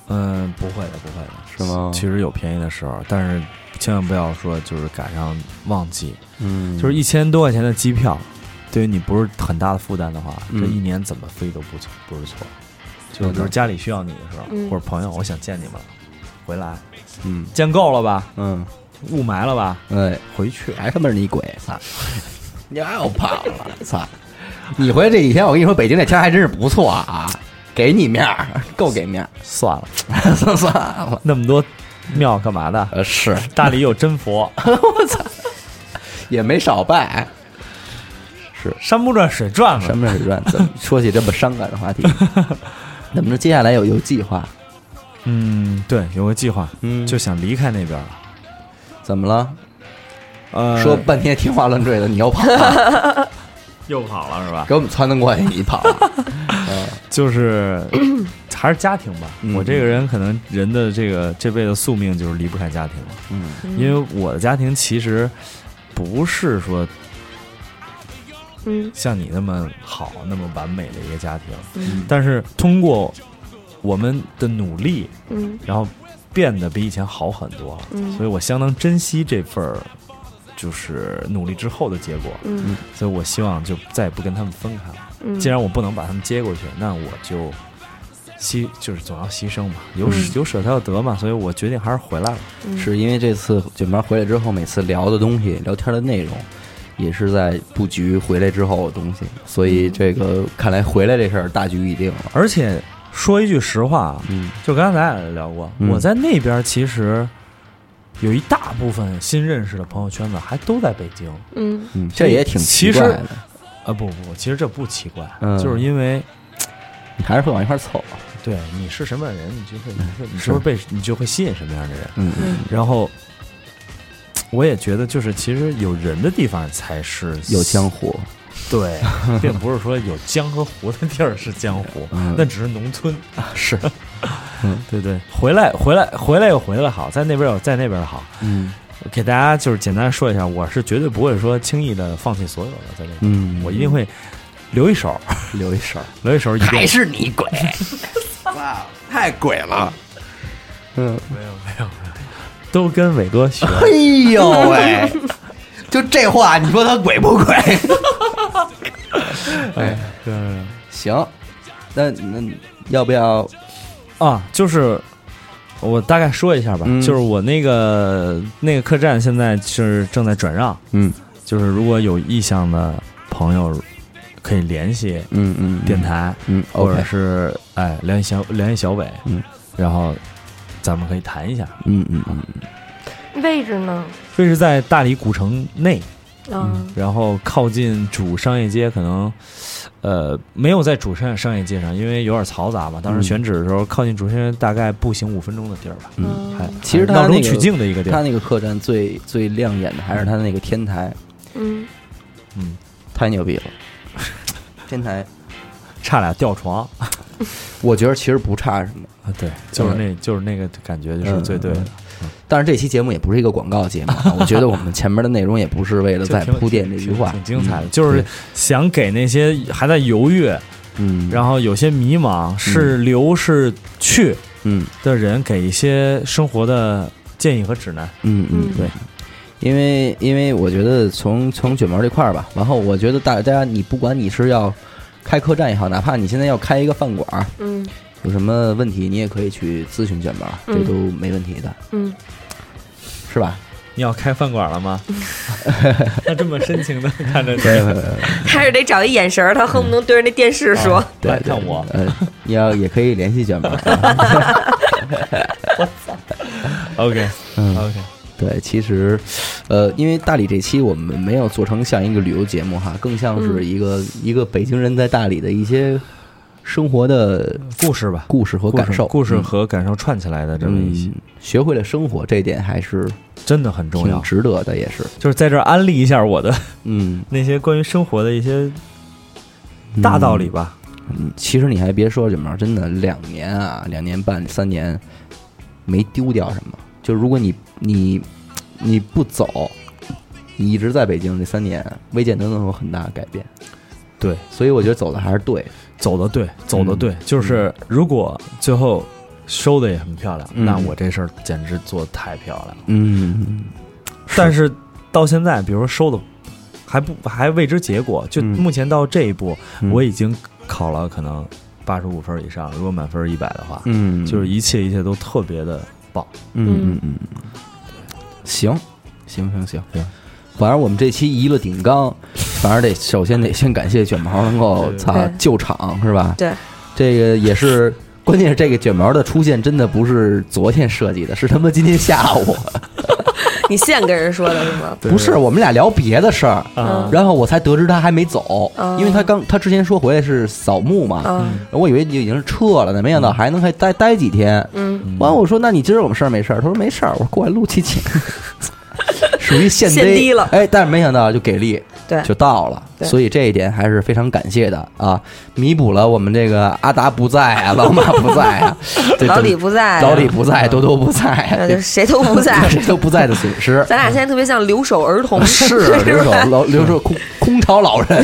Speaker 3: 嗯，不会的，不会的，
Speaker 1: 是吗
Speaker 3: 其实有便宜的时候，但是千万不要说就是赶上旺季，
Speaker 1: 嗯
Speaker 3: 就是一千多块钱的机票，对于你不是很大的负担的话，
Speaker 1: 嗯
Speaker 3: 这一年怎么飞都不错，不是错。就是
Speaker 1: 嗯
Speaker 3: 就是家里需要你的时候，
Speaker 2: 嗯
Speaker 3: 或者朋友，我想见你们了，回来
Speaker 1: 嗯
Speaker 3: 见够了吧，
Speaker 1: 嗯，
Speaker 3: 雾霾了吧，
Speaker 1: 哎，
Speaker 3: 回去。
Speaker 1: 还他妈是你鬼， (laughs) 操！你把我跑了，啊操！你回来这几天，我跟你说，北京这天还真是不错啊，给你面儿，够给面儿， (laughs)
Speaker 3: 算了，
Speaker 1: 算了，
Speaker 3: 那么多庙干嘛的？
Speaker 1: 呃，是
Speaker 3: 大理有真佛， (laughs)
Speaker 1: 也没少拜。是
Speaker 3: 山不转水转
Speaker 1: 什
Speaker 3: 嘛。
Speaker 1: 么是乱？怎么说起这么伤感的 (laughs) 话题？怎么着？接下来有有计划？
Speaker 3: 嗯，对，有个计划，
Speaker 1: 嗯
Speaker 3: 就想离开那边了。
Speaker 1: 怎么了？
Speaker 3: 呃，
Speaker 1: 说半天天花乱坠的，你又跑了， (laughs)
Speaker 3: 又跑了是吧？
Speaker 1: 给我们撺掇过去，你跑啊了。
Speaker 3: 就是
Speaker 1: (clears throat)
Speaker 3: 还是家庭吧。
Speaker 1: 嗯
Speaker 3: 我这个人可能人的这个这辈子宿命就是离不开家庭了，
Speaker 1: 嗯
Speaker 3: 因为我的家庭其实不是说
Speaker 2: 嗯
Speaker 3: 像你那么好、那么完美的一个家庭，
Speaker 1: 嗯
Speaker 3: 但是通过我们的努力，
Speaker 2: 嗯
Speaker 3: 然后变得比以前好很多了，
Speaker 2: 嗯
Speaker 3: 所以我相当珍惜这份儿。就是努力之后的结果，
Speaker 2: 嗯
Speaker 3: 所以我希望就再也不跟他们分开了。
Speaker 2: 嗯，
Speaker 3: 既然我不能把他们接过去，那我就牺就是总要牺牲嘛，有舍
Speaker 2: 嗯
Speaker 3: 有舍才有得嘛，所以我决定还是回来了。
Speaker 1: 是因为这次卷毛回来之后，每次聊的东西、聊天的内容，也是在布局回来之后的东西，所以这个看来回来这事儿大局已定了。
Speaker 3: 而且说一句实话啊，
Speaker 1: 嗯
Speaker 3: 就刚才咱俩也聊过，
Speaker 1: 嗯
Speaker 3: 我在那边其实有一大部分新认识的朋友圈子还都在北京。
Speaker 2: 嗯
Speaker 1: 嗯，这也挺奇怪的，
Speaker 3: 啊，不不，其实这不奇怪，
Speaker 1: 嗯
Speaker 3: 就是因为
Speaker 1: 你还是会往一块儿凑。
Speaker 3: 对你是什么样的人，你就会你会你就会被你就会吸引什么样的人。
Speaker 1: 嗯
Speaker 2: 嗯
Speaker 3: 然后，我也觉得就是其实有人的地方才是
Speaker 1: 有江湖，
Speaker 3: 对，并不是说有江和湖的地儿是江湖，
Speaker 1: 嗯
Speaker 3: 那嗯只是农村。
Speaker 1: (laughs) 是，
Speaker 3: 对对，回来回来回来有回来的好，在那边有在那边的好。
Speaker 1: 嗯
Speaker 3: 给大家就是简单说一下，我是绝对不会说轻易的放弃所有的在那边，
Speaker 1: 嗯，
Speaker 3: 我一定会留一手，
Speaker 1: 留一手，
Speaker 3: 留一手一定。
Speaker 1: 还是你 (laughs) 鬼，哇，太鬼了。嗯，
Speaker 3: 没有没有没有，都跟伟
Speaker 1: (laughs)
Speaker 3: 哥学。
Speaker 1: 嘿哎呦喂，就这话，你说他鬼不 (laughs) 鬼？
Speaker 3: 哎，对
Speaker 1: 行，那那要不要？
Speaker 3: 啊，就是我大概说一下吧，
Speaker 1: 嗯
Speaker 3: 就是我那个那个客栈现在是正在转让，
Speaker 1: 嗯
Speaker 3: 就是如果有意向的朋友可以联系
Speaker 1: 嗯嗯
Speaker 3: 电，台，
Speaker 1: 嗯
Speaker 3: 或者
Speaker 1: ，OK，
Speaker 3: 是哎联系小联系小伟，
Speaker 1: 嗯
Speaker 3: 然后咱们可以谈一下。
Speaker 1: 嗯嗯嗯，
Speaker 2: 位置呢？
Speaker 3: 这是在大理古城内，
Speaker 2: 嗯
Speaker 3: 然后靠近主商业街，可能呃没有在主商商业街上，因为有点嘈杂嘛。当时
Speaker 1: 嗯
Speaker 3: 选址的时候，靠近主商业街大概步行五分钟的地儿吧。
Speaker 1: 嗯
Speaker 3: 还
Speaker 1: 其实它
Speaker 3: 还闹中
Speaker 1: 那个
Speaker 3: 取静的一个地
Speaker 1: 他
Speaker 3: 儿，
Speaker 1: 那个客栈最最亮眼的还是他那个天台，
Speaker 2: 嗯，
Speaker 3: 嗯，
Speaker 1: 太牛逼
Speaker 3: (laughs)
Speaker 1: 了。天台，
Speaker 3: 差俩吊床啊，
Speaker 1: 我觉得其实不差什么，嗯
Speaker 3: 对，就是那就是那个感觉就是最对的，
Speaker 1: 但是这期节目也不是一个广告节
Speaker 3: (laughs)
Speaker 1: 目啊，我觉得我们前面的内容也不是为了
Speaker 3: 就
Speaker 1: 再
Speaker 3: 挺
Speaker 1: 铺垫这句话
Speaker 3: 挺，挺精彩的，就是想给那些还在犹豫，
Speaker 1: 嗯，
Speaker 3: 然后有些迷茫，是留是去
Speaker 1: 嗯
Speaker 3: 的人给一些生活的建议和指南。
Speaker 1: 嗯嗯
Speaker 2: 嗯，
Speaker 1: 对，因为因为我觉得从从卷毛这块儿吧，然后我觉得大大家你不管你是要开客栈也好，哪怕你现在要开一个饭馆儿，
Speaker 2: 嗯
Speaker 1: 有什么问题你也可以去咨询卷毛，这
Speaker 2: 嗯
Speaker 1: 都没问题的，
Speaker 2: 嗯，
Speaker 1: 是
Speaker 3: (laughs)
Speaker 1: 吧？
Speaker 3: 你要开饭馆了
Speaker 1: (laughs)
Speaker 3: 吗？ (laughs) 他这么深情的看着你，
Speaker 2: 还是得找一眼神儿，他恨不能对着那电视说。
Speaker 1: 对
Speaker 3: 啊来，看我
Speaker 1: 对，呃，要也可以联系卷毛。
Speaker 3: (laughs)
Speaker 1: 啊
Speaker 3: OK
Speaker 1: 嗯，
Speaker 3: OK，
Speaker 1: 对，其实，呃，因为大理这期我们没有做成像一个旅游节目哈，更像是一个、一个北京人在大理的一些生活的
Speaker 3: 故事吧，
Speaker 1: 故事和感受，
Speaker 3: 故事故事
Speaker 1: 嗯
Speaker 3: 和感受串起来的这么一些，
Speaker 1: 嗯学会了生活这一点还是
Speaker 3: 真的很重
Speaker 1: 挺
Speaker 3: 要。
Speaker 1: 值得的，也是，
Speaker 3: 就是在这儿安利一下我的 (laughs)
Speaker 1: 嗯，
Speaker 3: 那些关于生活的一些大道理吧。
Speaker 1: 嗯。其实你还别说，卷毛，真的两年啊，两年半、三年没丢掉什么。就如果你你你不走，你一直在北京这三年，未见得能有很大的改变。
Speaker 3: 对，
Speaker 1: 所以我觉得走的还是对的。
Speaker 3: 走的对，走的对，就是如果最后收的也很漂亮，
Speaker 1: 嗯
Speaker 3: 那我这事儿简直做得太漂 (laughs) 亮了。
Speaker 1: 嗯，
Speaker 3: 但是到现在，比如说收的还不还未知结果，就
Speaker 1: 嗯
Speaker 3: 目前到这一步，
Speaker 1: 嗯
Speaker 3: 我已经考了可能八十五分以上，如果满分一百的话，
Speaker 1: 嗯，
Speaker 3: 就是一切一切都特别的棒。
Speaker 1: 嗯嗯嗯，行行行行
Speaker 3: 行。
Speaker 1: 反正我们这期移了顶缸，反正得首先得先感谢卷毛能够
Speaker 3: 对
Speaker 1: 操
Speaker 2: 对
Speaker 1: 救场是吧？
Speaker 2: 对，
Speaker 1: 这个也是，关键是这个卷毛的出现真的不是昨天设计的，是他妈今天下午，
Speaker 2: (laughs) 你现跟人说的是吗？
Speaker 1: 不是我们俩聊别的事儿，
Speaker 3: 啊
Speaker 2: 嗯，
Speaker 1: 然后我才得知他还没走，因为他刚他之前说回来是扫墓嘛，
Speaker 2: 啊，
Speaker 1: 我以为你已经是撤了呢，没想到还能还待待几天。
Speaker 2: 嗯，
Speaker 1: 完我说那你今儿有事儿没事儿？他说没事儿，我过来录
Speaker 2: (laughs)
Speaker 1: 期节目，属于现
Speaker 2: 现
Speaker 1: 逮
Speaker 2: 逮了
Speaker 1: 哎，但是没想到就给力，
Speaker 2: 对，
Speaker 1: 就到了，
Speaker 2: 对
Speaker 1: 所以这一点还是非常感谢的啊，弥补了我们这个阿达不在
Speaker 2: (laughs)
Speaker 1: 啊，老马不在啊，这
Speaker 2: 老
Speaker 1: 整
Speaker 2: 李不在啊，
Speaker 1: 老李不在，多多不在啊，
Speaker 2: 那就谁都不
Speaker 1: (laughs)。
Speaker 2: 在
Speaker 1: 谁都不在的损失
Speaker 2: 咱俩现在特别像留守儿童，
Speaker 1: (laughs) 是
Speaker 2: (laughs)
Speaker 1: 啊
Speaker 2: 吧
Speaker 1: 留守老留守 (laughs) 空空巢老人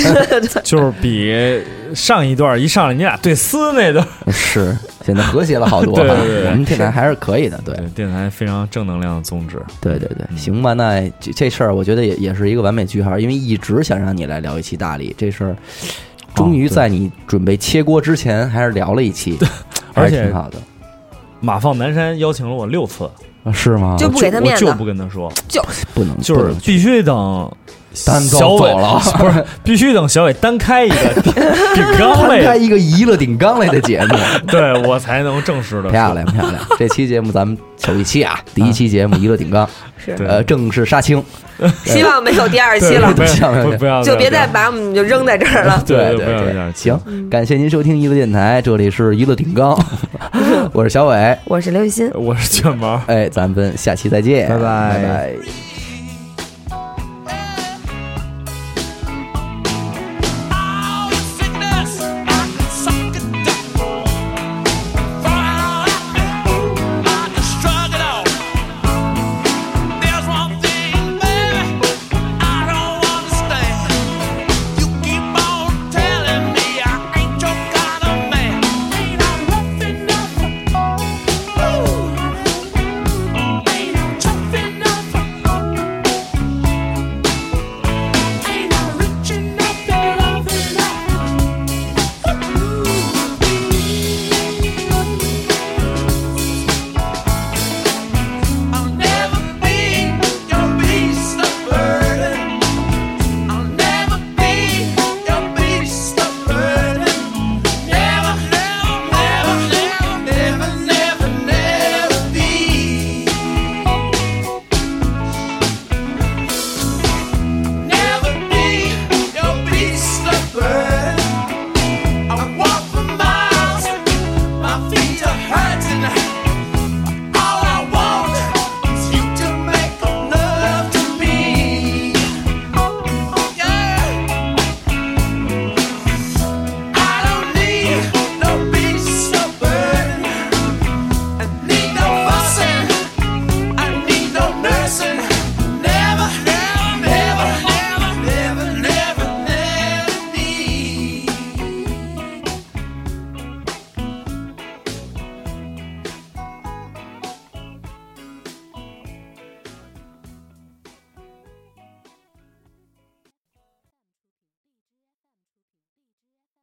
Speaker 3: 就是比上一段一上来你俩对撕那段，
Speaker 1: (laughs) 是显得和谐了好多，
Speaker 3: 对对对
Speaker 1: 我们电台还是可以的，对
Speaker 3: (laughs)
Speaker 1: 嗯
Speaker 3: 对电台非常正能量的宗旨。
Speaker 1: 对对对，行吧，那这这事儿我觉得也也是一个完美句号，因为一直想让你来聊一期大理这事儿。终于
Speaker 3: 对
Speaker 1: 在你准备切锅之前，还是聊了一期，还
Speaker 3: 而
Speaker 1: 是
Speaker 3: 且
Speaker 1: 挺好的。
Speaker 3: 马放南山邀请了我六次，
Speaker 1: 啊是吗？
Speaker 2: 就不给他面子
Speaker 3: 我就不跟他说，
Speaker 1: 不能，
Speaker 3: 就是必须等
Speaker 1: 单刀
Speaker 3: 小伟
Speaker 1: 走了
Speaker 3: (laughs) 不是必须等小伟单开一个 (laughs) 顶顶缸
Speaker 1: 参加
Speaker 3: 类，
Speaker 1: 一个移了顶缸类的节 (laughs) 目，
Speaker 3: 对我才能正式的
Speaker 1: 漂亮漂亮。这期节目咱们首一期啊，第一期节目移了顶缸，
Speaker 2: 是，
Speaker 3: 对
Speaker 1: 呃，正式杀青。
Speaker 2: 希望没有第二期
Speaker 3: 对
Speaker 2: 了
Speaker 1: (laughs)
Speaker 3: 不，
Speaker 1: 漂亮
Speaker 3: 要不不要
Speaker 2: 就别再
Speaker 3: 再
Speaker 2: 把我们就扔在这儿了。
Speaker 3: 对
Speaker 1: (laughs) 对
Speaker 3: 不要这样
Speaker 1: 行，感谢您收听娱乐电台，这里是娱乐顶缸， (laughs) 我是小伟，
Speaker 2: 我是刘雨欣，
Speaker 3: 我是卷毛。
Speaker 1: 哎，咱们下期再见，
Speaker 3: 拜拜
Speaker 1: 拜拜。
Speaker 4: 「君の声が聞こえる」